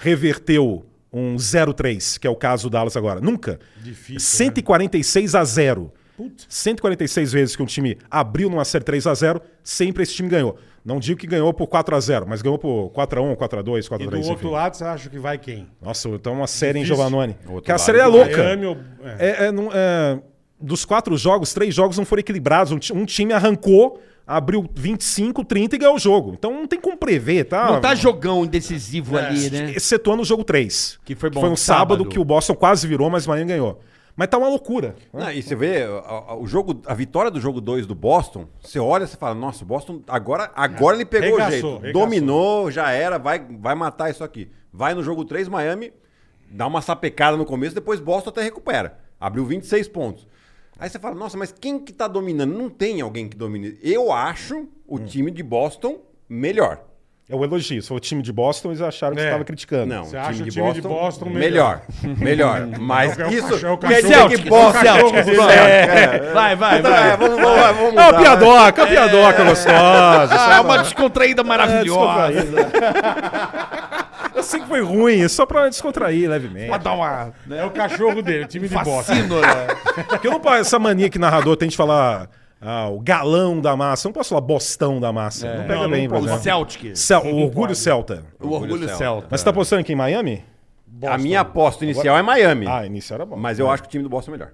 B: reverteu um 0-3, que é o caso do Dallas agora. Nunca.
D: Difícil, né?
B: 146 a 0.
D: Putz.
B: 146 vezes que um time abriu numa série 3 a 0, sempre esse time ganhou. Não digo que ganhou por 4 a 0, mas ganhou por 4 a 1, 4 a 2, 4
D: E
B: a
D: do
B: 3, enfim.
D: outro lado, você acha que vai quem?
B: Nossa, então uma série
D: Difícil.
B: em Giovannone.
G: outro
B: Que a
G: lado
B: série é
G: do
B: louca.
D: Miami ou... É.
B: É, é, não- é, dos quatro jogos, três jogos não foram equilibrados. Um, ti- um time arrancou, abriu 25, 30 e ganhou o jogo. Então não tem como prever, tá?
C: Não tá jogão decisivo
B: É.
C: ali, né?
B: Excetuando o jogo 3.
C: Que foi bom,
B: foi um sábado,
C: sábado.
B: que o Boston quase virou, mas o Miami ganhou. Mas tá uma loucura. né?
G: Não, e você vê a- a- o jogo, a vitória do jogo 2 do Boston, você olha e você fala, nossa, o Boston agora, agora ele pegou
D: É. Regaçou,
G: o jeito.
D: regaçou.
G: Dominou, já era, vai, vai matar isso aqui. Vai no jogo 3, Miami dá uma sapecada no começo, depois Boston até recupera. Abriu 26 pontos. Aí você fala, nossa, mas quem que tá dominando? Não tem alguém que domine. Eu acho o
D: Hum.
G: time de Boston melhor.
B: É o elogio. Foi o time de Boston, eles acharam que
D: É.
B: você tava criticando.
G: Não,
D: Você acha o time de Boston melhor?
G: melhor. Melhor. Mas
D: É o
G: isso
D: cachorro- é o
G: quer dizer
D: cachorro-
G: que
D: é o
G: Boston...
D: cachorro-
C: Vai, vai,
G: Então,
C: vai.
G: é, vamos, vamos, vamos
B: É
G: mudar,
B: uma piadoca, é uma piadoca gostosa.
C: Ah, uma descontraída maravilhosa.
B: descontraída. Eu sei que foi ruim, é só pra descontrair levemente.
C: Pra dar uma
D: É o cachorro dele, o time de bosta.
C: fascínora.
B: Porque eu não posso, essa mania que narrador tem de falar ah, o galão da massa. Eu não posso falar bostão da massa. Não pega
D: Não,
B: bem,
D: não
B: por
C: o
B: exemplo.
C: Celtic.
B: Cel- o orgulho celta.
C: O orgulho celta.
B: Mas você tá postando aqui em Miami?
G: A minha aposta inicial é Miami.
B: Ah, início era bom.
G: Mas eu acho que o time do Boston é melhor.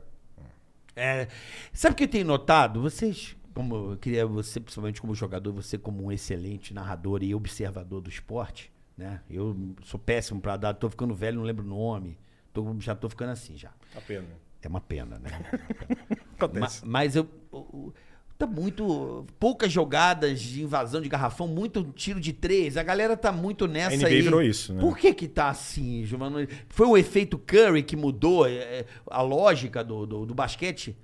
C: É, sabe o que eu tenho notado? Vocês, como eu queria você, principalmente como jogador, você como um excelente narrador e observador do esporte, né? Eu sou péssimo pra dar, tô ficando velho, não lembro o nome. Tô- já tô ficando assim já.
B: Apenas.
C: É uma pena, né? Ma-
B: Acontece.
C: mas eu, o- o- tá muito poucas jogadas de invasão de garrafão, muito tiro de três. A galera tá muito nessa
B: NBA
C: aí.
B: virou isso, né?
C: Por que que tá assim, Giovanni? Foi o efeito Curry que mudou é, é, a lógica do, do, do basquete?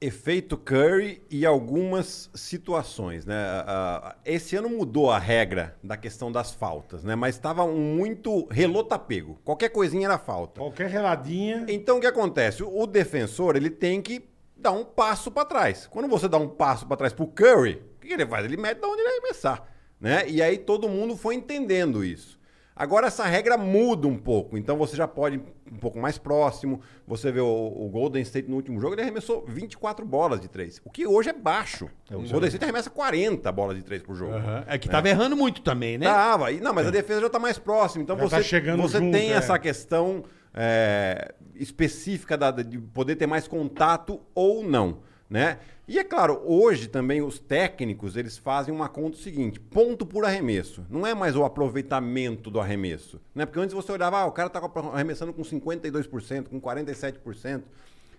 G: Efeito Curry e algumas situações, né? Ah, ah, Esse ano mudou a regra da questão das faltas, né? Mas estava um muito relotapego. Qualquer coisinha era falta.
D: Qualquer reladinha...
G: Então o que acontece? O defensor ele tem que dar um passo para trás. Quando você dá um passo para trás pro Curry, o que que ele faz? Ele mete de onde ele arremessar, né? E aí todo mundo foi entendendo isso. Agora essa regra muda um pouco, então você já pode ir um pouco mais próximo. Você vê o, o Golden State no último jogo, ele arremessou 24 bolas de três, o que hoje é baixo. o Golden State arremessa 40 bolas de três por jogo.
C: É que tava errando muito também, né?
G: Tava. E, Tá, não, mas a defesa já tá mais próxima. Então
D: É. Já
G: você,
D: tá chegando
G: você
D: junto,
G: tem
D: é.
G: essa questão é, específica da- de poder ter mais contato ou não, né? E é claro, hoje também os técnicos, eles fazem uma conta seguinte, ponto por arremesso. Não é mais o aproveitamento do arremesso, né? Porque antes você olhava, ah, o cara tá arremessando com 52%, com 47%.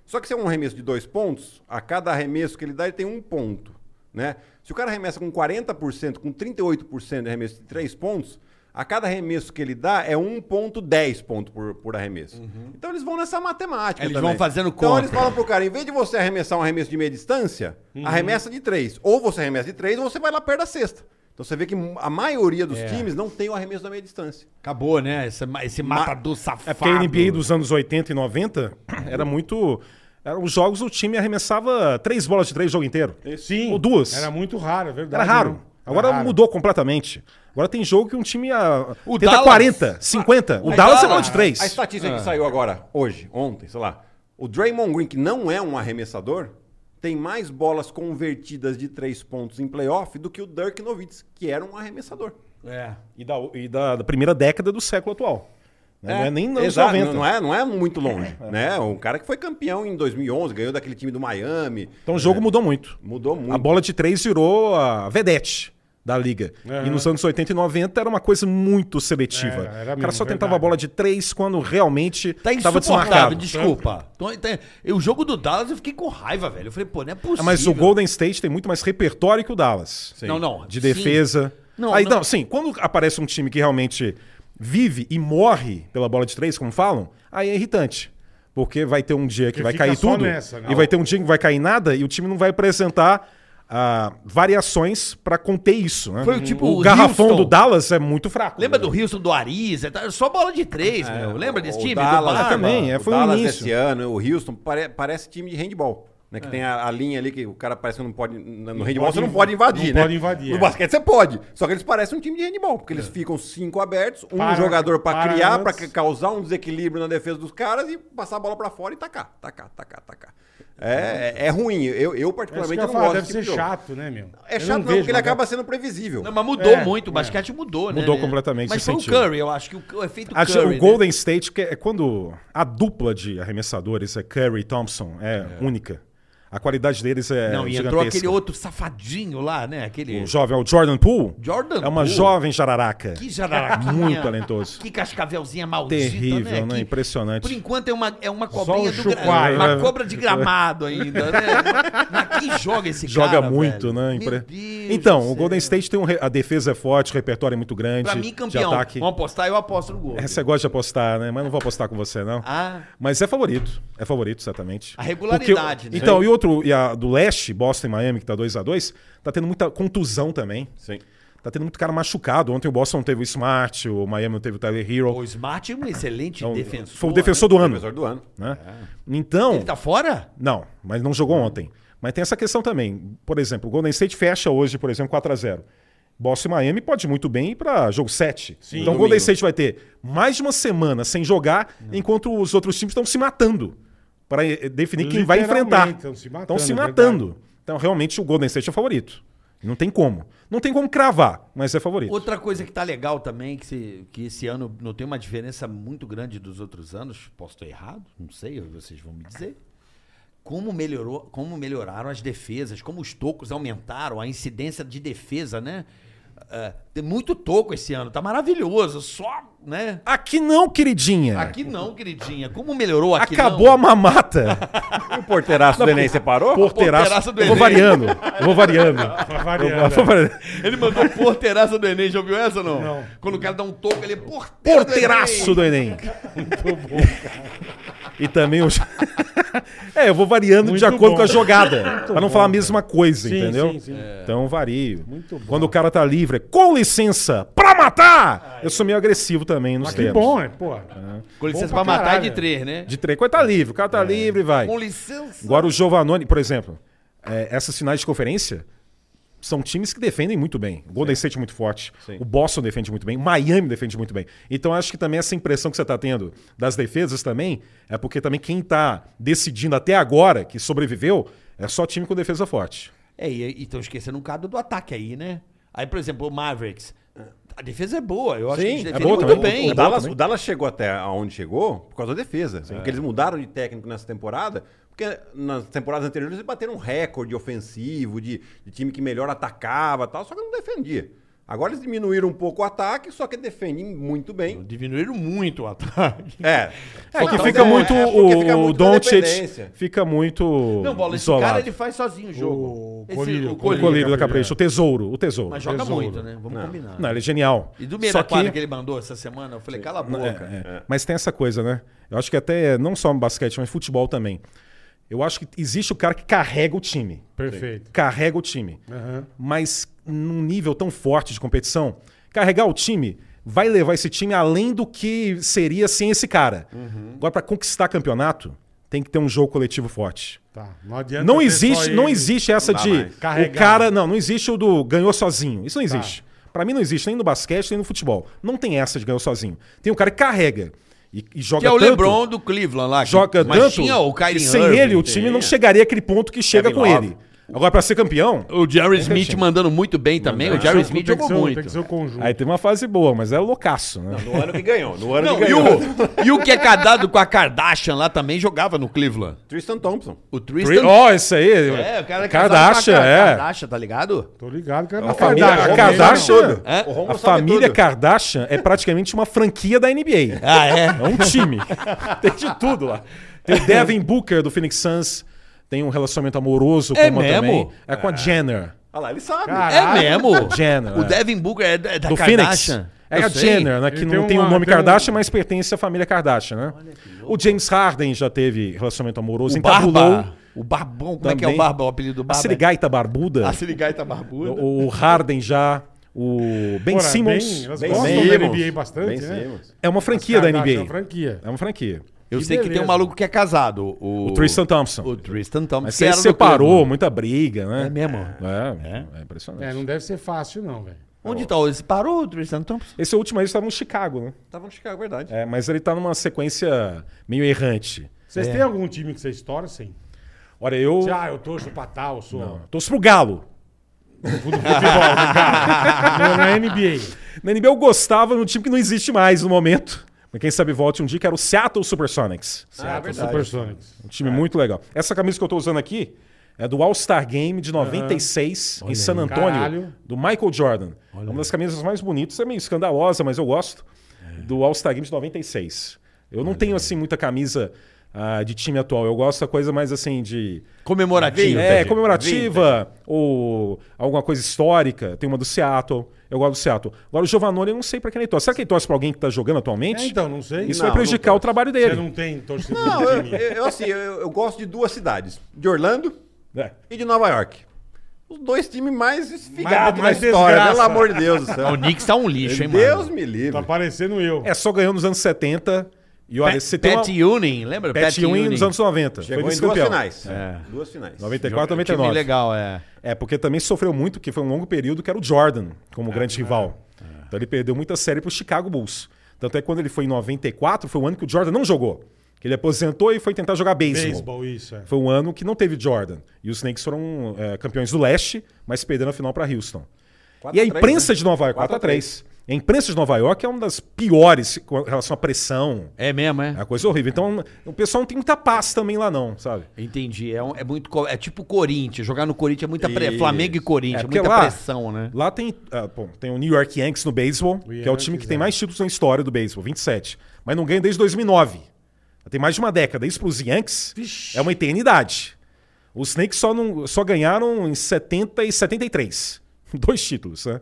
G: Só que se é um arremesso de dois pontos, a cada arremesso que ele dá, ele tem um ponto. Né? Se o cara arremessa com 40%, com 38% de arremesso de três pontos, a cada arremesso que ele dá é 1.10 ponto por, por arremesso. Então eles vão nessa matemática
C: Uhum. Eles
G: também.
C: vão fazendo
G: Então
C: conta. Uhum.
G: eles falam pro cara, em vez de você arremessar um arremesso de meia distância, arremessa de três. Ou você arremessa de três, ou você vai lá perto da sexta. Então você vê que a maioria
C: É.
G: dos times não tem o arremesso da meia distância.
C: Acabou, né? Esse, esse matador safado.
B: É porque a NBA dos anos 80 e 90 era muito... Eram os jogos o time arremessava três bolas de três o jogo inteiro.
D: Sim.
B: Ou duas.
D: Era muito raro, é verdade.
B: Era raro.
D: né?
B: Agora
D: Era raro.
B: mudou completamente. Agora tem jogo que um time ah,
C: O
B: tenta
C: Dallas-
B: 40, 50. O Dallas é
G: Olha,
B: bola de três.
G: A estatística que saiu agora, hoje, ontem, sei lá. O Draymond Green, que não é um arremessador, tem mais bolas convertidas de três pontos em playoff do que o Dirk Nowitzki, que era um arremessador.
C: É.
B: E, da, e da- da primeira década do século atual. Né? não é nem nos
G: exato,
B: 90.
G: Não é, não é muito longe, né? Um cara que foi campeão em 2011, ganhou daquele time do Miami.
B: Então o jogo Então mudou muito.
G: Mudou muito.
B: A bola de três virou a vedete. da liga.
D: Aham.
B: E nos anos 80 e 90 era uma coisa muito seletiva.
D: Era, era
B: o
D: mesmo,
B: cara só tentava
D: verdade.
B: a bola de três quando realmente
C: Tá
B: estava
C: insuportável,
B: desmarcado.
C: desculpa. Tô- tá- eu- O jogo do Dallas eu fiquei com raiva, velho. Eu falei, pô, não é possível.
B: Ah, Mas o Golden State tem muito mais repertório que o Dallas.
C: Não, não.
B: De
C: Sim.
B: defesa.
C: Não,
B: Aí,
C: não.
B: não. sim, quando aparece um time que realmente vive e morre pela bola de três, como falam, aí é irritante. Porque vai ter um dia que
D: Porque
B: vai
D: fica
B: cair
D: só
B: tudo
D: nessa, né?
B: e vai ter um dia que vai cair nada e o time não vai apresentar ah, variações pra conter isso. Né?
C: Foi o tipo
B: o
C: o
B: garrafão
C: Houston.
B: do Dallas é muito fraco.
C: Lembra
B: né?
C: do Houston, do Ariza? tá? Só bola de três, meu. Lembra desse
G: O
C: time?
G: Dallas
C: do Barba?
B: também, é,
G: o
B: foi um
G: Dallas
B: início.
G: esse ano, o Houston, pare- parece time de handball. Né,
C: É.
G: que tem a, a linha ali que o cara parece que não pode. No handball
D: pode
G: você não
D: inv-
G: pode invadir,
D: não
G: né?
D: pode invadir,
G: No
D: é.
G: basquete você pode. Só que eles parecem um time de handball, porque
C: É.
G: eles ficam cinco abertos, um
D: Para-
G: jogador pra
D: para
G: criar, pra
D: antes.
G: ca- causar um desequilíbrio na defesa dos caras e passar a bola pra fora e tacar, tacar, tacar, tacar. É, é, é ruim. Eu, eu
D: É isso que
G: particularmente,
D: eu ia
G: não
D: falar,
G: gosto
D: deve
G: desse
D: ser
G: tipo de jogo.
D: chato, né, meu?
G: É
D: Eu
G: chato, não,
D: vejo,
G: porque ele
D: mas-
G: acaba sendo previsível.
C: Não, mas mudou
D: É,
C: muito. O basquete mudou, né?
B: Mudou
C: né?
B: completamente
C: Mas
B: esse
C: foi
B: sentido.
C: o Curry, eu acho que o, o efeito
B: A-
C: Curry.
B: o
C: né?
B: Golden State, que é quando a dupla de arremessadores é Curry e Thompson, é, única. A qualidade deles é
C: Não, e entrou
B: gigantesca.
C: aquele outro safadinho lá, né? Aquele.
B: O jovem, é o Jordan Poole.
C: Jordan
B: É uma
C: Poole.
B: jovem jararaca.
C: Que jararaquinha.
B: Muito talentoso.
C: Que cascavelzinha maldita,
B: Terrível,
C: né?
B: né?
C: Que-
B: Impressionante.
C: Por enquanto é uma, é uma cobrinha
D: o
C: do gra-
D: Chukwai,
C: Uma
B: né?
C: cobra de gramado ainda, né? Mas que joga esse
B: Joga
C: cara,
B: muito,
C: velho?
B: né?
C: Meu
B: Impre-
C: Deus
B: Então,
C: do
B: o Golden
C: céu.
B: State tem um re- a defesa é forte, o repertório é muito grande.
C: Pra mim,
B: De
C: campeão.
B: ataque.
C: Vamos apostar, eu aposto no gol.
B: É, Você gosta de apostar, né? Mas não vou apostar com você, não.
C: Ah,
B: Mas é favorito. É favorito, certamente.
C: A regularidade,
B: Porque-
C: né?
B: Então, e outro, e a do leste, Boston e Miami, que tá 2 a 2 tá tendo muita contusão também.
G: Sim.
B: Tá tendo muito cara machucado. Ontem o Boston não teve o Smart, o Miami não teve o Tyler Hero.
C: o Smart é um excelente
B: Então,
C: defensor.
B: foi o defensor do ano.
G: Defensor do ano.
B: Né? Então.
C: Né? Ele tá fora?
B: Não, mas não jogou ontem. Mas tem essa questão também. Por exemplo, o Golden State fecha hoje, por exemplo, 4 a 0 Boston e Miami pode muito bem ir para jogo 7. então o Golden State vai ter mais de uma semana sem jogar, enquanto os outros times estão se matando para definir quem vai
D: Literalmente,
B: enfrentar.
D: estão se matando,
B: Estão se
D: é
B: matando.
D: verdade.
B: então, realmente, o Golden State é favorito. Não tem como. Não tem como cravar, mas é favorito.
C: Outra coisa que tá legal também, que, se- que esse ano não tem uma diferença muito grande dos outros anos, posso estar errado, não sei, vocês vão me dizer. Como, melhorou, como melhoraram as defesas, como os tocos aumentaram, a incidência de defesa, né? Ah, tem muito toco esse ano, tá maravilhoso, só, né?
B: Aqui não, queridinha.
C: Aqui não, queridinha. Como melhorou aqui
B: Acabou
C: não?
B: a mamata.
G: E o porteiraço do Enem separou?
B: Porteiraço.
C: Porteiraço do
B: Eu vou
C: Enem.
B: variando. Eu vou variando. Eu
D: Variando, né?
B: vou variando.
C: Ele mandou porteiraça do Enem, já ouviu essa ou não?
D: Não.
C: Quando o cara dá um toco, ele é porteira do
B: Porteiraço do Enem. Muito bom. E também o. é, eu vou variando
D: Muito
B: de acordo
D: bom.
B: com a jogada. pra não
D: bom,
B: falar a mesma coisa,
D: Sim,
B: entendeu?
D: sim, sim.
B: Então eu vario. Muito bom. Quando o cara tá livre, é, com licença, pra matar! Eu sou meio agressivo também nos
D: Ah, Mas que
B: termos.
D: bom, é, pô.
C: Com licença
D: Bom pra
C: pra matar é de
D: caralho.
C: três, né?
B: De treco, tá livre, o cara
D: É.
B: tá livre e vai.
C: Com licença.
B: Agora o Giovanoni, por exemplo, é, essas finais de conferência são times que defendem muito bem. O Golden State é muito forte, o Boston defende muito bem, Miami defende muito bem. Então acho que também essa impressão que você está tendo das defesas também é porque também quem está decidindo até agora que sobreviveu é só time com defesa forte.
C: É, e estão esquecendo um cara do ataque aí, né? Aí, por exemplo, o Mavericks. A defesa é boa, eu acho que eles
G: Sim, é
C: defendem
B: boa
C: muito
B: também.
C: bem.
G: O,
B: É boa
G: Dallas,
B: também.
G: o Dallas chegou até aonde chegou por causa da defesa. Porque eles mudaram de técnico nessa temporada. Porque nas temporadas anteriores eles bateram um recorde ofensivo de, de time que melhor atacava e tal, só que não defendia. Agora eles diminuíram um pouco o ataque, só que defendem muito bem.
C: Diminuíram muito o ataque.
G: É.
B: É
G: Só
B: que
G: talvez
B: fica
G: é-
B: muito
G: é porque fica
B: o, o
G: muito na
B: Doncic,
G: dependência.
B: fica muito
C: Não, bola, esse
B: isolado.
C: cara é ele faz sozinho o jogo.
D: O Colírio,
C: o
D: o
B: O
C: Colírio.
B: colírio da Capricho, o tesouro, o tesouro.
C: Mas joga
D: Tesouro.
C: muito, né? Vamos combinar.
B: Não, ele é genial.
C: E do meio
B: Só
C: da quadra
B: que-
C: que... ele mandou essa semana, eu falei, cala a
B: É,
C: boca.
B: é. Mas tem essa coisa, né? Eu acho que até não só no basquete, mas futebol também. Eu acho que existe o cara que carrega o time.
D: Perfeito.
B: Carrega o time.
D: Aham.
B: Mas num nível tão forte de competição, carregar o time vai levar esse time além do que seria sem esse cara. Agora, pra conquistar campeonato, tem que ter um jogo coletivo forte.
D: Tá. Não adianta.
B: Não
D: ter só
B: existe, não
D: ele.
B: existe essa
G: Não dá
B: de
G: mais.
B: o
D: Carregar.
B: cara, não, não existe o do ganhou sozinho. Isso não existe. Pra mim não existe nem no basquete, nem no futebol. Não tem essa de ganhou sozinho. Tem o cara que carrega e, e joga
C: Que é o
B: tanto,
C: LeBron do Cleveland lá. que-
B: joga
C: mas
B: tanto.
C: tinha o
B: que
C: Kyrie
B: sem
C: Irving.
B: ele o time não chegaria àquele ponto que chega
G: Kevin
B: com
G: Love.
B: ele. Agora, pra ser campeão,
C: O Jerry Smith mandando muito bem também. O Jerry Smith
D: tem que
C: jogou
D: ser, Tem
C: muito.
D: que ser o conjunto.
B: aí teve uma fase boa, mas era loucaço, né?
G: No ano que ganhou. No ano
C: Não,
G: que
C: e,
G: ganhou.
C: o, e o que é cadado com a Kardashian lá também jogava no Cleveland.
G: Tristan Thompson.
C: O
B: Tri-
C: Tristan. É,
B: Ó, isso aí. oh! Kardashian, é.
C: Kardashian, tá ligado?
D: Tô ligado, cara.
B: A família
G: Kardashian.
B: a Kardashian,
G: é Tudo.
C: É?
G: O Romulo
B: a
G: sabe
B: família
G: tudo.
B: Kardashian é praticamente uma franquia da NBA.
C: Ah, é?
B: É um time. tem de tudo lá. Tem o Devin Booker do Phoenix Suns. Tem um relacionamento amoroso com
C: É
B: uma
C: mesmo?
B: também. É com a Jenner.
G: Olha Ah lá, ele sabe.
C: É mesmo?
B: Jenner,
C: O
B: é.
C: Devin Booker é da da
B: do
C: Kardashian.
B: Phoenix. É
C: Eu
B: a
C: sei.
B: Jenner, né? Que
D: Ele
B: não
D: tem
B: tem o
D: uma-
B: nome
D: tem um-
B: Kardashian, mas pertence à família Kardashian, né? O James Harden já teve relacionamento amoroso,
C: O
B: entabulou.
C: Barba. O Barbão. Como é que é o
B: Também.
C: Barba? O apelido do
B: A
C: Barba? é
B: Sirigaita Barbuda.
C: Sirigaita Barbuda.
B: O o Harden já. O Ben
D: Porra,
B: Simmons.
D: bem- elas
G: Ben
D: gostam
G: Simmons.
D: da NBA bastante,
G: Ben
D: né?
G: Simmons.
B: É uma franquia da
D: Kardashian é uma
B: NBA.
D: franquia.
B: É uma franquia.
C: Eu
D: Que
C: sei que tem
D: beleza.
C: um maluco que é casado. O,
B: O Tristan Thompson.
C: O Tristan Thompson.
B: Mas
C: que
B: aí
C: era do
B: separou,
C: Cleveland.
B: muita briga, né?
C: É mesmo?
B: É, é impressionante.
D: É, não deve ser fácil, não, velho.
C: Onde tá? Ele separou o Tristan Thompson?
B: Esse último aí estava no Chicago, né?
G: Tava no Chicago, verdade.
B: É, mas ele tá numa sequência meio errante.
D: Vocês têm algum time que vocês torcem?
B: Olha, eu
D: Se, Ah, eu torço pra tal, eu sou
B: torço pro Galo.
D: do futebol, do cara. Na NBA.
B: Na NBA eu gostava de um time que não existe mais no momento. Mas quem sabe volte um dia, que era o Seattle Supersonics.
G: Ah,
D: Seattle
G: é
D: Supersonics.
B: Um time muito legal. Essa camisa que eu tô usando aqui é do All-Star Game de 96 em San Antônio,
D: Caralho.
B: do Michael Jordan. é uma das camisas mais bonitas, é meio escandalosa, mas eu gosto. Do All-Star Game de 96. Eu não tenho assim muita camisa ah, de time atual. Eu gosto da coisa mais assim de
C: Comemorativo.
B: é, comemorativa ou alguma coisa histórica. Tem uma do Seattle. Eu gosto do Seattle. Agora o Giovanni, eu não sei pra quem ele torce. Será que ele torce pra alguém que tá jogando
D: É,
B: atualmente?
D: então, não sei.
B: Isso é
G: Não,
B: vai prejudicar
G: não
B: o trabalho
D: Você
B: dele.
D: não tem torcida
G: Não,
D: de
G: eu,
D: time.
G: eu- assim, eu, eu gosto de duas cidades. De Orlando
B: É.
G: e de Nova York. Os dois times mais esfigados
D: mais
G: na história,
D: desgraça.
G: pelo amor de Deus do céu.
C: O Knicks tá um lixo, hein, mano?
G: Deus me livre.
D: Tá
B: Então,
D: parecendo eu.
B: É, só ganhou nos anos 70. E olha, você tem
C: Pat
B: uma...
C: Union, lembra?
B: Pat Ewing nos anos 90.
G: Chegou em duas
B: vice-campeão.
G: finais.
B: É.
G: Duas finais.
B: 94,
C: É um Time
B: 99.
C: legal, é.
B: É, porque também sofreu muito, porque foi um longo período que era o Jordan como grande rival. Então ele perdeu muita série pro Chicago Bulls. Tanto é que quando ele foi em 94, foi o ano que o Jordan não jogou. Que ele aposentou e foi tentar jogar beisebol.
D: Beisebol, isso. É.
B: Foi um ano que não teve Jordan. E os Snakes foram é, campeões do leste, mas perderam a final para Houston.
G: Quatro
B: E a
G: a três,
B: imprensa
G: né?
B: de Nova York,
G: Quatro a
B: 4x3. A imprensa de Nova York é uma das piores com relação à pressão.
C: É mesmo, é?
B: É uma coisa horrível. Então, o pessoal não tem muita paz também lá, não, sabe?
C: Entendi. É, um- é muito, co- é tipo Corinthians. Jogar no Corinthians é muita pressão.
G: Isso.
C: Flamengo e Corinthians, é
B: porque
C: muita
B: lá-
C: pressão, né?
B: Lá tem, ah, bom, tem o New York Yankees no beisebol, que é o time
D: Yankees,
B: que tem
D: é.
B: mais títulos na história do beisebol, 27. Mas não ganha desde 2009. Já Tem mais de uma década. Isso pros Yankees é uma eternidade. Os Snakes só, não, só ganharam em 70 e 73. Dois títulos, né?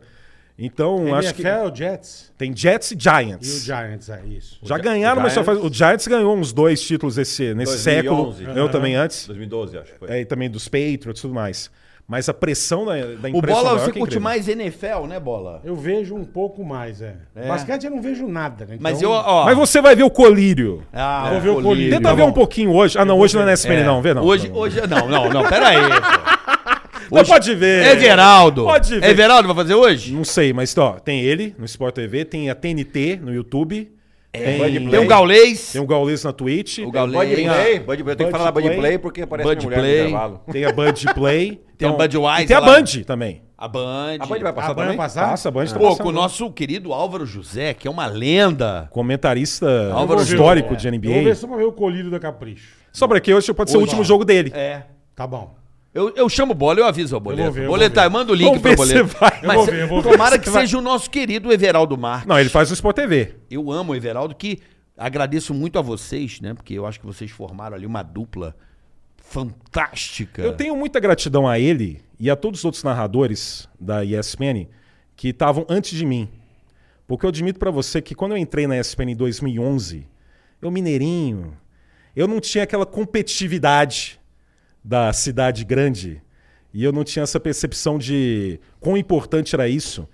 B: Então, acho que
D: NFL, Jets
B: tem Jets e
D: e o
B: Giants.
D: Giants, é isso.
B: Já ganharam, mas só faz... O Giants ganhou uns dois títulos esse, nesse
G: 2011.
B: século. Eu também antes.
G: 2012, acho que foi.
B: É, e também dos Patriots e tudo mais. Mas a pressão da, da
C: O
B: imprensa
C: Bola,
B: maior
C: você
B: que é
C: curte
B: incrível.
C: mais NFL, né, Bola?
D: Eu vejo um pouco mais, é.
C: É.
D: Basquete eu não vejo nada, né?
C: Mas eu,
D: Então,
C: ó...
B: Mas você vai ver o colírio.
C: Ah,
D: Vou ver o Colírio.
B: Tenta
D: tá
B: ver
D: bom.
B: um pouquinho hoje. Ah, não, hoje não é na SPN, não. Vê não.
C: Hoje,
B: Tá bom.
C: hoje... Não, não, não. Pera aí. pô.
B: Não, pode ver.
C: é Everaldo. É
B: Pode ver.
C: Everaldo vai fazer hoje?
B: Não sei, mas ó, tem ele no Sport TV, tem a TNT no YouTube. tem,
C: Tem o Gaulês.
B: Tem um- o Gaules na Twitch.
C: É. O
B: tem-
C: Gaulês.
G: Bud
C: Tem
G: Play, Bud Play. Eu tenho que falar da
B: Bud
G: Bud
B: Play,
G: Play porque aparece
C: Bud
G: minha mulher
C: Play.
G: no intervalo.
B: Tem a Bud Play. Então,
C: Tem a Budweiser
B: E tem a
C: lá.
B: Band também.
C: A Band.
G: A Bud vai
D: a
G: passar
D: banha
G: também?
D: passar?
B: Passa, a Band tá
C: Pô,
B: passando.
C: com o nosso querido Álvaro José, que é uma lenda.
B: Comentarista
C: Álvaro
B: histórico
C: Júnior.
B: de
D: É. Eu vou ver
B: NBA.
D: só pra ver o colírio da Capricho.
B: Só pra que hoje pode ser o
C: Hoje,
B: último
C: ó.
B: jogo dele.
C: É.
D: Tá bom.
C: Eu, eu chamo o Bola, eu aviso ao Boleta.
D: vou ver, eu vou
C: Boleta,
D: ver.
C: manda o link
B: Vamos
C: pro
B: ver se
C: Boleta.
B: vai. Eu
C: Mas
D: vou ver, eu vou ver.
C: tomara que
B: Você vai.
C: seja o nosso querido Everaldo Marques.
B: Não, ele faz no Sport TV.
C: Eu amo o Everaldo, que agradeço muito a vocês, né? Porque eu acho que vocês formaram ali uma dupla fantástica.
B: Eu tenho muita gratidão a ele e a todos os outros narradores da ESPN que estavam antes de mim. Porque eu admito pra você que quando eu entrei na ESPN em 2011, eu mineirinho, eu não tinha aquela competitividade da cidade grande e eu não tinha essa percepção de quão importante era isso,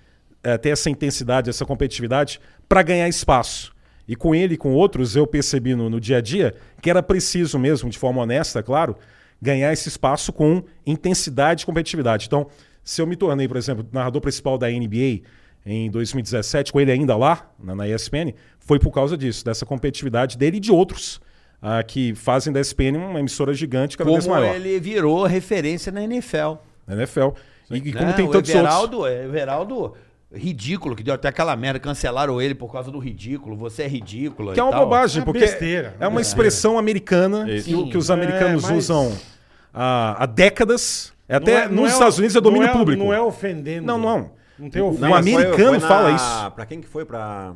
B: eh, ter essa intensidade, essa competitividade para ganhar espaço. E com ele e com outros, eu percebi no, no dia a dia que era preciso mesmo, de forma honesta, claro, ganhar esse espaço com intensidade e competitividade. Então, se eu me tornei, por exemplo, narrador principal da NBA em 2017, com ele ainda lá, na, na ESPN, foi por causa disso, dessa competitividade dele e de outros ah, que fazem da ESPN uma emissora gigante cada vez
C: Como
B: maior.
C: ele virou referência na NFL.
B: Na NFL. E, e como
C: né?
B: tem
C: o
B: tantos outros.
C: Everaldo, é, Everaldo, ridículo, que deu até aquela merda, cancelaram ele por causa do ridículo, você é ridículo.
B: Que
C: e
B: é uma
C: tal.
B: bobagem,
D: É
B: porque
D: besteira,
B: é uma expressão americana que, o- que os americanos
D: É, mas-
B: usam há, há décadas. É até
D: Não é- não
B: nos
D: é-
B: Estados Unidos é domínio
D: não
B: público.
D: Não é ofendendo.
B: Não, não.
D: Não tem
B: Um
D: ofensa.
G: mas
B: americano fala
G: na-
B: isso.
G: Pra quem que foi pra...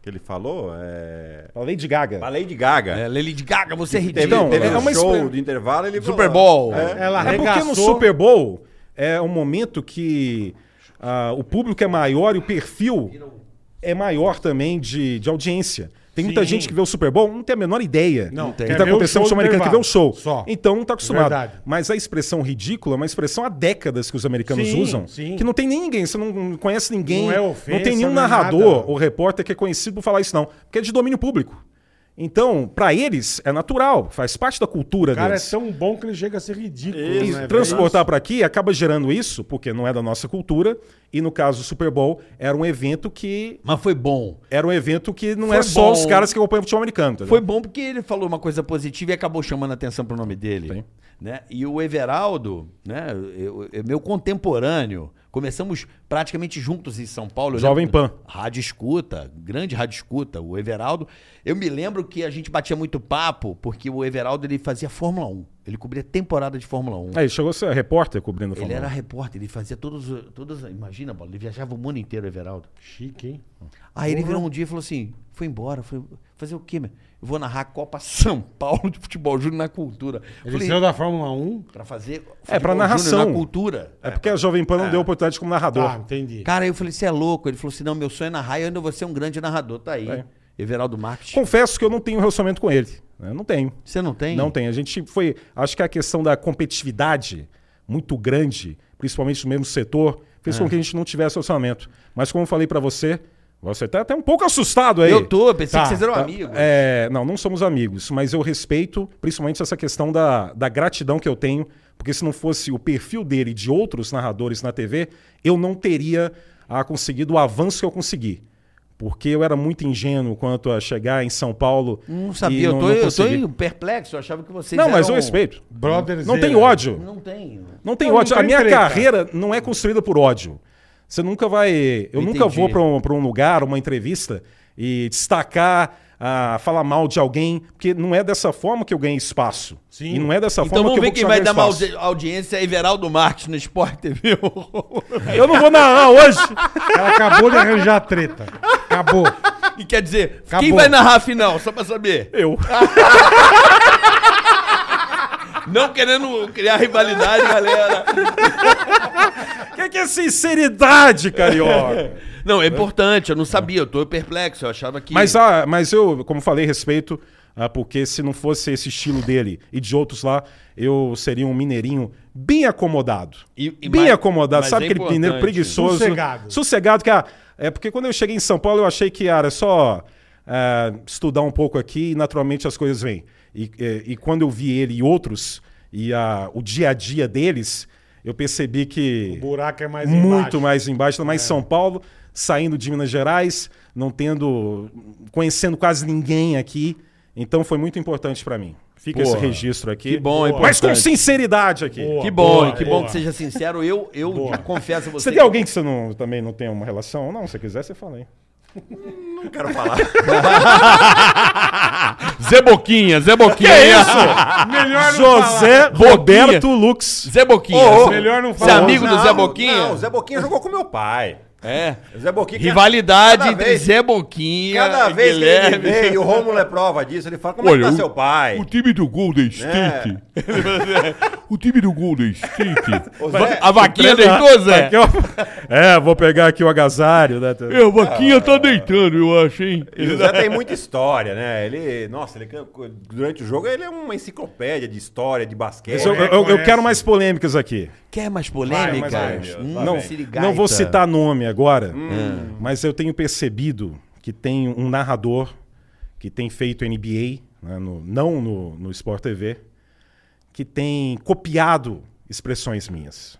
G: Que ele falou? É...
B: A Lady Gaga.
G: Pra Lady Gaga.
C: É, Lady Gaga, você é
G: Teve,
C: ridículo.
B: Então,
G: teve
B: é
G: um
B: uma
G: show
B: espre-
G: de intervalo ele
C: Super Bowl.
G: É.
D: Ela
B: é porque no
D: arregaçou.
B: Super Bowl é um momento que ah, o público é maior e o perfil é maior também de, de audiência. Tem muita
D: Sim.
B: gente que vê o Super Bowl, não tem a menor ideia
D: Não,
B: do que
D: tem.
B: está
D: Quer ver o
B: acontecendo com o
D: show
B: show
D: do
B: americano, que vê o show.
D: intervalo, só. É
B: Então não tá acostumado.
D: Verdade.
B: Mas a expressão ridícula é uma expressão há décadas que os americanos
D: Sim,
B: usam,
D: sim.
B: que não tem ninguém, você não- não conhece ninguém,
D: Não é ofensa,
B: tem nenhum
D: não é
B: narrador
D: nada.
B: ou repórter que é conhecido por falar isso não, porque é de domínio público. Então, para eles é natural, faz parte da cultura
D: O cara é
B: deles
D: tão bom que ele chega a ser ridículo.
C: é
B: e
D: né,
B: transportar pra aqui acaba gerando isso, porque não é da nossa cultura. E no caso do Super Bowl, era um evento que.
C: Mas foi bom.
B: Era um evento que não
C: Foi
B: é só
C: bom.
B: os caras que acompanham o futebol americano. entendeu?
C: Foi bom porque ele falou uma coisa positiva e acabou chamando a atenção pro nome dele. Né? E o Everaldo, né, eu- eu- meu contemporâneo, começamos praticamente juntos em São Paulo. Eu
B: Jovem
C: lembro-
B: Pan.
C: Rádio Escuta, grande Rádio Escuta, o Everaldo. Eu me lembro que a gente batia muito papo porque o Everaldo ele fazia Fórmula 1. Ele cobria temporada de Fórmula 1.
B: Aí chegou a ser repórter cobrindo o
C: Ele
B: É, Fórmula
C: era
B: 1.
C: repórter, ele fazia todos, os- todas. Imagina, bola, ele viajava o mundo inteiro, Everaldo.
D: bicho? Chique, hein?
C: Aí ele
B: Uhum.
C: virou um dia e falou assim: foi embora, foi fazer o quê, meu? Eu vou narrar a Copa São Paulo de futebol júnior na cultura.
D: Ele
C: Falei,
D: saiu da Fórmula 1.
C: pra fazer futebol
B: É, pra
C: júnior
B: narração.
C: na cultura.
B: É porque a Jovem Pan não deu oportunidade como narrador.
C: Ah,
D: Tá, entendi.
C: Cara, aí eu falei, você é louco. Ele falou assim: não, meu sonho é narrar e eu ainda vou ser um grande narrador. Tá aí.
B: É.
C: Everaldo Marques.
B: Confesso que eu não tenho relacionamento com ele. né? Não tenho.
C: Você não tem?
B: Não tem. A gente foi. Acho que a questão da competitividade muito grande, principalmente no mesmo setor, fez
C: É.
B: com que a gente não tivesse orçamento. Mas como eu falei pra você, você tá até um pouco assustado aí.
C: Eu tô, pensei
D: Tá,
C: que vocês eram
B: Tá?
C: amigos.
B: É, não, não somos amigos, mas eu respeito principalmente essa questão da, da gratidão que eu tenho, porque se não fosse o perfil dele e de outros narradores na TV, eu não teria ah, conseguido o avanço que eu consegui. Porque eu era muito ingênuo quanto a chegar em São Paulo.
C: Não
B: e
C: sabia, eu tô, eu tô
B: consegui.
C: perplexo. Eu achava que vocês.
B: Não, mas eu
C: eram-
B: respeito. é
D: Brothers
B: Não tem
D: era.
B: ódio.
C: Não Então, tenho.
B: Não tem
D: Não, não
B: ódio. a
D: tem
B: minha
D: treta.
B: carreira não é construída por ódio. Você nunca vai. Eu
C: Entendi.
B: nunca vou para um, pra um lugar, uma entrevista, e destacar, ah, falar mal de alguém, porque não é dessa forma que eu ganhei espaço.
D: Sim.
B: E não é dessa
C: Então
B: forma
C: vamos
B: que eu
C: ver
B: vou
C: quem vai dar
B: continuar
C: uma
B: ganhando
C: audi- audiência é Everaldo Marques no Sport TV.
B: espaço. Eu não vou narrar hoje.
D: Ela acabou de arranjar a treta. Acabou.
C: e quer dizer, quem
D: Acabou.
C: vai narrar a final? Só pra saber.
B: Eu.
C: Não querendo criar rivalidade, galera.
B: O que, que é sinceridade, carioca?
C: Não, é importante, eu não sabia, eu tô perplexo, eu achava que.
B: Mas, ah, mas eu, como falei, respeito, ah, porque se não fosse esse estilo dele e de outros lá, eu seria um mineirinho bem acomodado.
C: E- e
B: bem
C: mais-
B: acomodado.
C: mas
B: Sabe
C: é
B: aquele mineiro
C: importante.
B: preguiçoso?
D: Sossegado.
B: Sossegado, que ah, é porque quando eu cheguei em São Paulo, eu achei que ah, era só ah, estudar um pouco aqui e naturalmente as coisas vêm. E, eh, e quando eu vi ele e outros, e ah, o dia a dia deles, eu percebi que
D: O buraco é mais
B: muito
D: embaixo.
B: mais embaixo, ainda mais São Paulo, saindo de Minas Gerais, não tendo, conhecendo quase ninguém aqui. Então foi muito importante pra mim. Fica
C: Porra,
B: esse registro aqui.
C: que bom, é
B: Mas com
C: importante.
B: sinceridade aqui.
D: Boa,
C: Que bom,
D: boa,
C: e que
D: boa.
C: bom que seja sincero. Eu, eu confesso a você.
B: Você tem alguém que você não, também não tem uma relação? Não, se quiser, você fala aí.
G: Não quero falar.
F: Zé Boquinha, Zé Boquinha. é Que
D: Melhor não
B: José Roberto Lux.
F: Zé Boquinha.
D: falar. Melhor não
C: Você é
D: falar.
C: amigo do
G: Não,
C: Zé Boquinha?
G: Não, o Zé Boquinha jogou com meu pai.
C: É.
G: O Zé Boquinha...
C: Rivalidade
G: Cada
C: entre
G: vez-
C: Zé Boquinha
G: Cada
C: e
G: vez que ele
C: Guilherme.
G: vê, e o Rômulo é prova disso, ele fala, como é que tá seu pai? Né?
F: O time do Golden State. o time do Golden State.
G: Ô,
F: Va-
G: Zé,
F: a vaquinha deitou, Zé?
B: Aqui, ó. É, vou pegar aqui o agasalho. Né?
F: É, a vaquinha tá deitando, eu acho, hein?
G: E o Zé tem muita história, né? Ele, nossa, ele can- durante o jogo ele é uma enciclopédia de história, de basquete.
B: Mas Eu, eu- eu
D: Reconhece.
B: quero mais polêmicas aqui.
C: Quer mais
B: Vai,
C: polêmicas?
B: mas vai,
C: Hum,
B: não,
C: sirigaita.
B: não vou citar nome agora,
D: Hum.
B: mas eu tenho percebido que tem um narrador que tem feito NBA, né, no- não no, no Sport TV, que tem copiado expressões minhas.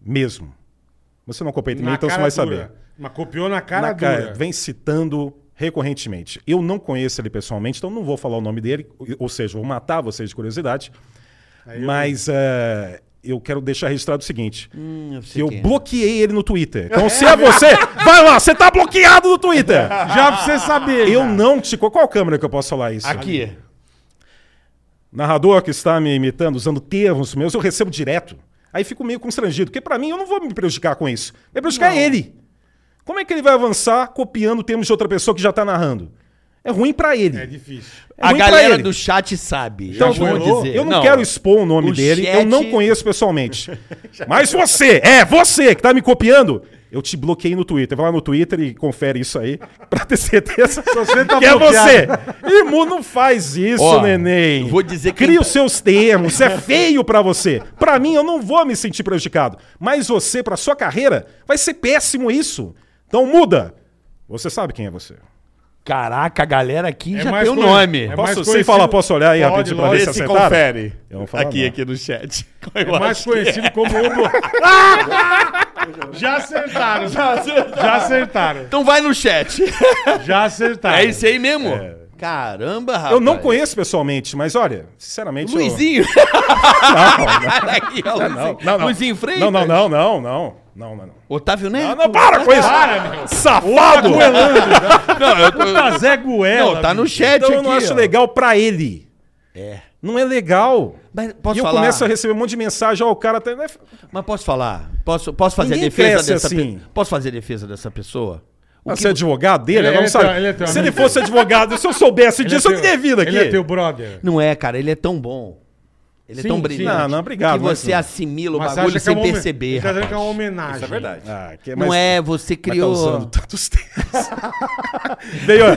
B: Mesmo. Você não copia de mim,
D: Na
B: então você
D: cara
B: vai
D: dura.
B: saber.
D: Mas copiou na cara
B: Na cara,
D: dura.
B: vem citando recorrentemente. Eu não conheço ele pessoalmente, então não vou falar o nome dele, ou seja, vou matar vocês de curiosidade. Mas eh, eu quero deixar registrado o seguinte:
D: Hum.
B: que
C: é.
B: eu bloqueei ele no Twitter. Então, se é você, vai lá, você tá bloqueado no Twitter!
D: Já pra você saber.
B: Eu
D: já.
B: não te. Qual qual câmera que eu posso falar isso?
C: Aqui.
B: Narrador que está me imitando, usando termos meus, eu recebo direto. Aí fico meio constrangido, porque pra mim eu não vou me prejudicar com isso. Vai prejudicar ele. Como é que ele vai avançar copiando termos de outra pessoa que já tá narrando? É ruim pra ele.
D: É difícil.
B: É
C: a
B: ruim pra
C: galera
B: ele.
C: do chat sabe.
B: Então,
C: já vou
B: eu,
C: dizer.
B: eu não, quero expor o nome
C: O
B: dele,
C: chat-
B: eu não conheço pessoalmente. Mas você, é você que tá me copiando, eu te bloqueei no Twitter. Vai lá no Twitter e confere isso aí pra ter certeza
D: você tá
B: que é
D: bloqueado.
B: você. Irmão, não faz isso,
C: Ó,
B: neném.
C: vou dizer que-
B: Cria os seus termos, isso é feio pra você. Pra mim, eu não vou me sentir prejudicado. Mas você, pra sua carreira, vai ser péssimo isso. Então muda. Você sabe quem é você.
C: Caraca, a galera aqui
D: É
C: já
D: mais
C: tem o
D: conhe-
C: nome.
D: é
B: Posso,
D: mais
B: sem
D: conhecido-
B: falar, posso olhar aí
D: Pode,
B: rapidinho pra
D: lógico.
B: ver
D: Esse
B: se
F: Se
B: acertaram?
F: confere.
B: Eu não falo
F: Aqui,
B: não.
F: aqui no chat. Qual eu
D: É mais
F: acho que
D: conhecido como o blo- Já acertaram. Já acertaram. Já acertaram.
C: Então vai no chat.
D: Já acertaram.
C: É isso aí mesmo? Caramba, rapaz.
B: Eu não conheço pessoalmente, mas olha, sinceramente. eu-
C: Luizinho. Aqui, ó,
B: Não,
C: Luizinho.
B: não, não.
C: Luizinho Freitas.
B: Não, não, não, não, não. Não, não, não.
C: Otávio Neto.
B: Não, não, para com isso! Safado!
C: Não, eu tô-
D: Puta Zé Goela.
C: né? Não, tá no
D: bicho.
C: chat
B: Então
C: aqui.
B: eu não acho
C: ó.
B: legal pra ele.
C: É.
B: Não é legal.
C: Mas posso
B: e eu
C: falar?
B: começo a receber um monte de mensagem, ó, o cara tá.
C: Mas posso falar? Posso, posso fazer
B: Ninguém
C: a defesa
B: cresce
C: dessa
B: assim.
C: pe- Posso fazer a defesa dessa pessoa? O
B: Ah,
C: que
B: você é advogado dele?
D: Ele-
B: Ela não
D: ele é
B: sabe.
D: teu- ele é teu
C: um
B: se ele
D: amigo.
B: fosse advogado, se eu soubesse
D: Ele é
B: disso, eu
D: teu-
B: teria vindo aqui.
D: Ele é teu brother.
C: Não é, cara, ele é tão bom. Ele
D: Sim,
C: é tão
D: sim.
C: brilhante.
B: Não, não, obrigado, né,
C: Que
B: mas
C: você
B: não.
C: assimila o
D: Mas você
C: bagulho
D: acha que
B: um
D: é
C: sem
D: uma homen-
C: perceber.
D: Você tá dizendo
C: rapaz.
D: que é uma homenagem.
G: Isso é verdade.
B: Ah, que-
C: Não
B: mas-
C: é, você
B: Mas tá usando
C: criou.
B: tantos termos. Veio a,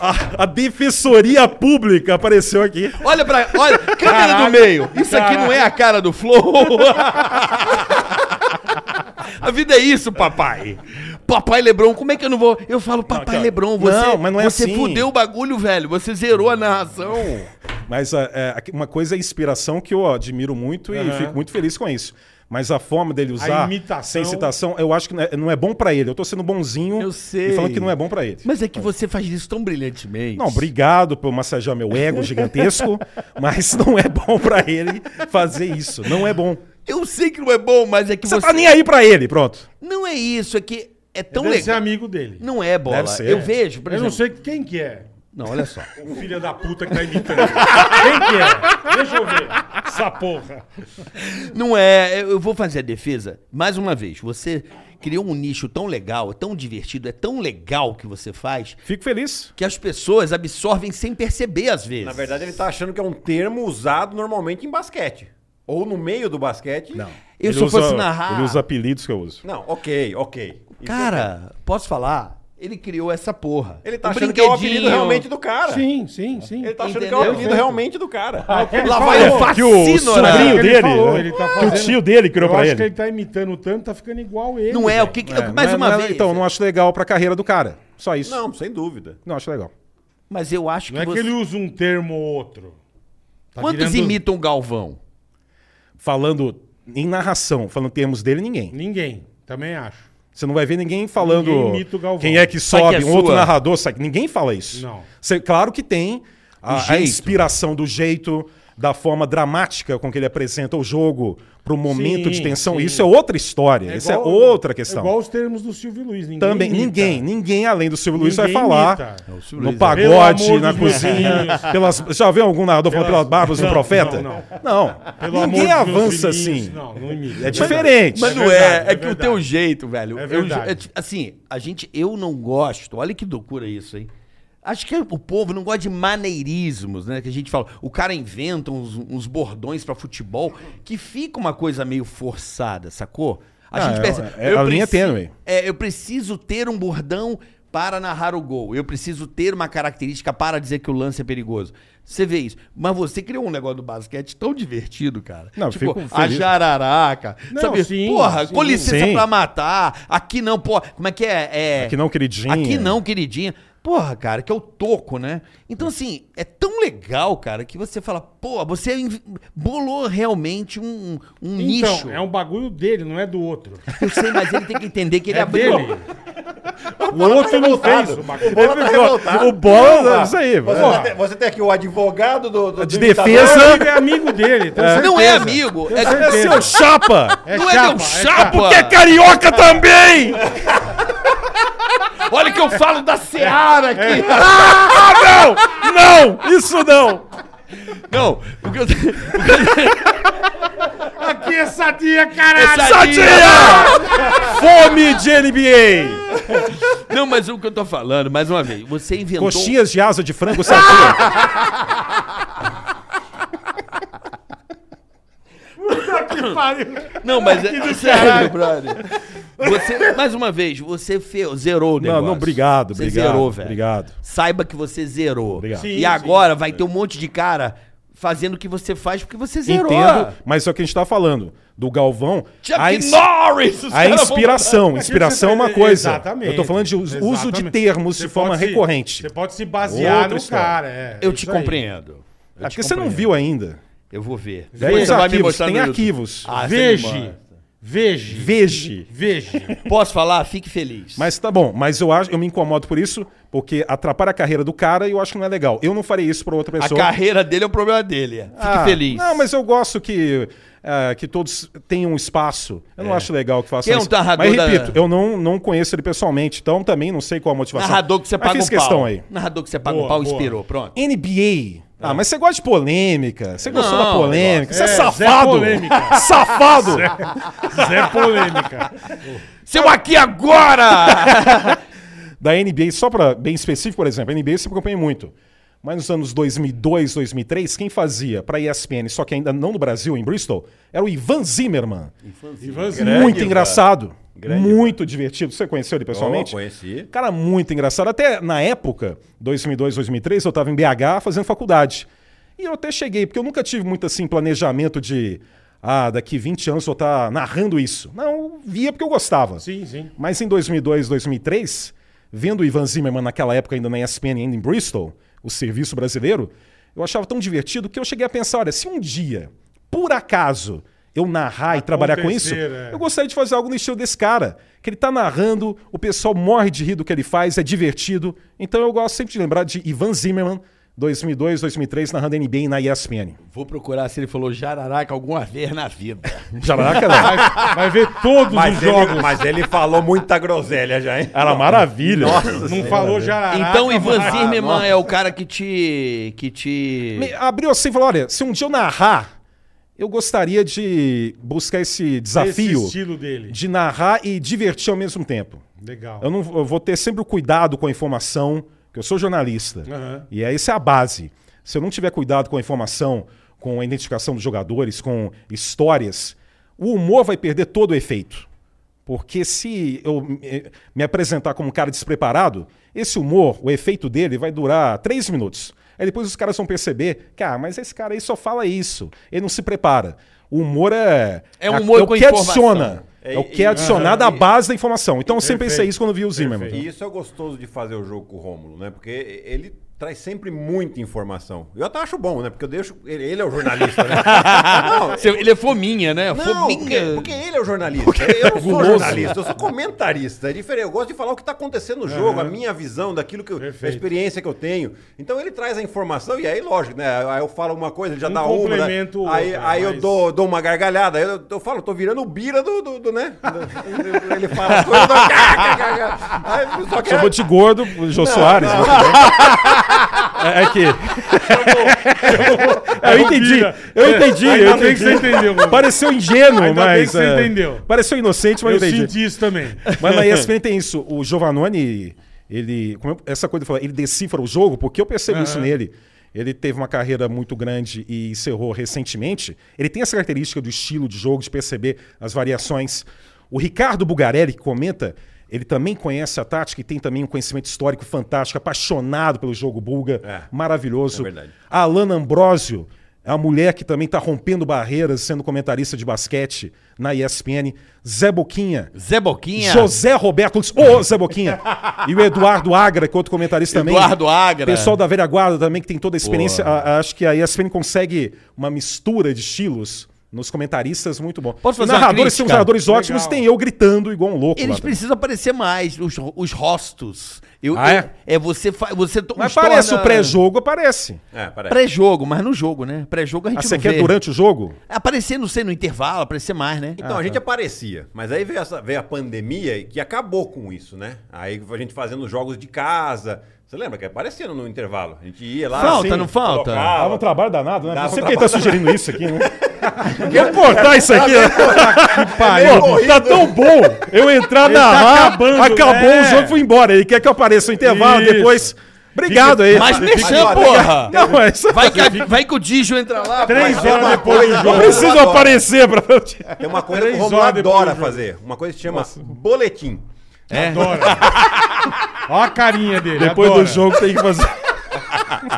B: a- a defensoria pública apareceu aqui.
C: Olha pra. Olha, câmera do meio. Isso aqui não é a cara do Flow. a vida é isso, papai. Papai Lebron, como é que eu não vou. Eu falo, papai
B: cara,
C: Lebron, você.
B: não, mas não é
C: você
B: assim.
C: fudeu o bagulho, velho. Você zerou a narração.
B: Mas a- é, aqui- uma coisa é a inspiração que eu admiro muito e
D: Aham.
B: fico muito feliz com isso. Mas a forma dele usar
D: imitação.
B: sem citação, eu acho que não é, não é bom pra ele. Eu tô sendo bonzinho
C: Eu sei.
B: e falando que não é bom pra ele.
C: Mas é que você faz isso tão brilhantemente.
B: Não, obrigado por massagear meu ego gigantesco, mas não é bom pra ele fazer isso. Não é bom.
C: Eu sei que não é bom, mas é que
B: Você
C: você.
B: tá nem aí pra ele, pronto.
C: Não é isso, é que é tão
D: Deve ser
C: legal.
D: amigo dele.
C: Não é bola.
B: Deve ser.
C: Eu vejo, por
D: Eu
C: exemplo.
D: não sei quem que é.
C: Não, olha só.
D: O filho da puta que tá imitando. quem que é? Deixa eu ver. Essa porra.
C: Não é. Eu eu vou fazer a defesa. Mais uma vez, você criou um nicho tão legal, é tão divertido, é tão legal que você faz,
B: Fico feliz.
C: que as pessoas absorvem sem perceber, às vezes.
G: Na verdade, ele tá achando que é um termo usado normalmente em basquete. Ou no meio do basquete. Não.
B: Ele
C: eu se eu
B: usa-
C: fosse narrar.
B: Ele usa apelidos que eu uso.
G: Não, ok, ok. Isso
C: Cara, posso falar? Ele criou essa porra.
G: é- Ele tá
C: Um
G: achando que é o apelido
C: brinquedinho.
G: realmente do cara.
D: Sim, sim, sim.
G: Ele tá achando que é o
C: Entendeu?
G: apelido realmente do cara.
B: Ah, é?
C: Lá vai o
B: que o
C: fascino,
B: sobrinho
C: né?
D: Ele
B: dele,
D: falou,
B: né?
D: ele tá
B: que o
D: fazendo-
B: tio dele criou
D: eu
B: pra
D: acho
B: ele.
D: que ele tá imitando tanto, tá ficando igual ele.
C: Não é o que. que-
B: É,
C: mais
B: mas
C: uma
B: não é-
C: vez.
D: né?
B: Então, não acho legal pra carreira do cara. Só isso. Não,
G: Não, sem dúvida.
B: acho legal.
C: Mas eu acho
D: Não
C: que
D: é que
C: você.
D: ele usa um termo ou outro. Tá
C: Quantos
D: virando-
C: imitam o Galvão?
B: Falando em narração, falando em termos dele, ninguém.
D: Ninguém. Também acho.
B: Você não vai ver ninguém falando
D: Ninguém imita o Galvão.
B: quem é que
C: Sai
B: sobe,
C: que é
B: um outro
C: sua.
B: narrador. Sai... Ninguém fala isso.
D: Não.
B: Você- claro que tem a- a,
C: jeito.
B: inspiração do jeito, da forma dramática com que ele apresenta o jogo pro momento
D: Sim,
B: de tensão.
D: sim.
B: Isso é outra história. isso é
D: igual-
B: outra questão.
D: É igual os termos do Silvio Luiz. Ninguém
B: Também,
D: imita.
B: ninguém, ninguém além do Silvio Luiz vai
D: Ninguém
B: falar
D: imita. É,
B: no
D: Pelo
B: pagode,
D: amor
B: na
D: dos
B: cozinha,
D: meus
B: pelas, já viu algum narrador falando pelas barbas do
D: Não,
B: profeta?
D: não,
B: Não.
D: Pelo amor
B: ninguém
D: dos meus
B: avança
D: filhinhos.
B: assim.
D: Não, não imita.
B: É diferente.
C: Mas
D: É
C: não é,
D: verdade, é
C: é, que o
D: verdade.
C: teu jeito, velho.
D: É
C: Eu-
D: verdade.
C: é ti- assim, a gente, eu não gosto. Olha que loucura isso, hein? Acho que o povo não gosta de maneirismos, né? Que a gente fala, o cara inventa uns, uns bordões pra futebol que fica uma coisa meio forçada, sacou? A
B: Ah,
C: gente
B: é-
C: pensa,
B: é
C: eu
B: a linha
C: preci-
B: tênue.
C: É, eu preciso ter um bordão para narrar o gol. Eu preciso ter uma característica para dizer que o lance é perigoso. Você vê isso. Mas você criou um negócio do basquete tão divertido, cara.
B: Não, eu
C: tipo,
B: fico
C: a
B: feliz.
C: jararaca.
D: Não,
C: sabe?
D: sim,
C: Porra,
D: sim.
C: com licença
B: Sim.
C: pra matar. Aqui não, pô. Como é que é? é...
B: Aqui não, queridinha.
C: Aqui não, queridinha. Porra, cara, que é o toco, né? Então, assim, é tão legal, cara, que você fala, pô, você inv- bolou realmente um, um
D: Então,
C: nicho.
D: é um bagulho dele, não é do outro.
C: Eu sei, mas ele tem que entender que ele
D: é
C: abriu.
D: dele. O outro não fez.
G: revoltado.
D: O Mac-
G: O Bola tá
B: Ele falou,
G: revoltado.
B: o Bola- é isso aí,
G: Você,
B: porra.
G: tá- você tem aqui o advogado do. do
B: De
G: do imitador.
B: defesa.
D: Não, ele é amigo dele. tenho certeza.
C: Não é amigo. É,
B: É seu chapa!
D: É
C: não é
D: chapa,
C: meu
D: chapa.
C: chapa.
B: carioca também!
C: Olha que eu falo da Seara aqui.
B: Ah, Não! Não! Isso não!
C: Não, o que eu...
D: Aqui é sadia, caralho.
B: Sadia! Fome de NBA!
C: Não, mas o que eu tô falando, mais uma vez, você inventou...
B: Coxinhas de asa de frango
C: Ah,
B: sadia.
D: Que pariu.
C: Não, mas é sério, brother. Você, mais uma vez, você fe- zerou o
B: Não,
C: negócio.
B: não, obrigado,
C: Você
B: obrigado,
C: zerou, velho.
B: obrigado.
C: Saiba que você zerou.
B: Obrigado.
C: e
D: Sim,
C: agora vai ter um monte de cara fazendo o que você faz porque você zerou.
B: Entendo, mas é o que a gente tá falando. Do Galvão,
C: Chuck
B: a, ins-
C: Norris! os
B: a
C: caras vão-
B: inspiração. Inspiração é uma coisa.
D: Exatamente.
B: Eu tô falando de us- uso de
D: Exatamente.
B: termos
D: Você
B: de forma
D: pode se-
B: recorrente.
D: Você pode se basear
B: Outra
D: no
B: história.
D: cara. É,
C: Eu
D: isso
C: te
D: aí.
C: compreendo. Eu
B: É
C: te
B: porque você não
C: compreendo.
B: viu ainda.
C: Eu vou ver.
B: Vem os
C: Você vai me
B: arquivos,
C: mostrar
B: tem
C: no YouTube.
B: arquivos.
C: Ah, você me
D: Veja.
C: mostra.
D: Veja.
B: Veja.
D: Veja.
C: Posso falar? Fique feliz.
B: Mas tá bom, mas eu acho, eu me incomodo por isso, porque atrapalha a carreira do cara e eu acho que não é legal. Eu não farei isso pra outra
C: a
B: pessoa.
C: carreira dele é o problema dele. é. Fique
B: Ah,
C: feliz.
B: Não, mas eu gosto que, ah, que todos tenham espaço. Eu não acho legal que façam
C: Quem é um
B: isso.
C: narrador
B: mas
C: da-
B: repito, eu não, não conheço ele pessoalmente, então também não sei qual a motivação.
C: Narrador que você
B: Mas
C: paga
B: fiz
C: um
B: questão
C: pau.
B: aí. Então-
C: Narrador que você paga um
D: Boa,
C: pau
D: boa.
C: inspirou. Pronto.
B: NBA. Ah, mas você gosta de polêmica. Você gostou
C: Não,
B: da polêmica. Você
D: eu
B: é,
D: gosto. É,
B: safado.
D: Zé Polêmica.
B: safado.
D: Zé polêmica.
C: Seu aqui agora!
B: da NBA, só para bem específico, por exemplo, a NBA eu sempre acompanhei muito. Mas nos anos 2002, 2003, quem fazia para ESPN, só que ainda não no Brasil, em Bristol, era o Ivan Zimmerman.
D: Ivanzinho.
B: muito
G: Ivan.
B: engraçado.
G: Grande
B: muito divertido. Você conheceu ele pessoalmente?
G: Oh, conheci.
B: Cara, muito engraçado. Até na época, 2002, 2003, eu estava em BH fazendo faculdade. E eu até cheguei, porque eu nunca tive muito assim planejamento de. Ah, daqui 20 anos eu vou estar narrando isso. Não, eu via porque eu gostava.
D: Sim, sim.
B: Mas em 2002, 2003, vendo o Ivan Zimmerman naquela época ainda na ESPN, ainda em Bristol, o serviço brasileiro, eu achava tão divertido que eu cheguei a pensar, olha, se um dia, por acaso, eu narrar e trabalhar com isso,
D: Acontecer, é.
B: eu gostaria de fazer algo no estilo desse cara, que ele tá narrando, o pessoal morre de rir do que ele faz, é divertido. Então eu gosto sempre de lembrar de Ivan Zimmerman, 2002, 2003, narrando NBA na ESPN.
C: Vou procurar se ele falou jararaca alguma vez na vida.
B: Jararaca, não.
D: Vai, vai ver todos os
B: é
G: Mas
D: jogos.
G: ele, mas ele falou muita groselha já, hein?
B: Era maravilha.
D: Não falou já.
C: então, Ivan Zimmerman é o cara que te. que te.
B: Me abriu assim e falou: olha, se um dia eu narrar, eu gostaria de buscar esse desafio
D: estilo dele.
B: de narrar e divertir ao mesmo tempo.
D: Legal.
B: Eu, não, eu vou ter sempre o cuidado com a informação, que eu sou jornalista.
D: Aham.
B: E é, essa é a base. Se eu não tiver cuidado com a informação, com a identificação dos jogadores, com histórias, o humor vai perder todo o efeito. Porque se eu me- me apresentar como um cara despreparado, esse humor, o efeito dele vai durar três minutos. Aí depois os caras vão perceber que, ah, mas esse cara aí só fala isso, ele não se prepara. O humor é.
C: É um humor
B: o
C: com
B: que
C: informação.
B: adiciona. É, o que é adicionado à base da informação. Então eu sempre
D: Perfeito.
B: pensei isso quando eu vi o Zimmerman.
G: E isso é gostoso de fazer o jogo com o Rômulo, né? Porque ele traz sempre muita informação. Eu até acho bom, né? Porque eu deixo. Ele, ele é o jornalista, né? Não,
C: Você- Ele é fominha, né?
G: Não, porque,
C: fominha.
G: porque ele é o jornalista. Eu não sou jornalista, eu sou comentarista. É diferente. Eu gosto de falar o que está acontecendo no jogo, a minha visão daquilo que eu, a
D: Perfeito.
G: experiência que eu tenho. Então ele traz a informação e aí, lógico, né? Aí eu falo uma coisa, ele já
D: Um
G: dá uma. né?
D: complementa o
G: Aí,
D: outro,
G: aí eu
D: mas-
G: dou, dou uma gargalhada. Aí eu, eu falo, tô virando o Bira do, do, do, né? Ele fala as coisas. eu dou- Aí, só que é-
B: Chamou de gordo, o Jô Soares. né, também. É, é que. É, eu entendi, eu entendi.
D: Ainda
B: eu
D: bem que você
B: entendi.
D: entendeu, mano.
B: Pareceu ingênuo,
D: Ainda bem
B: mas.
D: que você
B: é,
D: entendeu.
B: Pareceu inocente, mas
D: Eu
B: eu entendi.
D: senti isso também.
B: Mas na ESPN tem isso. O Giovannone, ele. como eu- essa coisa de falar, ele decifra o jogo, porque eu percebo isso nele. Ele teve uma carreira muito grande e encerrou recentemente. Ele tem essa característica do estilo de jogo, de perceber as variações. O Ricardo Bugarelli, que comenta, ele também conhece a tática e tem também um conhecimento histórico fantástico, apaixonado pelo jogo bulga,
G: É.
B: maravilhoso.
G: É verdade.
B: A Alana Ambrosio, a mulher que também está rompendo barreiras, sendo comentarista de basquete na ESPN. Zé Boquinha,
C: Zé Boquinha.
B: José Roberto Lutz, ô Zé Boquinha. e o Eduardo Agra, que é outro comentarista também.
C: Eduardo Agra.
B: Pessoal da Velha Guarda também, que tem toda a experiência. A- a- acho que a ESPN consegue uma mistura de estilos Nos comentaristas, muito bom.
C: Posso fazer uma
B: narradores
C: crítica?
B: são narradores ótimos,
D: Legal.
B: tem eu gritando igual um louco. lá
C: Eles
B: também.
C: precisam aparecer mais, os, os rostos. Eu,
B: Ah,
C: eu- é? você. fa- você to-
B: Mas
C: os
B: parece,
C: torna-
B: o pré-jogo aparece.
G: É, peraí.
C: Pré-jogo, mas no jogo, né? Pré-jogo a gente
B: Ah, você
C: não
B: quer
C: vê.
B: durante o jogo?
C: Aparecer, não sei, no intervalo, aparecer mais, né?
G: Então, a gente aparecia, mas aí veio, essa, veio a pandemia e que acabou com isso, né? Aí a gente fazendo jogos de casa. Você lembra que aparecia no intervalo? A gente ia lá. assim,
C: Falta, não falta?
G: colocava.
B: Dava um trabalho danado, né?
G: Dava um
B: Você quem tá
G: trabalho
B: sugerindo isso aqui, né? Quer cortar isso aqui? né? que pariu. Tá tão bom. Eu entrar na
D: tá
B: rádio,
D: acabando,
B: acabou
D: é.
B: o jogo, fui embora. Ele quer que eu apareça no intervalo
D: Isso.
B: depois. Obrigado aí.
C: Mas merchan,
G: Agora,
C: porra!
B: Não, é isso.
C: Vai que, a- vai que o Dijo entra lá.
D: Três
G: Mas tem
D: horas
G: uma
D: depois do
G: coisa-
B: Não
D: jogo.
B: preciso aparecer pra...
G: Tem uma coisa que
D: Três
G: o Romulo
D: horas depois
G: adora
D: do jogo.
G: fazer. Uma coisa que se chama boletim.
B: É.
D: Adora. Olha a carinha dele.
B: Depois
D: adora.
B: do jogo tem que fazer...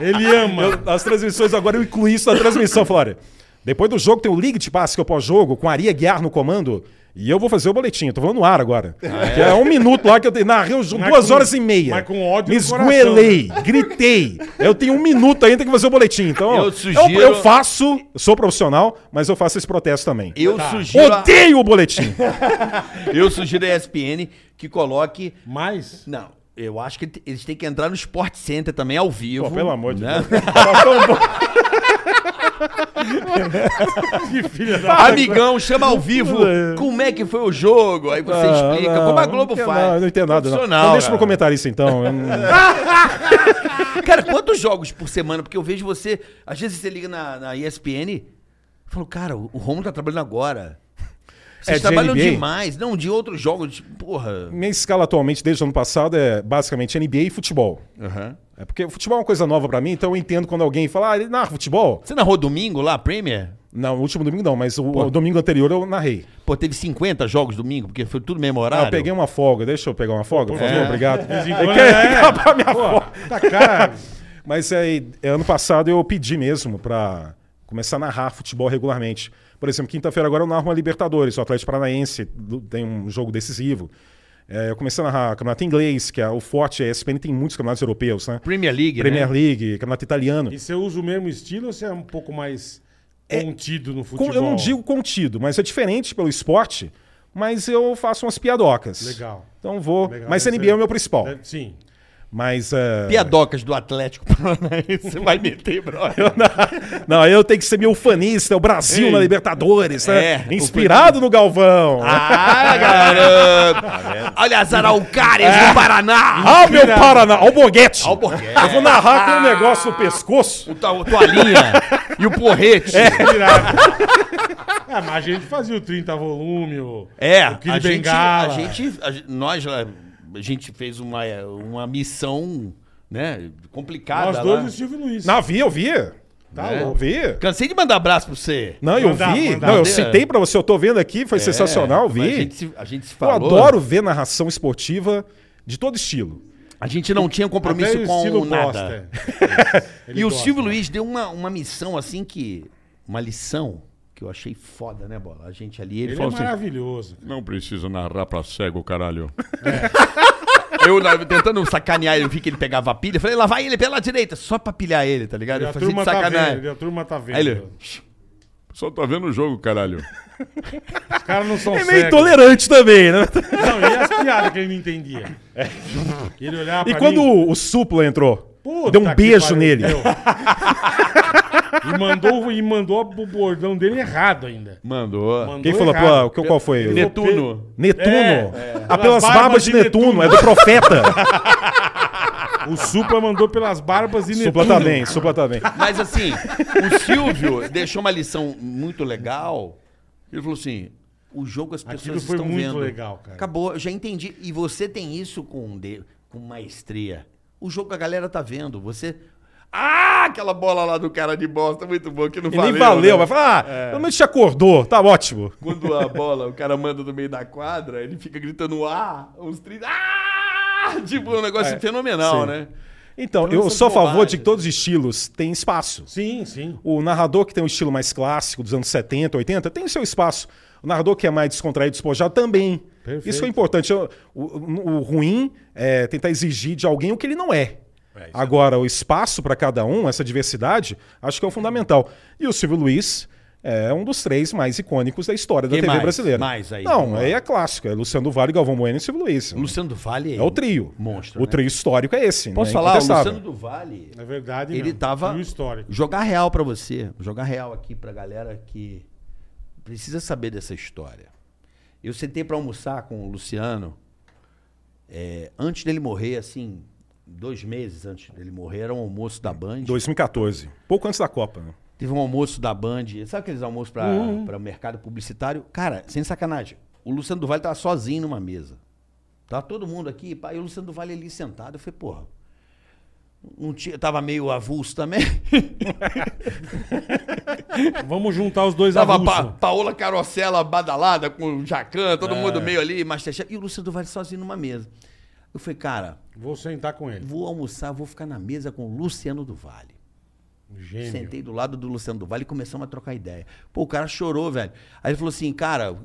D: Ele ama.
B: Eu- as transmissões agora eu incluí isso na transmissão, Flória. Depois do jogo tem o League de Passe, que é o pós-jogo, com Aria Guiar no comando. E eu vou fazer o boletim, eu tô falando no ar agora. Que é um minuto lá que eu tenho. Narrei o jogo,
D: Ah, Mas
B: duas
D: com-
B: horas e meia.
D: mas com ódio
B: Me
D: no coração, né?
B: esgoelei, gritei. Eu tenho um minuto ainda que fazer o boletim. Então,
C: Eu sugiro-
B: eu, eu faço, sou profissional, mas eu faço esse protesto também.
C: Eu sugiro. a-
B: Tá. Odeio o boletim.
C: eu sugiro a ESPN que coloque.
D: Mas.
C: Não, eu acho que eles têm que entrar no Sport Center também ao vivo.
B: Pô, pelo amor de
C: né?
B: Deus. Tá tão bom.
D: Que filha da.
C: Amigão, chama ao vivo. Como é que foi o jogo? Aí você explica.
B: Ah, Não,
C: como a Globo
B: não entendo
C: faz.
B: nada, não entendo nada. Não.
C: Profissional, né?
B: Então deixa pro
C: cara.
B: comentarista, então. Eu não-
C: Cara, quantos jogos por semana? Porque eu vejo você. Às vezes você liga na, na ESPN e fala, cara, o Romulo tá trabalhando agora. Vocês
B: É de
C: trabalham
B: NBA?
C: demais. Não, de outros jogos. tipo, Porra.
B: Minha escala atualmente, desde o ano passado, é basicamente NBA e futebol.
C: Aham.
B: É porque futebol é uma coisa nova pra mim, então eu entendo quando alguém fala, ah, ele narra futebol.
C: Você narrou domingo lá, Premier?
B: Não, o último domingo não, mas o, o domingo anterior eu narrei.
C: Pô, teve 50 jogos domingo, porque foi tudo memorável.
B: Ah, eu peguei uma folga, deixa eu pegar uma folga, por favor, obrigado.
D: De vez em
B: Eu
D: quando,
B: quero
D: é.
B: acabar minha folga.
D: Tá cara.
B: Mas aí, ano passado eu pedi mesmo pra começar a narrar futebol regularmente. Por exemplo, quinta-feira agora eu narro uma Libertadores, o Atlético Paranaense do- tem um jogo decisivo. É, eu comecei a narrar campeonato inglês, que é o forte, a ESPN tem muitos campeonatos europeus, né?
C: Premier League,
B: Premier
C: né?
B: League, campeonato italiano.
D: E você usa o mesmo estilo ou você é um pouco mais contido no
B: Com-
D: futebol?
B: eu não digo contido, mas é diferente pelo esporte, mas eu faço umas piadocas.
D: Legal.
B: Então vou.
D: Legal,
B: mas
D: deve
B: NBA
D: ser-
B: é o meu principal.
D: Deve- Sim.
B: Mas. é,
C: Piadocas do Atlético Paranaense. Você vai meter, brother.
B: Não, aí eu tenho que ser meu fanista, o Brasil
D: Ei.
B: na Libertadores, né?
C: É,
B: Inspirado no Galvão.
C: Ah, garoto! Olha as araucárias do Paraná!
B: Ah, meu Paraná! Ó o Boguete!
C: Ó o Boguete.
B: Eu vou narrar com um negócio no pescoço.
C: O ta- o toalhinha e o porrete.
D: É. Irado. é, mas a gente fazia o 30 volume, o,
C: É,
D: o Kid
C: a, gente, a,
D: Bengala.
C: gente, a gente- Nós lá. A gente fez uma, uma missão, né? Complicada.
D: Nós dois
C: lá.
D: e o Silvio Luiz.
B: Não, vi, eu vi.
D: Tá
B: Eu
D: louco.
B: vi.
C: Cansei de mandar abraço pra você.
B: Não, eu
D: Mandar,
B: vi.
D: mandar.
B: Não, eu
C: É.
B: citei pra você, eu tô vendo aqui, foi sensacional, eu
C: mas
B: vi.
C: A gente, se, a gente se
B: Eu
C: falou.
B: adoro ver narração esportiva de todo estilo.
C: A gente não tinha compromisso
D: Até o
C: com
D: estilo
C: nada.
D: Costa. Ele
C: e o
D: gosta,
C: Silvio
D: né?
C: Luiz deu uma, uma missão assim que. Uma lição que eu achei foda, né, Bola? A gente ali, ele,
D: Ele é
C: falou assim.
D: maravilhoso.
F: Não precisa narrar pra cego, caralho.
C: Eu na- tentando sacanear, eu vi que ele pegava a pilha. eu Falei, lá vai ele pela direita, só pra pilhar ele, tá ligado?
D: E
C: Eu
D: a
C: fazia de
D: turma tá
C: sacanagem.
D: vendo. e A turma tá
C: Aí ele.
D: vendo.
F: Só tá vendo o jogo, caralho.
D: Os caras não são
B: É meio
D: cegos.
B: intolerante também, né?
D: Não, e as piadas que ele não entendia. Ele olhava
B: É. E
D: pra
B: quando
D: mim,
B: o, o Supla entrou,
D: puta
B: deu um
D: que
B: beijo
D: pariu,
B: nele.
D: deu. e mandou, e mandou o bordão dele errado ainda.
F: Mandou.
D: Mandou
B: Quem falou? Pô,
D: errado.
B: que- qual foi?
D: Ele falou,
F: Netuno.
B: Netuno.
D: É,
B: Ah, pelas barbas de Netuno, é do profeta.
D: "Pe- O Supla mandou pelas barbas e
B: Supla tá bem, Supla tá bem.
C: Mas assim, o Silvio deixou uma lição muito legal. Ele falou assim: o jogo as pessoas
D: Aquilo foi
C: estão
D: muito
C: vendo.
D: legal, cara.
C: Acabou, eu já entendi. E você tem isso com um de, com maestria. O jogo a galera tá vendo. Você Ah, aquela bola lá do cara de bosta, muito boa que não
B: E
C: valeu.
B: nem valeu, vai
C: né?
B: falar, ah, pelo menos te acordou, tá ótimo.
C: Quando a bola, o cara manda no meio da quadra, ele fica gritando ah, uns 30. Ah! Tipo, é um negócio fenomenal,
B: sim.
C: né?
B: Então,
C: Então,
B: eu
C: essas
B: sou a favor
C: bobagens.
B: de que todos os estilos têm espaço.
D: Sim, sim.
B: O narrador que tem um estilo mais clássico dos anos 70, 80, tem o seu espaço. O narrador que é mais descontraído, despojado, também.
D: Perfeito.
B: Isso é importante. Eu- O, o- o ruim é tentar exigir de alguém o que ele não é.
G: É, isso
B: Agora, o espaço para cada um, essa diversidade, acho que é o fundamental. E o Silvio Luiz É um dos três mais icônicos da história da
C: Quem
B: TV
C: mais?
B: brasileira.
C: Mais aí,
B: Não,
C: vamos
B: aí
C: lá.
B: é clássico. É Luciano do Vale, Galvão Bueno e Silvio Luiz.
C: Luciano do Vale
B: É o trio.
C: Monstro.
B: O
C: né?
B: trio histórico é esse.
C: Posso
B: né?
C: falar? O
B: Incontestável.
C: Luciano do Vale.
D: É verdade,
C: Ele
D: mesmo.
C: tava.
D: E o histórico.
C: Jogar real pra você. Jogar real aqui pra galera que precisa saber dessa história. Eu sentei pra almoçar com o Luciano. é, antes dele morrer, assim, dois meses antes dele morrer, era um almoço da Band.
B: 2014. Pouco antes da Copa. né?
C: Teve um almoço da Band. Sabe aqueles almoços pra, pra mercado publicitário? Cara, sem sacanagem. O Luciano Duval tava sozinho numa mesa. Tava todo mundo aqui, pá, e o Luciano Duval ali sentado. Eu falei, porra. Não tinha, tava meio avulso também.
D: Vamos juntar os dois
B: Tá
C: Tava
D: avulsos.
C: pa, Paola Carosella badalada com o Jacan, todo
B: É.
C: mundo meio ali, Masterchef. E o Luciano Duval sozinho numa mesa. Eu falei, cara,
D: Vou sentar com ele.
C: vou almoçar, vou ficar na mesa com o Luciano do Vale.
D: Gênio.
C: Sentei do lado do Luciano Duval e começamos a trocar ideia. Pô, o cara chorou, velho. Aí ele falou assim, cara, eu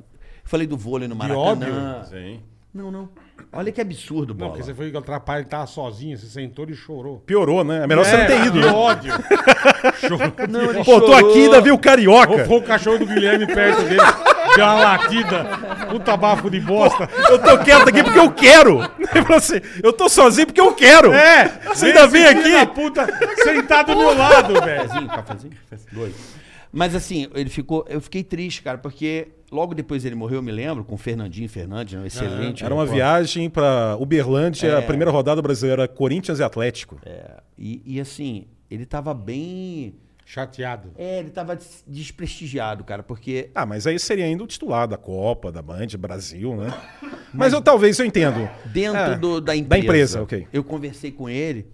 C: falei do vôlei no Maracanã.
G: Sim.
C: Não, não. Olha que absurdo,
D: Não,
C: bola.
D: porque você foi atrapalhado, ele tava sozinho, você sentou e chorou.
B: Piorou, né? É melhor você
D: É,
B: não ter ido.
D: Que
B: né?
D: ódio.
C: Não, ele
B: Pô, tô
C: chorou.
B: aqui e ainda vi o Carioca.
D: Foi o cachorro do Guilherme perto dele. Deu uma latida. Puta bafo de bosta.
B: Eu tô quieto aqui porque eu quero. Ele falou assim, eu tô sozinho porque eu quero.
D: É,
B: Você ainda vem
D: Filha da
B: aqui.
D: puta, sentado do meu lado, velho.
C: Cafezinho, cafezinho, dois. Mas assim, ele ficou, eu fiquei triste, cara, porque logo depois ele morreu, eu me lembro, com o Fernandinho Fernandes, né, um excelente.
B: Era uma
C: repórter.
B: viagem pra Uberlândia, a primeira rodada brasileira, Corinthians e Atlético.
C: É, e, e assim, ele tava bem.
D: Chateado.
C: É, ele tava des- desprestigiado, cara, porque
B: Ah, mas aí seria ainda o titular da Copa, da Band, Brasil, né? Mas eu talvez eu entendo.
C: dentro
B: É,
C: do- da empresa.
B: Da empresa, ok.
C: Eu conversei com ele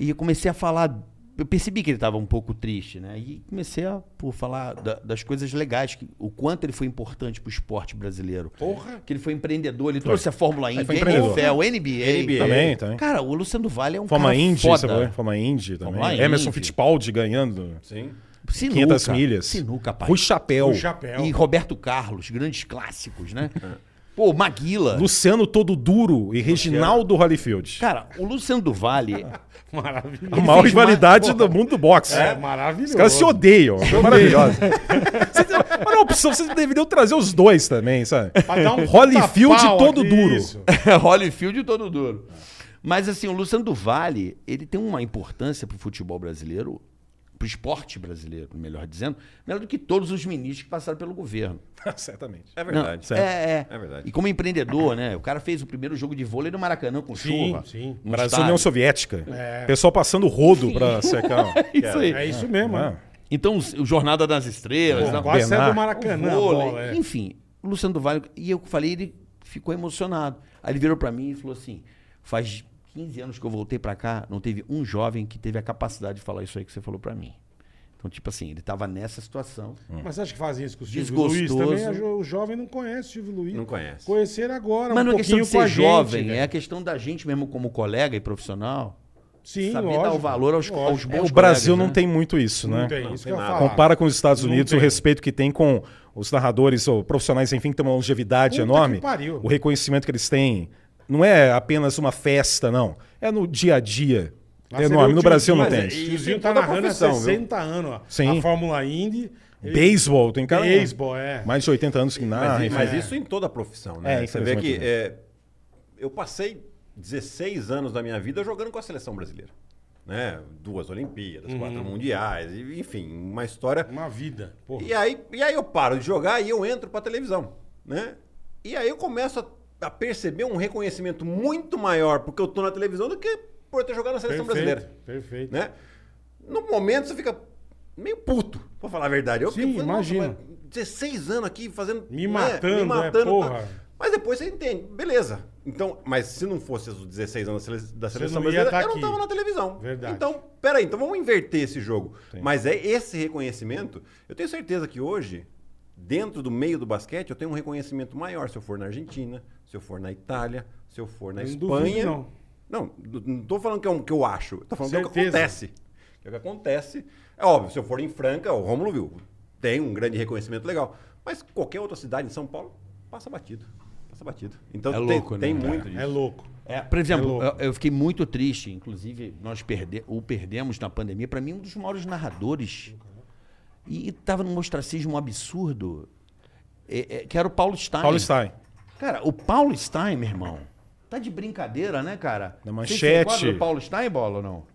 C: e eu comecei a falar. Eu percebi que ele estava um pouco triste, né? E comecei a por falar da- das coisas legais, que, o quanto ele foi importante para o esporte brasileiro. Porra! Que ele foi empreendedor, ele trouxe a Fórmula Indy,
B: foi
C: a
B: empreendedor.
C: NFL, NBA.
G: NBA.
B: Também, também.
C: Cara, o Luciano Vale é um
B: Forma
C: cara
B: Indy, é? você vai
C: foda.
B: ver, Forma Indy também.
C: Fórmula
B: Emerson
C: Indy.
B: Fittipaldi ganhando
G: Sim.
C: Sinuca,
B: 500 milhas.
C: Sinuca, pai.
B: Rui Chapéu.
D: O chapéu.
C: E Roberto Carlos, grandes clássicos, né?
G: É.
C: Pô, Maguila.
B: Luciano todo duro e Reginaldo Holyfield.
C: Cara, o Luciano do Vale, é
B: A
D: Maravilhoso.
B: maior
C: fez mais-
B: rivalidade do mundo do boxe.
D: É, maravilhoso.
B: Os caras se odeiam. Foi maravilhoso. Vocês- Mas não, opção, vocês deveriam trazer os dois também, sabe?
D: Pra dar um
B: Holyfield
D: pau
B: todo
D: aqui,
B: duro.
D: isso.
C: é Holyfield todo duro. Mas assim, o Luciano do Vale, ele tem uma importância pro futebol brasileiro, pro esporte brasileiro, melhor dizendo, melhor do que todos os ministros que passaram pelo governo.
B: Certamente.
G: É
C: Não,
G: verdade.
C: é, é.
G: É verdade.
C: E como empreendedor, né? O cara fez o primeiro jogo de vôlei no Maracanã com
D: Sim,
C: chuva.
D: sim.
C: no
B: Brasil
C: estádio.
B: União Soviética. Pessoal passando rodo pra secar. ó.
C: Isso aí.
D: É isso mesmo,
B: Ah,
D: né?
C: Então, o Jornada das Estrelas,
D: Pô,
C: né?
D: Quase saiu do
B: Bernard.
D: Maracanã, a
C: vôlei,
D: bola, é.
C: Enfim, o Luciano do Vale, e eu falei, ele ficou emocionado. Aí ele virou pra mim e falou assim: faz 15 anos que eu voltei pra cá, não teve um jovem que teve a capacidade de falar isso aí que você falou pra mim. Então, tipo assim, ele tava nessa situação.
D: Mas você acha que fazem isso com o Silvio Luiz
C: Hum. Desgostoso.
D: também? A jo- O jovem não conhece o Silvio Luiz.
G: Não conhece.
D: Conheceram agora,
C: Mas
D: um
C: não é questão
D: pouquinho
C: de
D: com a
C: ser
D: gente. né?
C: jovem,
D: velho.
C: é a questão da gente mesmo como colega e profissional.
D: Sim,
C: saber
D: lógico,
C: dar o valor aos,
D: lógico.
C: aos bons
B: O Brasil
C: colegas,
B: não
C: né?
B: tem muito isso, né?
D: Não tem, isso que eu
G: Não tem
D: falo.
B: Compara com os Estados
D: Não
B: Unidos,
D: tem.
B: o respeito que tem com os narradores ou profissionais, enfim, que tem uma longevidade
D: Puta
B: enorme.
D: que pariu.
B: O reconhecimento que eles têm não é apenas uma festa, não. É no dia a dia.
D: Lá
B: é
D: você vê
B: enorme.
D: o
B: No
D: tiozinho,
B: Brasil não
D: mas
B: tem.
D: é-
B: isso.
D: E o Zinho
G: Isso em
D: tá
G: toda
D: narrando há
G: profissão, viu?
D: 60 anos, ó.
B: Sim.
D: A Fórmula Indy. ele-
B: Beisebol, tem cara.
D: Beisebol, é.
B: Mais de 80 anos que
G: Mas,
B: narra.
G: i-
B: enfim.
G: mas isso em toda a profissão, né?
B: Ah, É,
G: Você vê que
B: infelizmente,
G: é, eu passei 16 anos da minha vida jogando com a seleção brasileira. Né? Duas Olimpíadas,
B: Uhum.
G: quatro mundiais, e- enfim, uma história.
D: Uma vida. Porra.
G: E aí, e aí eu paro de jogar e eu entro pra televisão, né? E aí eu começo a, a perceber um reconhecimento muito maior porque eu tô na televisão do que por eu ter jogado na seleção
D: perfeito,
G: brasileira,
D: Perfeito.
G: né? No momento você fica meio puto, pra falar a verdade. Eu
D: Sim,
G: fiquei, "Nossa,
D: imagino.
G: mas 16 anos aqui fazendo... né,
D: Me matando, é, porra.
G: Mas depois você entende, beleza. Então, mas se não fosse os 16 anos da sele- da seleção
D: não ia
G: brasileira,
D: tá
G: eu não
D: aqui.
G: tava na televisão.
D: Verdade.
G: Então, peraí, então vamos inverter esse jogo. Mas é esse reconhecimento. Eu tenho certeza que hoje, dentro do meio do basquete, eu tenho um reconhecimento maior se eu for na Argentina, se eu for na Itália, se eu for na
D: Não duvido,
G: Espanha.
D: não.
G: Não, d- não tô falando que é um que eu acho. Tô falando que é o que
D: Certeza.
G: acontece. Que é o que acontece. É óbvio, se eu for em Franca, o Romulo viu, tem um grande reconhecimento legal. Mas qualquer outra cidade em São Paulo, passa batido. Passa batido. Então
C: É
G: tem,
C: louco, né?
G: tem muito disso.
D: É louco.
C: É, por
D: É
C: exemplo,
D: louco.
C: eu, eu fiquei muito triste, inclusive nós perde- o perdemos na pandemia. Para mim, um dos maiores narradores E estava num ostracismo absurdo, é, é, que era o Paulo Stein.
B: Paulo Stein.
C: Cara, o Paulo Stein, meu irmão, tá de brincadeira, né, cara?
B: Na
C: Vocês
B: Manchete.
C: se enquadram no Paulo Stein, bola ou não?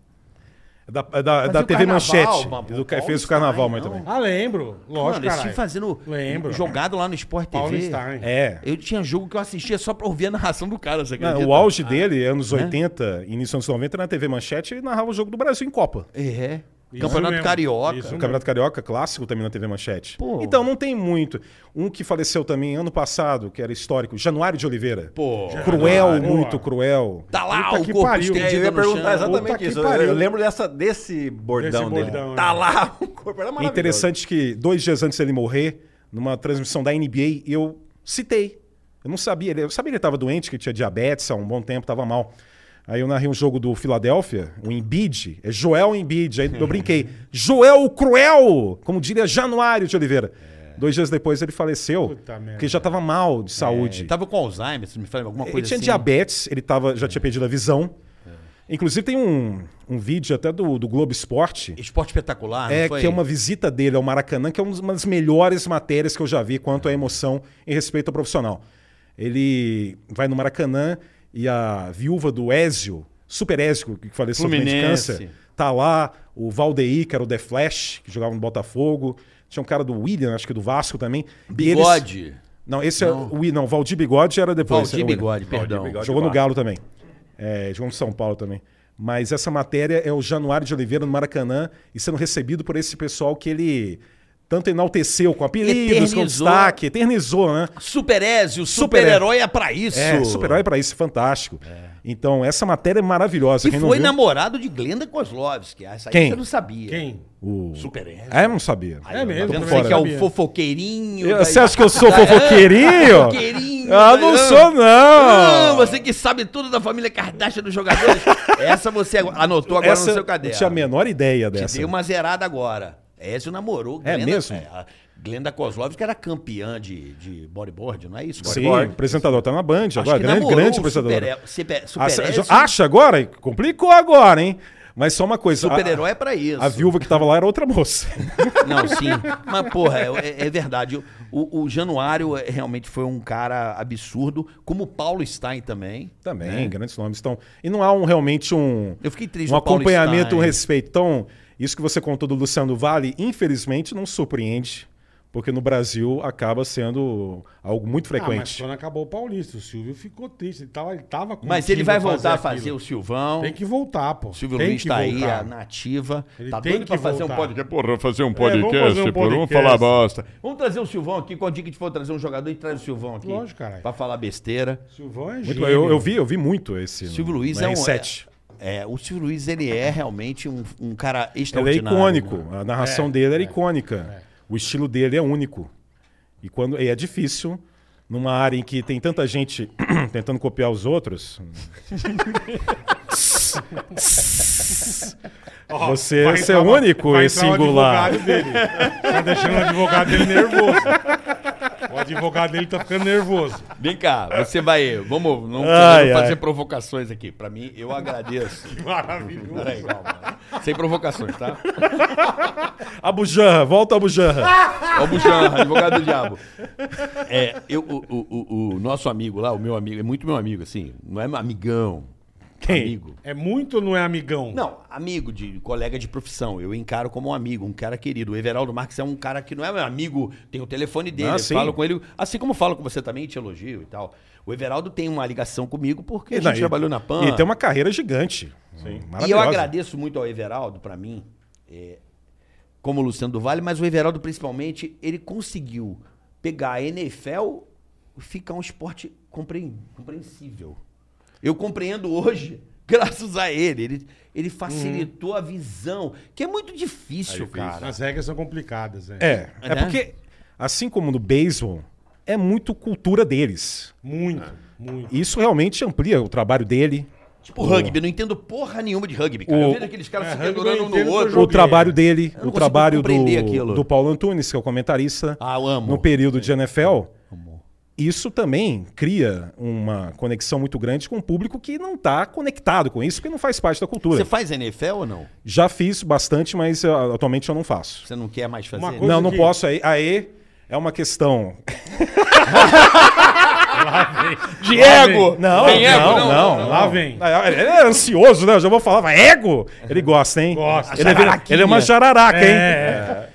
B: É da, é da, é
C: Fazia
B: da
C: o
B: TV
C: carnaval,
B: Manchete.
C: mano,
B: do,
C: Paulo
B: fez o carnaval,
C: Stein, né?
B: mas
C: não.
B: também.
D: Ah, lembro. Lógico,
C: Mano, eles se
D: cara.
C: fazendo
D: Lembro.
C: jogado lá no Sport TV.
D: Paulo Stein.
B: É.
C: Eu tinha jogo que eu assistia só pra ouvir a narração do cara, você
B: Não,
C: acredita? né?
B: o auge dele, anos 80, início dos anos 90, na TV Manchete, ele narrava o jogo do Brasil em Copa.
C: É.
D: Isso
C: Campeonato
D: mesmo,
C: Carioca.
D: isso
B: O Campeonato Carioca, clássico também na TV Manchete.
C: Pô.
B: Então, não tem muito. Um que faleceu também ano passado, que era histórico, Januário de Oliveira.
C: Pô.
B: Cruel,
D: Januário.
B: muito cruel.
C: Tá lá
D: Puta
C: o
D: que
C: corpo né,
D: pariu.
G: É, eu
C: estendido
G: ia
C: no chão.
G: perguntar
D: Puta
G: exatamente
D: que
G: isso. Eu,
D: pariu.
G: eu lembro dessa, desse bordão
D: Desse
G: dele.
D: bordão,
G: Tá
D: é.
G: lá, o corpo era
B: É
G: maravilhoso.
B: interessante que dois dias antes dele morrer, numa transmissão da NBA, eu citei. Eu não sabia, ele- eu sabia que ele estava doente, que tinha diabetes há um bom tempo, estava mal. Aí eu narrei um jogo do Filadélfia, o Embiid, é Joel Embiid, aí eu brinquei, Joel o Cruel, como diria Januário de Oliveira. Dois dias depois ele faleceu,
D: Puta merda.
B: porque já estava mal de saúde.
C: Ele tava com Alzheimer, se me fala alguma coisa
B: Ele tinha
C: assim.
B: diabetes, ele tava, já tinha perdido a visão. Inclusive tem um, um vídeo até do, do Globo Esporte,
C: Esporte espetacular,
B: é,
C: não foi?
B: que é uma visita dele ao Maracanã, que é uma das melhores matérias que eu já vi quanto à emoção em respeito ao profissional. Ele vai no Maracanã e a viúva do Ézio, super Ézio, que faleceu também de
C: Fluminense.
B: câncer, tá lá, o Valdeir, que era o The Flash, que jogava no Botafogo, tinha um cara do William, acho que do Vasco também. E eles-
C: Bigode.
B: Não, esse é o William, não, Valdir Bigode era depois.
C: Valdir
B: era o William.
C: Bigode, perdão.
G: Bigode.
B: Jogou no
G: Vasco.
B: Galo também. É, jogou no São Paulo também. Mas essa matéria é o Januário de Oliveira no Maracanã e sendo recebido por esse pessoal que ele tanto enalteceu com apelidos, com
C: Eternizou.
B: destaque, eternizou, né?
C: Super Ezio,
B: Super-herói.
C: super-herói é pra isso.
B: É, super-herói pra isso, fantástico. Então, essa matéria é maravilhosa.
C: Que
B: Quem não
C: foi
B: viu-
C: namorado de Glenda Kozlovski. Essa aí
B: Quem?
C: você não sabia.
D: Quem?
B: o...
C: Super Ezio.
B: É, eu não sabia.
C: Aí,
D: É mesmo,
C: Tá
D: eu
C: vendo
B: também
C: você que é
D: sabia.
C: o fofoqueirinho. tá
B: Eu-
C: da-
B: Você acha que eu sou
C: da-
B: fofoqueirinho?
C: Ah, fofoqueirinho.
B: Ah,
C: da-
B: não
C: ah.
B: sou,
C: Ah,
B: não!
C: você que sabe tudo da família Kardashian dos jogadores. Essa você agora- anotou agora
B: essa,
C: no seu caderno.
B: Eu tinha a menor ideia
C: Te
B: dessa.
C: dei uma zerada agora. Ezio namorou.
B: É mesmo?
C: a Glenda Kozlovski era campeã de, de bodyboard, não é isso?
B: Sim,
C: Bodyboard.
B: apresentador tá na Band
C: Acho
B: agora,
C: que
B: grande,
C: namorou
B: grande Ah,
C: o
B: apresentador.
C: Super, super, super é
B: Acha,
C: Ezio.
B: acha agora? Complicou agora, hein? Mas só uma coisa. a-
C: Super-herói é pra isso.
B: A, viúva que tava lá era outra moça.
C: Não, sim. Mas, porra, é, é verdade. O, o Januário é, realmente foi um cara absurdo, como o Paulo Stein também.
B: Também, grandes nomes. Então, e não há um, realmente um,
C: Eu fiquei triste
B: um
C: com o Paulo
B: acompanhamento, um
C: Stein.
B: respeito. Então, isso que você contou do Luciano Vale, infelizmente, não surpreende, porque no Brasil acaba sendo algo muito
D: Ah, mas
B: frequente.
D: quando acabou o Paulista, o Silvio ficou triste. Ele tava, ele tava com
C: Mas
D: o
C: ele vai
D: Silvio
C: voltar a
D: aquilo.
C: fazer o Silvão.
D: Tem que voltar, pô.
C: O Silvio
D: tem
C: Luiz
D: que
C: tá aí,
D: voltar.
C: a nativa.
D: Ele
C: tá
D: tem
C: doido
D: que
C: pra fazer
D: voltar.
C: um podcast.
F: Porra, fazer um
D: vamos
F: podcast,
D: fazer um
F: porra, vamos
D: podcast.
F: falar bosta.
C: Vamos trazer o Silvão aqui. Quando dia que a gente for trazer um jogador, a gente traz o Silvão aqui.
D: Lógico, caralho.
C: Pra falar besteira.
D: Silvão é
B: Muito,
D: gênio.
B: eu, eu vi, eu vi muito esse.
C: um
B: né?
C: Silvio
D: Hum,
C: Luiz é um-
B: R7.
C: É, o Silvio Luiz, ele é realmente um, um cara
B: Ele é
C: extraordinário.
B: icônico.
C: né?
B: A narração
D: É,
B: dele era icônica. O estilo dele é único. E quando e é difícil numa área em que tem tanta gente tentando copiar os outros.
D: Ó,
B: Você
D: vai
B: ser
D: entrar o-
B: único
D: vai
B: e
D: entrar o
B: singular.
D: advogado dele. Tá deixando o advogado dele nervoso. O advogado dele tá ficando nervoso.
C: Vem cá, você vai. Vamos não
B: Ai,
C: querendo fazer
B: ai.
C: provocações aqui. Pra mim, eu agradeço.
D: Maravilhoso.
C: Peraí, calma. Sem provocações, tá?
B: A Bujanra, volta a
D: Ah!
B: Bujanra.
C: Ó o Buchanra, advogado do diabo. É, eu, o, o- o- o nosso amigo lá, o meu amigo, é muito meu amigo, assim. Não é amigão.
B: Quem?
C: Amigo.
D: É muito ou não é amigão?
C: Não, amigo de colega de profissão. Eu encaro como um amigo, um cara querido. O Everaldo Marques é um cara que não é meu amigo, tem o telefone dele,
B: Ah,
C: eu
B: sim.
C: falo com ele, assim como falo com você também, te elogio e tal. O Everaldo tem uma ligação comigo porque a gente
B: Não, e-
C: trabalhou na PAN.
B: E tem uma carreira gigante. Hum, Maravilhosa.
C: E eu agradeço muito ao Everaldo, pra mim, é, como o Luciano do Vale, mas o Everaldo, principalmente, ele conseguiu pegar a NFL e ficar um esporte compre- compreensível. Eu compreendo hoje, graças a ele. Ele, ele facilitou a visão, que é muito difícil, cara.
D: As regras são complicadas, né?
B: É, é
C: Né?
B: porque, assim como no beisebol, é muito cultura deles.
D: Muito, muito.
B: E Isso realmente amplia o trabalho dele,
C: Tipo rugby, não entendo porra nenhuma de rugby, cara.
B: O-
C: Eu vejo aqueles caras
D: É,
C: se
D: rugby eu
C: pendurando um
D: entendo
C: no
D: que eu
C: outro.
B: o
D: joguei.
B: trabalho dele,
C: não
B: o
C: consigo
B: trabalho
C: compreender
B: do,
C: aquilo.
B: do Paulo Antunes, que é o comentarista
C: Ah, eu amo.
B: no período de NFL. isso também cria uma conexão muito grande com o público que não está conectado com isso, que não faz parte da cultura.
C: Você faz NFL ou não?
B: Já fiz bastante, mas ah, atualmente eu não faço.
C: Você não quer mais fazer?
D: Uma
C: né?
D: coisa-
B: não, não
D: que-
B: posso. Aí, aí é uma questão.
F: Diego!
B: Não,
F: Tem ego?
B: não, não, não.
D: Lá vem.
B: Ah, Ele é ansioso, né? Eu já vou falar, vai, ego! Ele gosta, hein?
D: Gosta.
B: Ele, é, ver- ele é uma jararaca, hein?
D: É.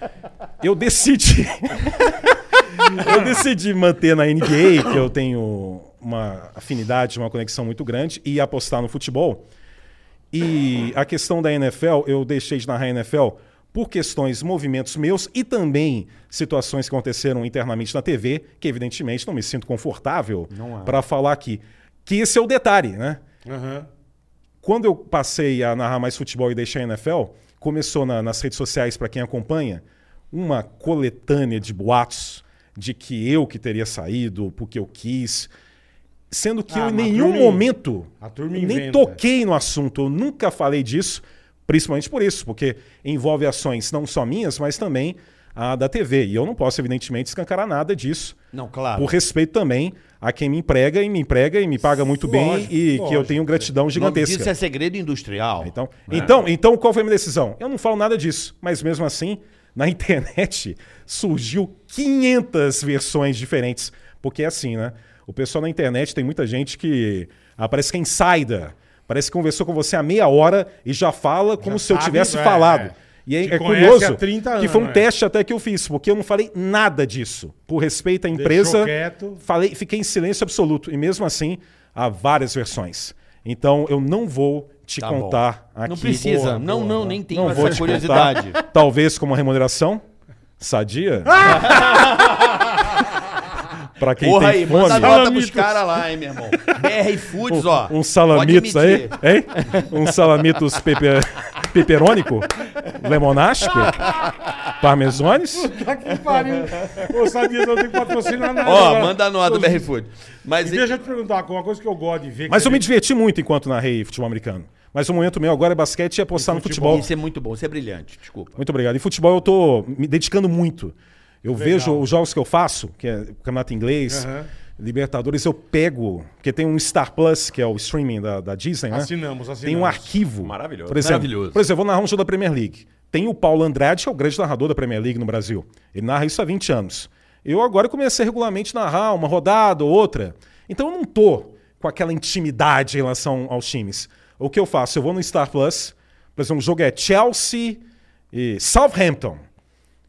B: Eu decidi. eu decidi manter na NBA, que eu tenho uma afinidade, uma conexão muito grande, e apostar no futebol. E a questão da NFL, eu deixei de narrar a NFL por questões, movimentos meus e também situações que aconteceram internamente na TV, que evidentemente não me sinto confortável para falar aqui. Que esse é o detalhe, né?
D: é. Aham.
B: Quando eu passei a narrar mais futebol e deixei a NFL, começou na- nas redes sociais, para quem acompanha, uma coletânea de boatos de que eu que teria saído, porque eu quis. Sendo que
D: Ah,
B: eu em
D: mas a
B: nenhum
D: turma-
B: momento
D: a turma
B: nem
D: inventa.
B: toquei no assunto, eu nunca falei disso, principalmente por isso, porque envolve ações não só minhas, mas também a da TV. E eu não posso, evidentemente, escancarar nada disso.
C: Não, claro.
B: Por respeito também a quem me emprega e me emprega e me paga muito bem
D: Lógico,
B: e que eu
D: lógico.
B: tenho gratidão
C: O nome disso
B: gigantesca.
C: é segredo industrial.
B: Então,
D: É.
B: então, então, qual foi a minha decisão? Eu não falo nada disso, mas mesmo assim, na internet surgiu 500 versões diferentes, porque é assim, né? O pessoal na internet tem muita gente que ah, parece que é insider, parece que conversou com você há meia hora e já fala como se eu
D: sabe,
B: tivesse
D: é,
B: falado.
D: é.
B: E aí,
D: Te
B: é
D: conhece
B: curioso
D: há 30
B: que foi um
D: anos, é.
B: teste até que eu fiz, porque eu não falei nada disso. Por respeito à empresa,
D: quieto.
B: falei, fiquei em silêncio absoluto. E mesmo assim, há várias versões. Então, eu não vou te
C: Tá
B: contar aqui.
C: não precisa.
B: Boa.
C: não, não, nem tem
B: Não
C: essa
B: vou te
C: curiosidade.
B: contar. Talvez como remuneração sadia. Pra quem
C: Porra
B: tem
C: aí,
B: fome.
C: manda nota pros caras lá, hein, meu irmão. BR Foods, ó.
B: Um salamitos
C: Pode
B: aí,
C: emitir.
B: hein? Um salamitos pepe... peperônico, lemonástico, parmesones.
D: Tá que pariu. Ô, Sadias, eu tenho que patrocinar nada.
C: Ó,
D: agora.
C: manda nota,
D: Os-
C: BR Foods. Mas é,
D: E deixa eu te perguntar, uma coisa que eu gosto de ver.
B: Mas
D: que
B: eu me
D: é-
B: diverti muito enquanto narrei futebol americano. Mas o momento meu agora é basquete e apostar no futebol.
C: isso é muito bom, isso é brilhante, desculpa.
B: Muito obrigado. E futebol eu tô me dedicando muito. Eu vejo os jogos que eu faço, que é campeonato inglês,
D: Aham.
B: Libertadores, eu pego, porque tem um Star Plus, que é o streaming da, da Disney, né?
D: Assinamos, assinamos.
B: Tem um arquivo.
G: Maravilhoso.
B: Por exemplo,
C: Maravilhoso.
B: Por exemplo, eu vou narrar um jogo da Premier League. Tem o Paulo Andrade, que é o grande narrador da Premier League no Brasil. Ele narra isso há 20 anos. Eu agora comecei regularmente a narrar uma rodada ou outra. Então eu não tô com aquela intimidade em relação aos times. O que eu faço? Eu vou no Star Plus, por exemplo, o jogo é Chelsea e Southampton.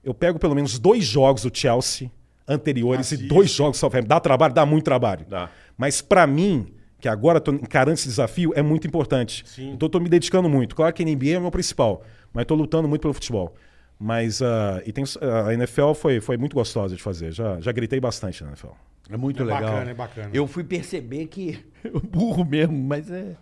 B: Eu pego pelo menos dois jogos do Chelsea anteriores e dois jogos do Southampton. Dá trabalho? Dá muito trabalho.
G: Dá.
B: Mas pra mim, que agora tô encarando esse desafio, é muito importante. Então eu tô me dedicando muito. Claro que a NBA é o meu principal, mas tô lutando muito pelo futebol. Mas ah, e tem, ah, a NFL foi, foi muito gostosa de fazer. Já, já gritei bastante na NFL.
C: É muito
D: É
C: legal.
D: bacana, é bacana.
C: Eu fui perceber que, burro mesmo, mas é...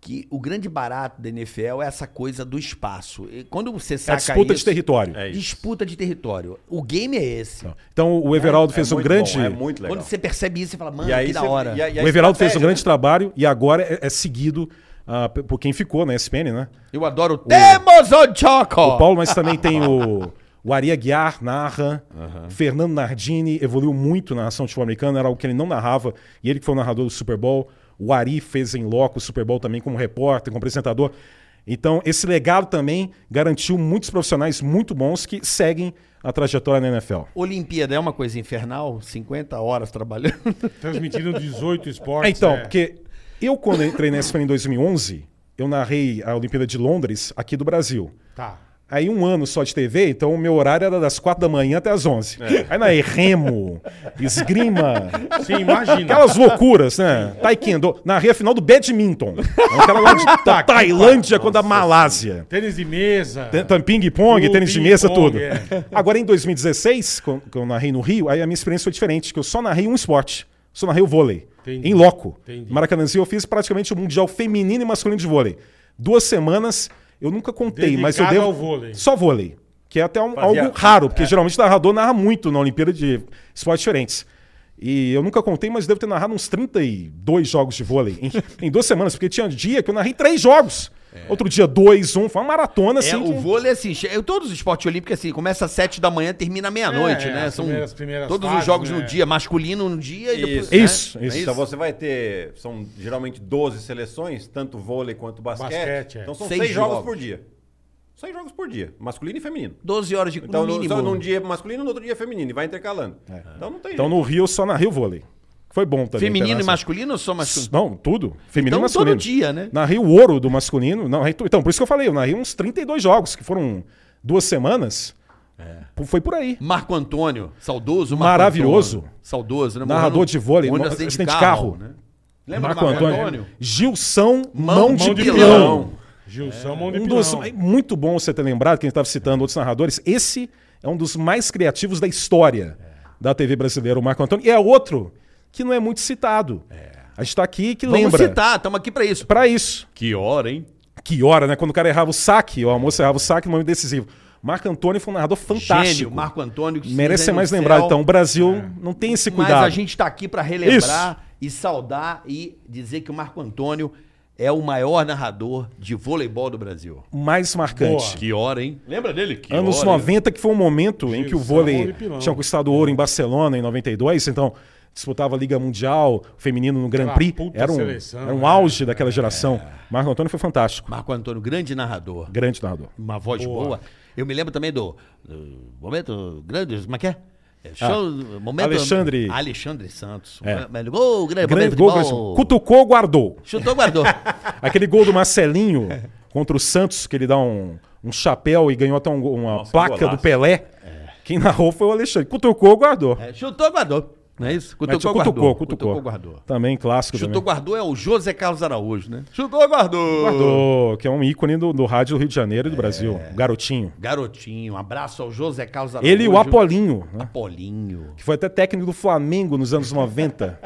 C: Que o grande barato da NFL é essa coisa do espaço. E quando você
B: É a
C: saca
B: disputa de
C: isso-
B: território.
G: É isso.
C: Disputa de território. O game é esse.
B: Então o Everaldo fez
G: É
B: um
G: muito
B: grande.
G: bom, é muito legal.
C: Quando você percebe isso, você fala, mano,
G: E aí
C: que da
G: você-
C: hora.
G: e a- e a
B: o Everaldo fez um
G: estratégia, né?
B: grande trabalho e agora é, é seguido ah, p- por quem ficou, né? SPN, né?
C: Eu adoro o Temos o Choco!
B: O Paulo, mas também tem o, o Ari Aguiar, narra. Fernando Nardini evoluiu muito na narração de futebol americano, era algo que ele não narrava, e ele que foi o narrador do Super Bowl. O Ari fez em loco o Super Bowl também como repórter, como apresentador. Então, esse legado também garantiu muitos profissionais muito bons que seguem a trajetória na NFL.
C: Olimpíada é uma coisa infernal? 50 horas trabalhando.
D: Transmitindo 18
B: É,
D: esportes.
B: então,
D: é.
B: porque eu, quando entrei na ESPN em 2011, eu narrei a Olimpíada de Londres aqui do Brasil.
D: Tá.
B: Aí um ano só de TV, então o meu horário era das 4 da manhã até as 11.
D: É.
B: Aí na remo, esgrima,
D: Sim, imagina.
B: aquelas loucuras, né? Taekwondo, na a final do badminton. É Aquela lá de, da Tailândia contra a Malásia.
D: Tênis de mesa.
B: Então, ping-pong,
D: Tudo,
B: tênis de mesa,
D: Uh, ping-pong,
B: tudo.
D: é.
B: Agora, em 2016, quando eu narrei no Rio, aí a minha experiência foi diferente, que eu só narrei um esporte. Só narrei o vôlei.
D: Entendi.
B: Em loco.
D: Entendi.
B: Maracanãzinho, eu fiz praticamente o Mundial Feminino e Masculino de Vôlei. Duas semanas, eu nunca contei, mas eu
D: Dedicado
B: devo...
D: ao vôlei.
B: Só vôlei. Que é até um-
G: Fazia-
B: algo raro,
C: É.
B: porque geralmente o narrador narra muito na Olimpíada de esportes diferentes. E eu nunca contei, mas devo ter narrado uns 32 jogos de vôlei em, em duas semanas, porque tinha dia que eu narrei três jogos. Outro dia, dois, um. Foi uma maratona, assim.
C: É, o
B: que-
C: vôlei, assim, che- eu- todos os esportes olímpicos, assim, começa às sete da manhã, termina à meia-noite,
D: É,
C: né?
D: as
C: São
D: primeiras- primeiras
C: todos
D: fases,
C: os jogos
D: né?
C: no dia, masculino no dia e depois.
G: Isso.
B: Isso,
C: né?
B: isso.
G: Então você vai ter, são geralmente 12 seleções, tanto vôlei quanto basquete.
D: Basquete, é.
G: Então são
C: Seis
G: 6 jogos.
C: jogos.
G: por dia. 6 jogos por dia, masculino e feminino.
C: 12 horas de
G: Então,
C: no
G: no-
C: mínimo.
G: só num dia masculino, no outro dia é feminino, e vai intercalando. Então não tem
B: Então
G: jeito.
B: no Rio eu só narrei o vôlei. Foi bom também.
C: Feminino e
B: internacional.
C: masculino ou só masculino?
B: Não, tudo. Feminino
C: Então,
B: e masculino.
C: todo dia, né?
B: Narrei o ouro do masculino. Narrei tu- Então, por isso que eu falei, eu narrei uns 32 jogos, que foram duas semanas.
C: É.
B: Pô, Foi por aí.
C: Marco Antônio, saudoso. Marco
B: Maravilhoso.
C: Antônio. saudoso, né?
B: Narrador de vôlei,
C: morreu num
B: no- acidente de carro.
C: né?
B: Lembra
C: Lembra
B: Marco
C: do Marco
B: Antônio?
C: Antônio?
B: Gilson Mão, de,
D: Mão de
B: Pilão.
D: Pilão. Gilson, mão de
B: Um
D: pilão.
B: dos, é muito bom você ter lembrado, quem estava citando outros narradores. Esse é um dos mais criativos da história
C: É.
B: da TV brasileira, o Marco Antônio. E é outro que não é muito citado. A gente está aqui que
C: É. Vamos
B: lembra.
C: citar, estamos aqui pra isso.
B: Pra isso.
F: Que hora, hein?
B: Que hora, né? Quando o cara errava o saque, ou a moça errava o saque no momento decisivo. Marco Antônio foi um narrador fantástico.
C: Gênio, Marco Antônio. que se
B: Merece ser
C: desenha
B: mais
C: no
B: lembrado,
C: céu, É.
B: então. O Brasil não tem esse cuidado.
C: Mas a gente tá aqui pra relembrar e saudar e dizer que o Marco Antônio é o maior narrador de voleibol do Brasil.
B: Mais marcante.
D: Boa.
F: Que hora, hein? Lembra dele? Que
B: Anos
F: hora,
B: 90, que foi um momento em que o
D: Gilson,
B: vôlei
D: vôlei pilão.
B: tinha conquistado ouro em Barcelona em 92, então disputava a Liga Mundial, o feminino no Grand
D: Aquela
B: Prix.
D: puta
B: Era um,
D: seleção,
B: era um
D: né?
B: auge daquela geração. Marco Antônio foi fantástico.
C: Marco Antônio, grande narrador.
B: Grande narrador.
C: Uma voz boa. Eu me lembro também do, do momento grande, como é que é? É, show- momento-
B: Ah, Alexandre-
C: Alexandre Santos.
B: É.
C: Mas Gol, grande,
B: Grande
C: momento
B: gol,
C: de
B: grande-
C: bola.
B: cutucou, guardou.
C: Chutou, guardou.
B: Aquele gol do Marcelinho contra o Santos, que ele dá um, um chapéu e ganhou até um go- uma placa
G: golaço.
B: do Pelé. Quem narrou foi o Alexandre. Cutucou, guardou.
C: É, chutou, guardou. Não é isso?
B: Mas
C: Cutucou, guardou.
B: cutucou, cutucou.
C: guardou.
B: Também clássico.
C: Chutou,
B: também.
C: guardou é o José Carlos Araújo, né? Chutou, guardou.
B: Guardou, que é um ícone do, do rádio do Rio de Janeiro e do Brasil.
C: É.
B: Garotinho.
C: Garotinho, um abraço ao José Carlos Araújo.
B: Ele e o Apolinho, né?
C: Apolinho.
B: que foi até técnico do Flamengo nos anos 90.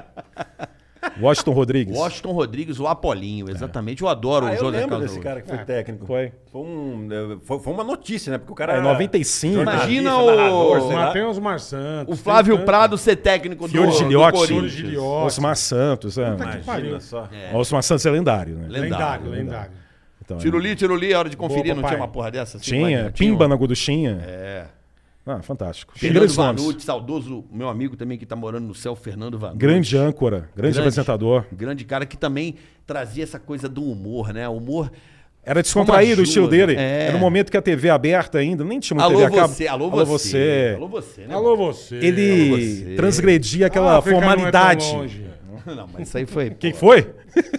B: Washington Rodrigues.
C: Washington Rodrigues, o Apolinho, exatamente. Eu adoro
G: Ah,
C: o
G: eu
C: José
G: lembro
C: Carlos
G: desse
C: Araújo.
G: cara que foi técnico.
B: foi.
G: Foi, um- foi- foi uma notícia, né? Porque o cara
B: É,
G: era
B: 95.
C: Imagina
G: jornalista,
C: o-
G: narrador, sei lá.
D: Matheus Marsantos.
C: O Flávio
D: tem tanto.
C: Prado ser técnico do,
B: Fiore
C: do
B: Giliotti.
D: Júlio
C: Corinthians.
D: Giliotti.
B: Osmar Santos. É.
G: Imagina só.
B: Osmar Santos é lendário, né?
D: Lendário, lendário.
B: Então, é.
C: Tiruli, tiruli, é hora de conferir,
D: Boa,
C: não
D: papai.
C: tinha uma porra dessa? assim?
B: Tinha,
C: Imagina,
B: Pimba né?
C: uma-
B: na Goduchinha. É. Ah, fantástico. Tem
C: Fernando
B: grandes nomes.
C: Vanucci, saudoso, meu amigo também que tá morando no céu, Fernando Vanucci.
B: Grande âncora, grande, apresentador.
C: Grande cara que também trazia essa coisa do humor, né? Humor.
B: Era descontraído
C: Como
B: o estilo
C: ajuda.
B: dele.
C: É.
B: Era o momento que a TV aberta ainda, nem tinha uma
C: Alô
B: TV a cabo.
C: você, alô você, Alô você, né?
D: Alô você.
B: Ele
C: você.
B: transgredia aquela
D: África não é tão
B: formalidade.
D: longe.
C: Não, mas isso aí foi.
B: Quem foi?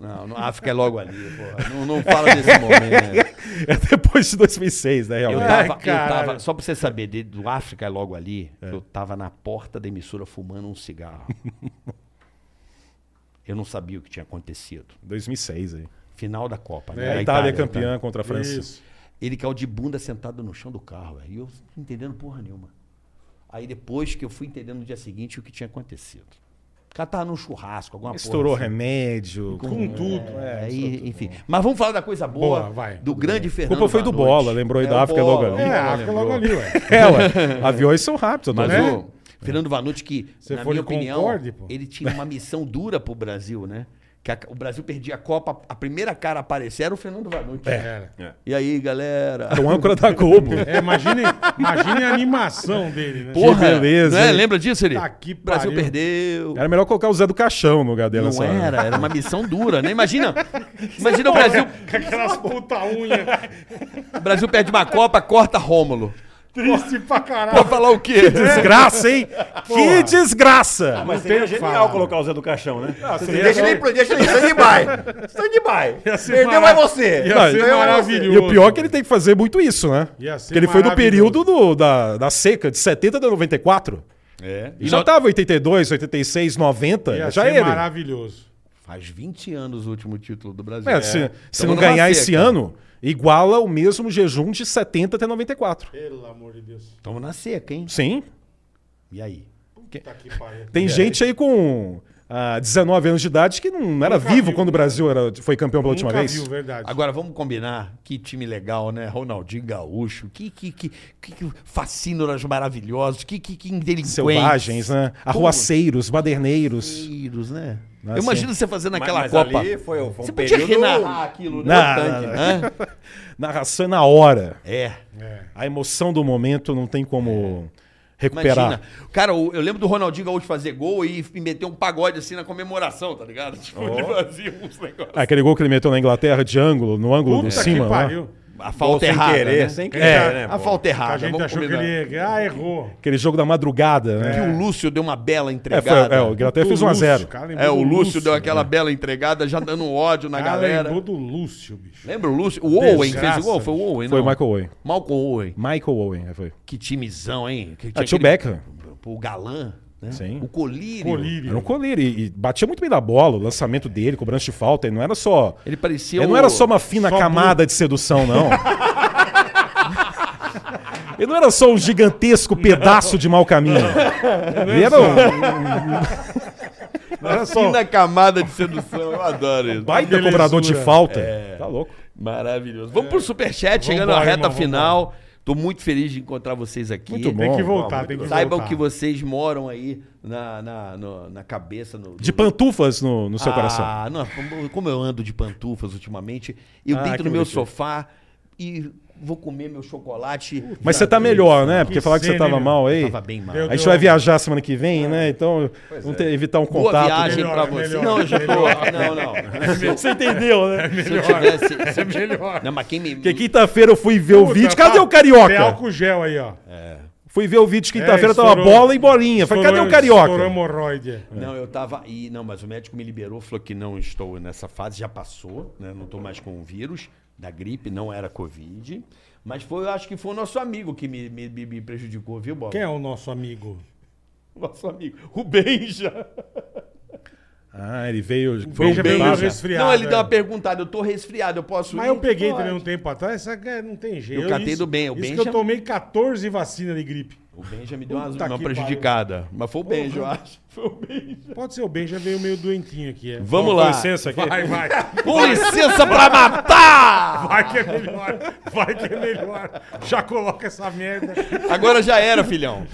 C: Não, não, África é logo ali, porra. Não, não fala desse momento.
B: É depois de 2006, né,
C: Eu
B: realmente.
C: tava, eu
D: caralho.
C: tava- só pra você saber, de- do África é logo ali, eu tava na porta da emissora fumando um cigarro. eu não sabia o que tinha acontecido.
B: 2006 aí.
C: Final da Copa,
B: a
C: né?
B: Itália,
C: Da
B: é campeã contra a França.
D: Isso.
C: Ele caiu de bunda sentado no chão do carro. velho. E eu não entendendo porra nenhuma. Aí depois que eu fui entendendo no dia seguinte o que tinha acontecido. O cara tava num churrasco, alguma
B: Estourou
C: porra. assim.
B: remédio.
D: Com tudo.
C: É, aí, enfim. Mas vamos falar da coisa boa,
D: Boa, vai.
C: do grande Fernando.
B: culpa foi do
C: Vanucci.
B: Bola, lembrou aí da
C: o
B: África
C: Bola,
B: logo né?
C: o
B: ali.
D: É,
C: Bola
D: a África
C: lembrou.
D: logo ali, ué.
B: É, ué. Aviões são rápidos,
C: Mas
B: né?
C: o Fernando Vanucci, que,
D: Você
C: na
D: foi
C: minha
D: no
C: opinião,
D: Concorde, pô?
C: ele tinha uma missão dura pro Brasil, né? Que a- o Brasil perdia a Copa, a primeira cara a aparecer era o Fernando Vanucci.
D: Era.
C: E aí, galera?
B: É. Era um âncora da Globo.
D: É, imagine, imagine a animação dele, né?
C: Porra,
B: beleza,
C: não é?
B: hein?
C: Lembra disso, ele?
D: Tá que
C: Brasil
D: pariu.
C: perdeu.
B: Era melhor colocar o Zé do Caixão no lugar dela.
C: Não
B: nessa hora.
C: era, era uma missão dura, né? Imagina,
B: é
C: imagina o Brasil,
D: Com aquelas puta unha.
C: o Brasil perde uma Copa, corta Rômulo.
D: Triste pra caralho.
C: Pra falar o quê?
B: Desgraça, hein? que desgraça!
G: Mas
D: tem
G: seria
D: o que
G: genial
D: falar.
G: colocar o Zé do Caixão, né? Você
B: seria
G: deixa
B: bom.
G: ele pro deixa ele stand-by. Stand-by.
D: ser
G: Perdeu
D: mara-
G: é você.
D: ia ser
G: Ganhou é você.
D: maravilhoso.
B: E o pior é que ele tem que fazer muito isso, né?
D: Ia ser
B: Porque ele foi do
D: maravilhoso.
B: período do- da, da seca, de 70 a 94.
C: É.
B: E já tava 82, 86, 90.
D: Ia
B: já
D: ser
B: ele.
D: maravilhoso.
C: Faz 20 anos o último título do Brasil.
B: É, Se, se
C: Tamo
B: não
C: numa
B: ganhar esse
C: seca.
B: ano, iguala o mesmo jejum de 70 até 94.
D: Pelo amor de Deus.
C: Tamo na seca, hein?
B: Sim.
C: E aí?
D: Puta que pariu.
B: Tem gente aí com ah, 19 anos de idade que não era vivo
D: viu,
B: quando o Brasil era, foi campeão pela última
D: Nunca
B: vez.
D: viu, verdade.
C: Agora vamos combinar. Que time legal, né? Ronaldinho Gaúcho. Que, que, que, que, que fascínoras maravilhosos. Que, que, que indelinquentes.
B: né? Selvagens, né? Arruaceiros, baderneiros.
C: Vampiros, né?
B: Não,
C: Eu
B: assim-
C: imagino você fazendo
G: Mas-
C: aquela
G: mas
C: Copa.
G: ali foi, foi um
C: você podia
G: período...
C: renarrar aquilo, né?
B: Não,
C: Tanque,
B: não,
C: né?
B: Narração é na hora.
C: É.
B: A emoção do momento não tem como recuperar.
C: Imagina. Cara, o- eu lembro do Ronaldinho Gaúcho fazer gol e e meter um pagode assim na comemoração, tá ligado? Tipo, ele fazia uns negócios.
B: Ah, Aquele gol que ele meteu na Inglaterra de ângulo, no ângulo do
D: né?
B: cima. né? lá.
C: A
G: Ou
C: falta
G: sem
C: errada.
G: querer,
C: né?
G: sem querer,
B: É,
G: né?
C: a
G: pô?
C: falta
D: A
C: errada.
D: gente
C: vamos
D: achou
C: combinar.
D: que ele ia... Ah, errou.
B: Aquele jogo da madrugada,
C: Que
B: né?
C: o Lúcio deu uma bela
B: É, foi,
C: entregada.
B: é o né? Inglaterra
D: um
B: fez 1 a 0
C: É, o Lúcio, deu aquela bela entregada, já dando um ódio na galera.
D: lembrou do Lúcio, bicho.
C: Lembra o Lúcio? O Owen
D: Desgraça,
C: fez o gol? Foi o Owen,
B: Foi o
C: não?
B: Michael Owen.
C: Malcolm Owen.
B: Michael Owen, é, foi.
C: Que timezão, hein? Que
B: Ah, tinha o
C: aquele-
B: Beckham.
C: O Galã, né?
B: Sim.
C: O
D: é
C: Colírio.
B: Era um
D: Colírio.
B: coleiro e, e batia muito bem da bola, o lançamento dele, cobrança de falta, e não era só...
C: Ele parecia
B: Ele
C: o-
B: não era só uma fina
D: Só
B: camada de sedução, não. Ele não era só um gigantesco pedaço de mau caminho. Ele era um
D: Não era só...
C: Fina camada de sedução. Eu adoro isso.
B: baita
D: belezura.
B: cobrador de falta. Tá louco.
C: Maravilhoso. Vamos pro
B: É.
C: Superchat, chegando
D: Vambora,
C: à reta
D: irmão, vambora.
C: final. Tô muito feliz de encontrar vocês aqui.
B: Muito bom.
D: Tem que
B: Bom,
D: voltar, tem que voltar.
C: Saibam que vocês moram aí na, na, no- na cabeça. No,
B: De pantufas no, no seu coração.
C: Ah, não, como- como eu ando de pantufas ultimamente, eu
B: Ah,
C: deito
B: que
C: no meu
B: bonitinho.
C: sofá e vou comer meu chocolate.
B: Mas você tá melhor, né? Porque
D: Que
B: falar que você
D: cena,
B: tava
D: hein,
B: mal
C: Eu
B: aí.
C: tava bem mal.
D: Meu
B: A gente vai viajar semana que vem, né? Então, vamos ter- evitar um
C: Boa
B: contato. É
C: viagem
D: Melhor,
C: pra
D: é
C: você.
D: melhor,
C: não, eu já tô.
D: melhor.
C: Não, não.
B: Você entendeu, né?
C: Se eu tivesse. Se eu tivesse não, mas quem me.
B: Porque quinta-feira eu fui ver o
D: Puta,
B: vídeo.
D: tá-
B: Cadê o
D: Tem
B: Carioca?
D: álcool gel aí, ó.
B: Fui ver o vídeo quinta-feira,
D: É,
B: tava
D: estourou-
B: bola e bolinha. Falei, cadê o
D: Estourou- Estourou
B: Carioca?
D: hemorroide.
C: Não, eu tava. E, não, mas o médico me liberou, falou que não estou nessa fase, já passou, né? Não estou mais com o vírus da gripe, não era Covid. Mas foi, eu acho que foi o nosso amigo que me, me- me- me prejudicou, viu, Bob?
D: Quem é o nosso amigo?
C: Nosso amigo. O Benja.
B: Ah, ele veio.
D: Foi um
B: veio
D: bem
B: lá.
D: res- resfriado,
C: Não, ele deu
D: é.
C: uma perguntada. Eu tô resfriado, eu posso
D: Mas
C: ir?
D: eu peguei
C: Pode.
D: também um tempo atrás, essa cara não tem jeito.
C: Eu catei do bem, o
D: Isso
C: bem
D: que
C: já-
D: eu tomei 14 vacinas de gripe.
C: O Benja me deu uma,
D: um- Puta
C: uma
D: que
C: prejudicada. Mas foi o Benja, eu acho. Foi o Benja.
D: Pode ser o bem, já veio meio doentinho aqui. É.
C: Vamos
B: Com
C: lá.
B: licença aqui.
D: Vai, vai.
C: Com licença pra matar!
D: Vai que é melhor. Vai que é melhor. Já coloca essa merda.
C: Agora já era, filhão.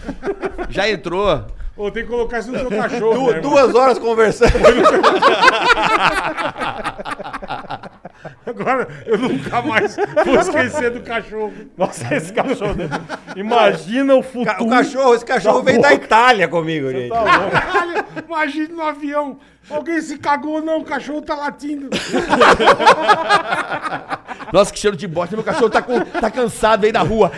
C: Já entrou.
D: Ô, tem que colocar isso no seu cachorro. né, irmão?
G: Duas horas conversando.
D: Agora eu nunca mais vou esquecer do cachorro.
B: Nossa, esse cachorro. né? Imagina o futuro.
G: O cachorro, esse cachorro veio da Itália comigo, gente.
D: Caralho, imagina no avião. Alguém se cagou, não, o cachorro tá latindo.
C: Nossa, que cheiro de bosta. Meu cachorro tá, com- tá cansado aí da rua.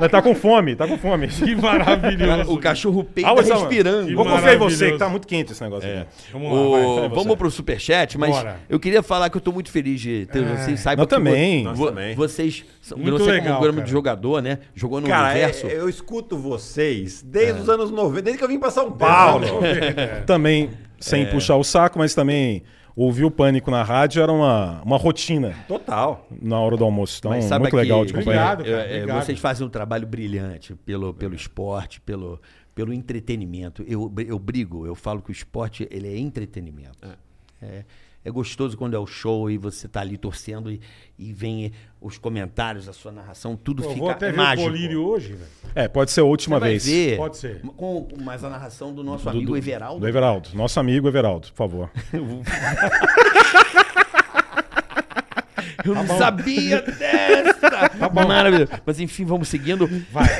B: Mas Tá com fome, tá com fome.
D: Que maravilhoso.
C: O cachorro peita
B: Ah,
D: tá,
B: mas,
C: respirando.
B: Vou confiar em você,
D: Maravilhoso.
B: que tá muito quente esse negócio. aqui.
D: Vamos
C: Ô,
D: vai.
C: vamos pro superchat, mas
D: Bora. É.
C: eu queria falar que eu tô muito feliz de ter vocês. Saibam
B: nós
C: que vo-
B: também.
C: vo-
G: Nós também.
C: Vocês são
D: Muito
C: você como
D: legal,
C: um grande
D: cara.
C: jogador, né? Jogou no
G: Cara, é-
C: universo.
G: eu escuto vocês desde os anos 90, desde que eu vim pra São Paulo.
B: Também, sem
C: É.
B: puxar o saco, mas também ouvir o pânico na rádio era uma, uma rotina
G: Total.
B: na hora do almoço. Então,
C: Mas sabe
B: muito
C: que-
B: legal de acompanhar.
D: Obrigado, cara,
C: É, é,
D: obrigado.
C: Vocês fazem um trabalho brilhante pelo, pelo esporte, pelo, pelo entretenimento. Eu, eu brigo, eu falo que o esporte ele é entretenimento. É, é gostoso quando é o show e você tá ali torcendo e, e vem os comentários, a sua narração, tudo
D: Eu
C: fica
D: vou até ver
C: mágico.
D: o Colírio hoje, velho.
B: É, pode ser a última
C: Você vai
B: vez.
C: ver
D: Pode ser.
C: Com, mas a narração do nosso amigo Everaldo.
B: Do Everaldo. Nosso amigo Everaldo, por favor.
C: Eu não sabia dessa! Maravilhoso. Mas enfim, vamos seguindo.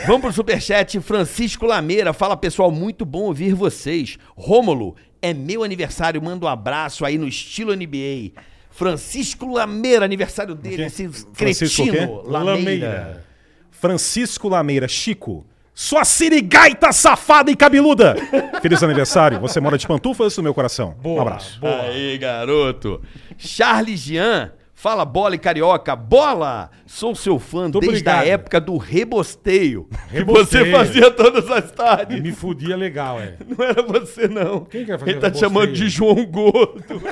C: Vamos pro superchat. Francisco Lameira fala, pessoal, muito bom ouvir vocês. Rômulo, é meu aniversário, manda um abraço aí no estilo NBA. Francisco Lameira, aniversário dele, esse
B: Francisco o quê?
C: cretino. Lameira.
D: Lameira.
B: Francisco Lameira, Chico. Sua sirigaita safada e cabeluda! Feliz aniversário. Você mora de pantufas no meu coração. um abraço.
D: Boa.
C: Aí, garoto. Charles Jean. Fala bola e carioca, bola! Sou seu fã desde
D: obrigado.
C: a época do rebosteio, que você
D: Rebosteio.
C: fazia todas as tardes.
D: Me fudia legal, é.
C: Não era você, não.
D: Quem que vai fazer
C: Ele tá te
D: rebosteio?
C: chamando de João Gordo.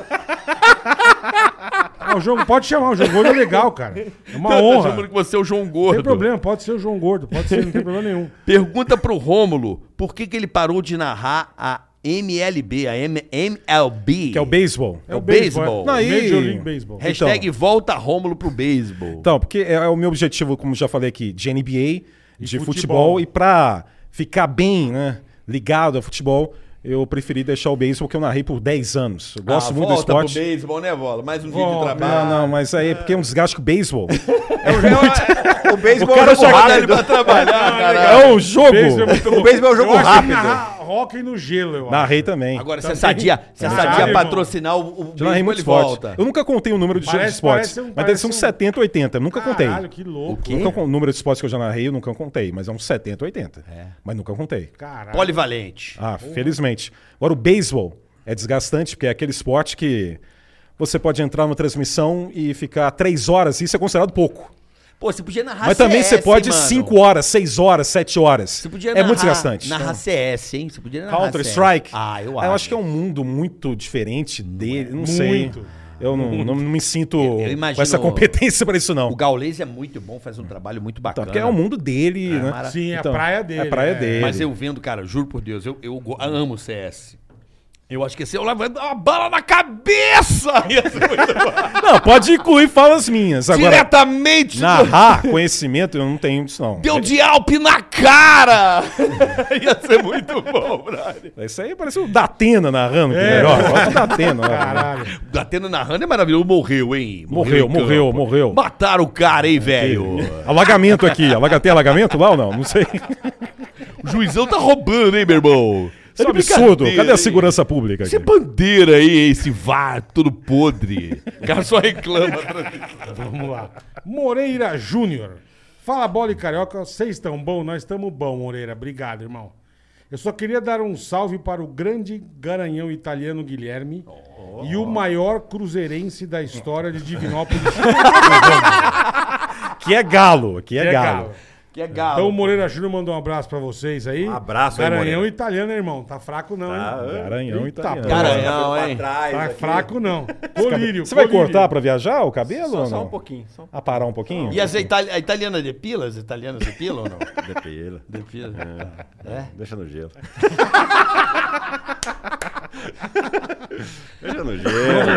D: Ah, o jogo pode chamar, o João Gordo é legal, cara. É uma
C: Ele Tá
D: honra.
C: chamando que você é o João
D: Não
C: Gordo.
D: tem problema, pode ser o João Gordo, pode ser, não tem problema nenhum.
C: Pergunta pro Rômulo por que, que ele parou de narrar a MLB, a M- MLB.
B: Que é o beisebol.
C: É o beisebol.
D: É.
B: Não, e-
D: Major League Baseball.
C: Hashtag
D: Então.
C: volta Rômulo pro beisebol.
B: Então, porque é, é o meu objetivo, como já falei aqui, de NBA, de futebol.
D: futebol.
B: e pra ficar bem, né, ligado ao futebol, eu preferi deixar o beisebol que eu narrei por 10 anos. Eu gosto
C: Ah,
B: muito do
C: volta pro
B: esporte.
C: beisebol, né, Bola? Mais um vídeo de
D: Volta.
C: trabalho.
B: Não, não, mas aí é porque é um desgaste com o beisebol.
G: É um jogo- é- O beisebol
B: O
G: é um
B: cara
G: jogo
B: joga
C: Ele
G: rápido.
C: pra
G: tá
C: trabalhar, caralho.
B: É um jogo.
D: Beisebol é muito
G: O beisebol é um
D: Eu
G: jogo
D: acho que
G: rápido.
D: narrar Rock no gelo, eu acho.
B: Narrei também.
C: Agora, se a Sadia, se a
D: Caralho,
C: Sadia
D: irmão.
C: patrocinar o, o
B: Já narrei é
C: beisebol,
B: muito
C: ele
B: esporte.
C: volta.
B: Eu nunca contei o número de
D: Parece-
B: jogos de esportes.
D: parece um-
B: mas deve ser uns
D: parece um-
B: 70, 80. Eu nunca contei.
D: Caralho, que louco.
B: Nunca con- o número de esportes que eu já narrei, eu nunca contei. Mas é uns 70, 80.
C: É.
B: Mas nunca contei.
D: Caralho.
C: Polivalente.
B: Ah, felizmente. Agora, o beisebol é desgastante, porque é aquele esporte que você pode entrar numa transmissão e ficar três horas, e isso é considerado pouco.
C: Pô, você podia narrar
B: Mas também
C: CS,
B: você pode
C: é, mano.
B: cinco horas, seis horas, sete horas.
C: Você podia
B: é
C: narrar,
B: muito desgastante.
C: Narrar CS, hein? Você podia narrar
B: Counter
C: CS.
B: Strike.
C: Ah, eu
B: Ah,
C: acho. é.
B: que é um mundo muito diferente dele. Não
D: Muito.
B: sei. Eu não, não- não me sinto
C: eu imagino-
B: com essa competência pra isso, não.
C: O Gaules é muito bom, faz um trabalho muito
B: Tá, um
C: bacana.
B: porque é o mundo dele, né?
C: mara-
D: Sim, é a
B: Então,
D: praia
B: é
D: dele.
B: praia dele.
C: Mas eu vendo, cara, juro por Deus, eu, eu go- amo CS. Eu acho que esse eu lá vai dar uma bala na cabeça! Ia ser muito bom.
B: Não, pode incluir falas minhas. Agora,
C: Diretamente! do-
B: narrar conhecimento, eu não tenho isso, não.
C: Deu de Alpe na cara! Ia ser muito bom, Brian.
B: Isso aí parece o Datena narrando. que
D: É.
B: melhor. Bota o Datena. né?
D: Caralho.
C: O Datena narrando é maravilhoso. Morreu, hein?
B: Morreu,
C: em campo.
B: morreu, morreu.
C: Mataram o cara, hein, velho?
B: Alagamento aqui. Alaga, tem alagamento lá ou não? Não sei.
C: O juizão tá roubando, hein, meu irmão?
B: Isso é um absurdo. Cadê a segurança pública?
C: Essa
B: aqui?
C: é bandeira aí, hein, esse VAR, todo podre. O cara só reclama.
D: Vamos lá. Moreira Júnior. Fala bola e carioca, vocês estão bom? Nós estamos bom, Moreira. Obrigado, irmão. Eu só queria dar um salve para o grande garanhão italiano Guilherme e o maior cruzeirense da história de Divinópolis.
B: Aqui é galo. Aqui é,
D: É,
B: galo.
D: cara.
C: Que é
D: Então o
C: galo.
D: Moreira Júnior mandou um abraço pra vocês aí.
G: Um abraço, hein,
D: Garanhão
G: Moreira.
D: italiano, irmão. Tá fraco não, hein?
B: Garanhão
D: Eita,
B: italiano.
D: cara,
G: é
C: Garanhão,
G: Pra
C: hein?
G: trás
D: Tá
G: aqui.
D: fraco não. Colírio.
B: Você vai
D: colírio.
B: cortar pra viajar o cabelo ou não?
G: Só um pouquinho. Só um
B: Ah, parar um pouquinho?
C: E é as itali a italiana depila? As italianas depilam ou não?
G: um pouquinho. Depila.
C: Depila. É.
G: Deixa no gelo. Deixa no gelo.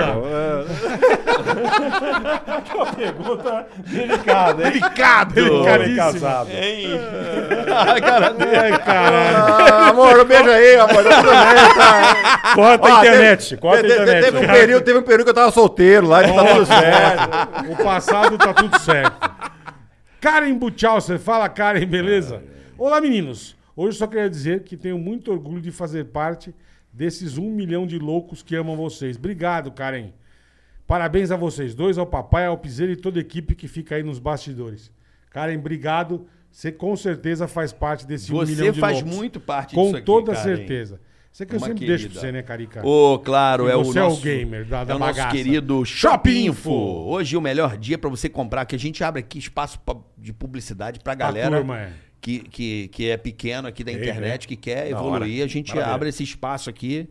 B: Delicado, hein?
C: Delicado! É.
B: Delicadíssimo. Casado.
C: Hein? Ah, cara dele.
D: Caralho.
G: Ah, amor, um beijo aí, amor. Tá tudo bem, tá?
B: Corta a
G: Ó,
B: internet.
G: teve-
B: corta a
G: te- te-
B: internet.
G: Teve um, período, teve um período que eu tava solteiro lá, que tá tudo certo.
D: O passado tá tudo certo. Karen Buchal, você fala, Karen, beleza? Olá, meninos. Hoje só queria dizer que tenho muito orgulho de fazer parte desses um milhão de loucos que amam vocês. Obrigado, Karen. Parabéns a vocês dois, ao papai, ao Piseiro e toda a equipe que fica aí nos bastidores. Karen, obrigado. Você com certeza faz parte desse um milhão
C: Você
D: de
C: faz
D: loucos.
C: muito parte
D: Com
C: disso aqui,
D: toda
C: cara, hein?
D: certeza. Você que eu
C: Uma
D: sempre
C: querida.
D: deixo pra você, né, Carica?
C: Ô, claro,
D: E
C: é o
D: você é o
C: nosso
D: gamer da- da
C: é o nosso
D: bagaça.
C: querido Shopinfo.
D: Shopinfo.
C: Hoje é o melhor dia pra você comprar, que a gente abre aqui espaço pra- de publicidade pra galera
D: turma, é.
C: que, que, que é pequeno aqui da internet, que quer evoluir. A gente abre esse espaço aqui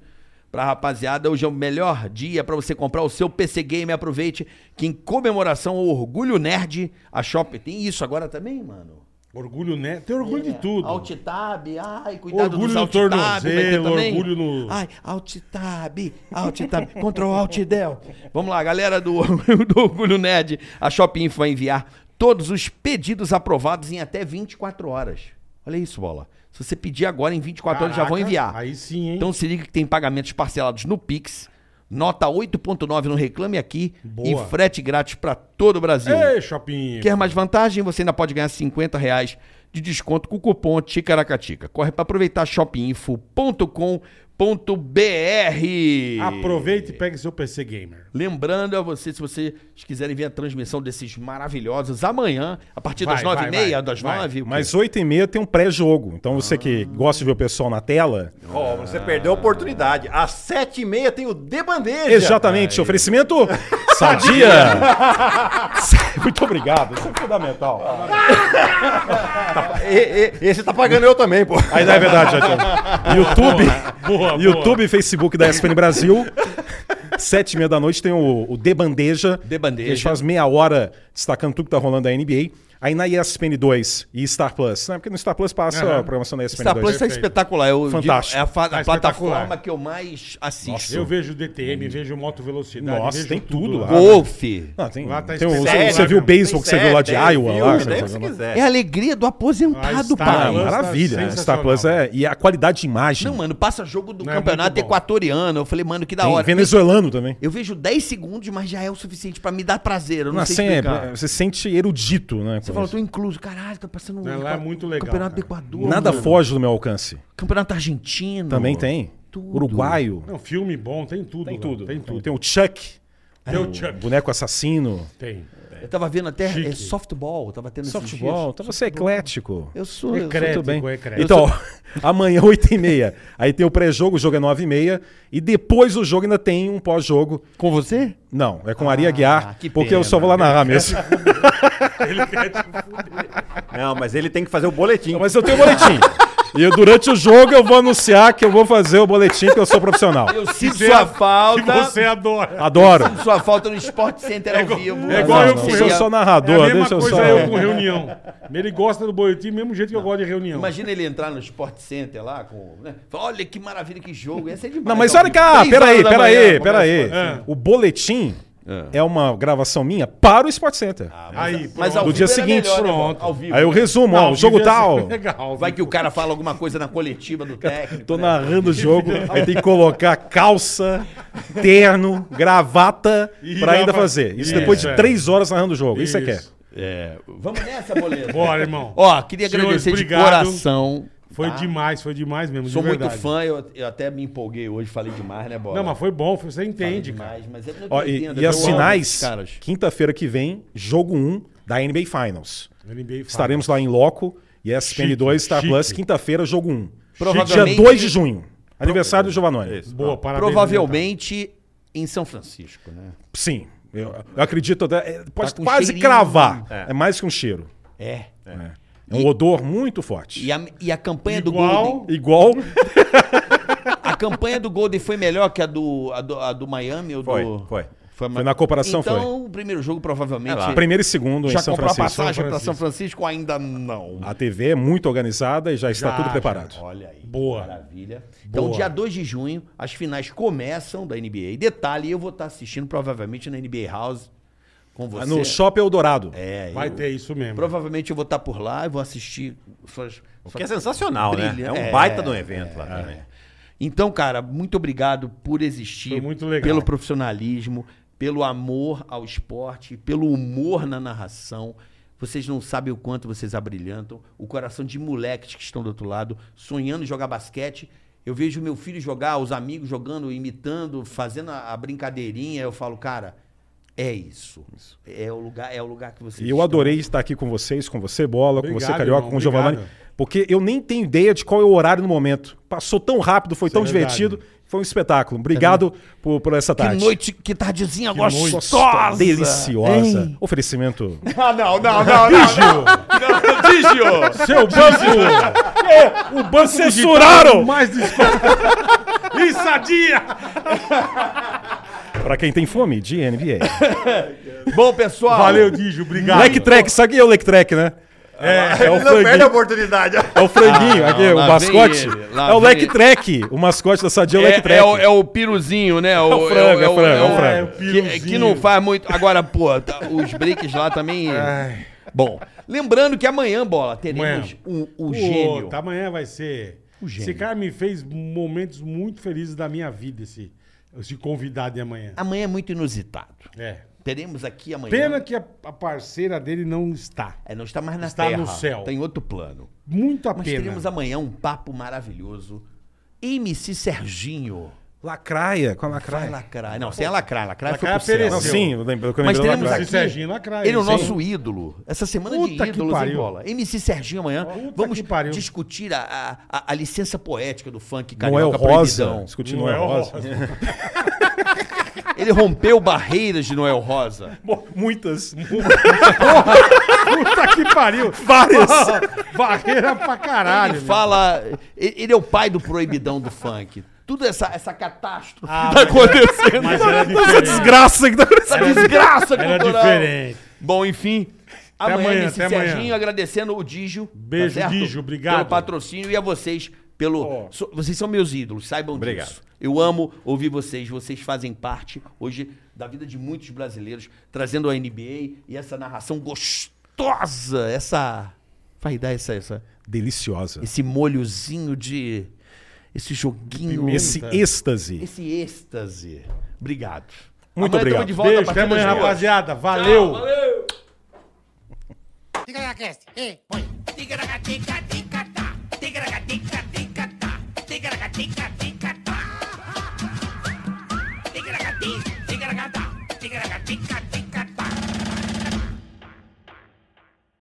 C: pra rapaziada. Hoje é o melhor dia pra você comprar o seu PC Game. Aproveite que em comemoração ao Orgulho Nerd, a Shop tem isso agora também, mano.
D: Orgulho, né? Tem orgulho de tudo.
C: Altitab, É, ai, cuidado
D: Orgulho
C: dos
D: no
C: altitab,
D: tornozelo,
C: vai ter também.
D: orgulho no-
C: Ai, altitab, altitab, control altdel. Vamos lá, galera do, do Orgulho Nerd, a Shopping Info vai enviar todos os pedidos aprovados em até 24 horas. Olha isso, bola. Se você pedir agora, em 24 horas já vão
D: Caraca,
C: enviar.
D: Aí sim, hein?
C: Então se liga que tem pagamentos parcelados no Pix, nota 8.9 no Reclame Aqui
D: Boa.
C: e frete grátis pra todo o Brasil.
D: Ei, Chopinho.
C: Quer mais vantagem? Você ainda pode ganhar R$ 50 reais de desconto com o cupom Ticaracatica. Corre para aproveitar shopinfo.com.br.
D: Aproveita e pegue seu PC Gamer.
C: Lembrando a você, se vocês quiserem ver a transmissão desses maravilhosos amanhã, a partir das
D: Vai,
C: nove e
D: vai,
C: meia,
D: vai.
C: das
D: Vai.
C: nove. o quê?
B: Mas 8 e meia tem um pré-jogo. Então você que gosta de ver o pessoal na tela,
G: Ó, você perdeu a oportunidade. Às sete e meia tem o De Bandeja.
B: exatamente, oferecimento Sadia. Muito obrigado, isso é fundamental.
D: Ah.
G: E- e- esse tá pagando eu também, pô.
B: Aí não é verdade, já tinha. YouTube,
D: boa, boa.
B: YouTube e Facebook da SPN Brasil. Sete e meia da noite tem o, o De Bandeja.
C: De Bandeja.
B: que A gente faz meia hora destacando tudo que tá rolando da NBA. Aí na ESPN 2 e Star Plus, né? Porque no Star Plus passa
D: Aham.
B: a programação da ESPN 2.
I: Star Plus é
D: perfeito.
I: espetacular. Eu digo-
B: Fantástico.
I: é a, fa-
D: Tá
I: a plataforma
D: espetacular.
I: que eu mais assisto.
D: Eu vejo DTM, vejo moto velocidade.
B: Nossa,
D: vejo
B: tem tudo lá.
I: Golfe.
B: Não, tem,
D: Lá tá
B: tem o- você-
D: espetacular,
B: você viu o
D: meu.
B: beisebol que você viu lá de Iowa? lá,
G: é, Filme,
B: né?
G: daí o que você quiser.
I: É a alegria do aposentado,
D: Ah,
B: Ah,
D: Star Plus
I: pai.
D: tá
B: maravilha. né? Star
D: sensacional.
B: Plus é. E a qualidade de imagem.
I: Não, mano, passa jogo do
D: Não, é
I: campeonato
D: muito bom.
I: equatoriano. Eu falei, mano, que da
B: Tem
I: hora.
B: venezuelano também.
I: Eu vejo 10 segundos, mas já é o suficiente pra me dar prazer. Eu não
B: Não,
I: sei
B: assim, é-
I: explicar.
B: você sente erudito, né?
I: Você
B: com
I: fala,
B: isso.
I: tô incluso. Caralho, tá passando um.
D: É, lá é muito legal,
I: Campeonato do
D: cara.
I: Equador.
B: Nada
I: mano.
B: foge do meu alcance.
I: Campeonato argentino.
B: Também tem.
I: Tudo.
B: Uruguaio.
D: Não, filme bom, tem tudo.
B: Tem
D: lá.
B: tudo.
D: Tem tudo.
B: Tem o Chuck,
D: Tem o Chuck.
B: boneco assassino,
D: Tem.
I: Eu tava vendo até
D: Chique.
I: é, softball. Tava tendo esses
B: softball.
I: dias.
B: Então você é eclético.
I: Eu sou. eu sou
D: Eclético,
B: Tudo bem.
D: eclético.
B: Então, amanhã 8h30. Aí tem o pré-jogo, o jogo é 9h30. E depois do jogo ainda tem um pós-jogo.
I: Com você?
B: Não, é com a Aria Guiar,
I: Ah, que
B: porque eu
I: pena.
B: só vou lá narrar mesmo.
G: Não, mas ele tem que fazer o boletim.
B: é. Mas eu tenho boletim. E durante o jogo eu vou anunciar que eu vou fazer o boletim, que eu sou profissional.
I: Eu sinto sua
D: Tá Que
I: falta.
D: você adora.
B: Adoro.
I: Sua falta no Sport Center ao vivo.
D: É igual
B: Não,
D: eu
B: não,
D: com
B: eu sou só narrador,
D: É a mesma
B: deixa eu
D: coisa
B: só-
D: eu com reunião. Ele gosta do boletim do mesmo jeito que eu gosto de reunião.
I: Imagina ele entrar no Sport Center lá com. né? Fala, Olha que maravilha, que jogo. Essa é demais.
B: Não, mas
I: Ao
B: olha
I: vivo.
B: cá,
I: Três
B: peraí,
I: horas da
B: peraí,
I: manhã,
B: peraí.
D: começa-
B: O boletim é. uma gravação minha para o Sport Center.
D: Aí,
I: Mas
D: pronto.
I: ao
B: Do
I: vivo
B: dia
I: era
B: seguinte.
I: melhor, né,
D: Pronto.
I: Ao vivo.
B: Aí eu resumo, ó,
D: Não, é
B: o jogo
D: devia ser
B: tal.
D: Legal,
I: Vai que o cara fala alguma coisa na coletiva do técnico.
B: Tô
I: né?
B: narrando o jogo, aí tem que colocar calça, terno, gravata
D: E
B: pra ainda
D: grava-
B: fazer. Isso,
D: Isso,
B: depois de
D: é.
B: três horas narrando o jogo. Isso, é que
D: Isso.
I: É, vamos nessa, boleto.
D: Bora, irmão.
I: Ó, queria
D: Senhores,
I: agradecer
D: obrigado.
I: de coração.
D: Foi
I: tá?
D: demais, foi demais mesmo. de
I: Sou muito
D: verdade.
I: fã, eu, eu até me empolguei hoje, falei demais, né, Bola?
D: Não, mas foi bom, foi- você
I: Falei
D: entende, cara.
I: demais, Mas eu não
B: é. Ó,
I: te entendo, né?
B: e, e
I: eu
B: as
I: amo
B: finais,
I: esses caras.
B: quinta-feira que vem, jogo 1 da NBA Finals.
D: NBA fala.
B: Estaremos lá em Loco, ESPN2,
D: Chique,
B: Star Plus,
D: chique.
B: quinta-feira, jogo 1.
I: Provavelmente-
B: Dia 2 de junho, aniversário do Giovanni.
D: Boa, parabéns.
I: Provavelmente em São Francisco, né?
B: Sim. Eu, eu acredito até. é, Pode
I: Tá com um
B: quase
I: cheirinho.
B: cravar. É. mais que um cheiro.
I: É.
B: É um odor muito forte.
I: E a, e a campanha do Golden.
D: Igual,
B: Igual.
I: A campanha do Golden foi melhor que a do, a do, a do Miami ou
G: Foi,
I: do.
G: foi.
B: Foi na comparação,
I: então,
B: foi.
I: o primeiro jogo provavelmente.
B: Primeiro e segundo
I: já
B: em São
I: comprou a
B: Francisco.
I: passagem
D: São
I: para São Francisco? Ainda não.
B: A TV é muito organizada e já está
D: Já,
B: tudo
D: já.
B: preparado.
I: Olha aí.
D: Boa.
I: Maravilha. Então,
D: Boa.
I: dia 2 de junho, as finais começam da NBA. E detalhe, eu vou estar assistindo provavelmente na NBA House com
D: Ah,
I: você.
B: Tá No Shopping Eldorado.
I: É,
D: vai
I: eu-
D: ter isso mesmo.
I: Provavelmente eu vou estar por lá e vou assistir suas.
G: O que é sensacional, né? É
I: Brilhante.
G: um
I: É,
G: baita de um evento lá também.
I: Então, cara, muito obrigado por existir,
D: Foi muito legal.
I: pelo profissionalismo, pelo amor ao esporte, pelo humor na narração. Vocês não sabem o quanto vocês abrilhantam o coração de moleques que estão do outro lado, sonhando em jogar basquete. Eu vejo meu filho jogar, os amigos jogando, imitando, fazendo a, a brincadeirinha. Eu falo, cara, é isso. É o lugar, é o lugar que vocês
B: E eu
I: estão.
B: adorei estar aqui com vocês, com você, Bola, com você,
D: Obrigado,
B: Carioca,
D: irmão,
B: com o Giovanni.
D: obrigado.
B: Porque eu nem tenho ideia de qual é o horário no momento. Passou tão rápido, foi tão
D: é verdade.
B: divertido. Foi um espetáculo. Obrigado por, por essa
I: Que
B: tarde.
I: noite, que tardezinha gostosa.
B: Gostosa, Deliciosa. Oferecimento.
I: Ah, não, não, não.
D: Provavelmente. Seu banco!
B: É, O banco censuraram!
D: mais
I: É,
D: desculpa. Insadia!
B: Pra quem tem fome, de NBA.
I: Bom, pessoal.
D: Valeu, Dijo, obrigado.
B: Lec Track, sabe quem é o Lec Track, né? É, é o franguinho,
G: oportunidade.
B: é o, franguinho
I: Ah,
B: aqui,
I: não,
B: o
I: lá
B: mascote.
I: vem ele, lá
B: É o
I: vem
B: Lec
I: ele.
B: Track, o mascote da Sadia é o Lec
I: É,
B: Track.
I: é o, é o piruzinho, né?
B: o frango, é o frango, é o frango.
D: É o
I: que,
D: piruzinho.
I: que não faz muito. Agora, pô, tá- os breaks lá também. Bom, lembrando que amanhã, bola, teremos o, o
D: Pô,
I: gênio.
D: tá, amanhã vai ser.
I: gênio.
D: Esse cara me fez momentos muito felizes da minha vida, esse, esse convidado de amanhã.
I: Amanhã é muito inusitado.
D: É.
I: Teremos aqui amanhã.
D: Pena que a, a parceira dele não está.
I: É, não está mais na
D: Está
I: Terra.
D: no céu.
I: Tem outro plano.
D: Muito a
I: Mas
D: pena.
I: teremos amanhã um papo maravilhoso. MC Serginho.
B: Lacraia, com a lacraia.
I: Vai lacrar. Não, sem a lacrar. Lacrar foi
D: Lacraia
I: pro céu.
B: Não,
D: apareceu.
B: Ah, sim, eu lembro, eu
I: Mas
B: lembro da
I: teremos
B: lacraia.
I: aqui.
D: MC Serginho Lacraia,
I: Ele é o
D: sim.
I: nosso ídolo. Essa semana
D: Puta
I: de
D: que
I: ídolos em
D: pariu.
I: bola. MC Serginho amanhã.
D: Puta
I: Vamos
D: que pariu.
I: discutir a, a- a- a licença poética do funk carioca
B: Noel Rosa.
I: Proibidão.
B: Discutir Noel Rosa.
I: Ele rompeu barreiras de Noel Rosa.
B: Muitas.
D: Puta que pariu.
B: Várias.
D: Barreira pra caralho.
I: Ele
D: meu.
I: fala... Ele ele é o pai do proibidão do funk. Tudo essa, essa catástrofe,
D: Ah,
I: que
D: mas-
I: tá acontecendo.
D: Mas era
B: Essa
D: diferente.
B: desgraça que tá acontecendo.
I: essa desgraça
D: Era
I: cultural.
D: diferente.
I: Bom, enfim,
D: Até
I: Amanhã,
D: amanhã,
I: MC
D: até amanhã.
I: Serginho, agradecendo o Dígio.
D: Beijo,
I: certo?
D: Digio, obrigado.
I: Pelo patrocínio e a vocês pelo.
D: Ó.
I: so- vocês são meus ídolos, saibam
G: Obrigado.
I: disso. Eu amo ouvir vocês, vocês fazem parte hoje da vida de muitos brasileiros, trazendo a NBA e essa narração gostosa, essa. Vai dar essa, essa,
B: Deliciosa.
I: esse molhozinho de. Esse joguinho.
B: Esse êxtase.
I: esse êstase. Obrigado.
B: Muito obrigado.
I: Amanhã tamo de volta
D: Beijo,
I: a
D: até
I: partir
D: amanhã,
I: das duas.
B: é
D: rapaziada. Valeu.
J: Tigaracast, e põe.
A: Tica-taca, tica, tica-tá. Tica-taca, tica,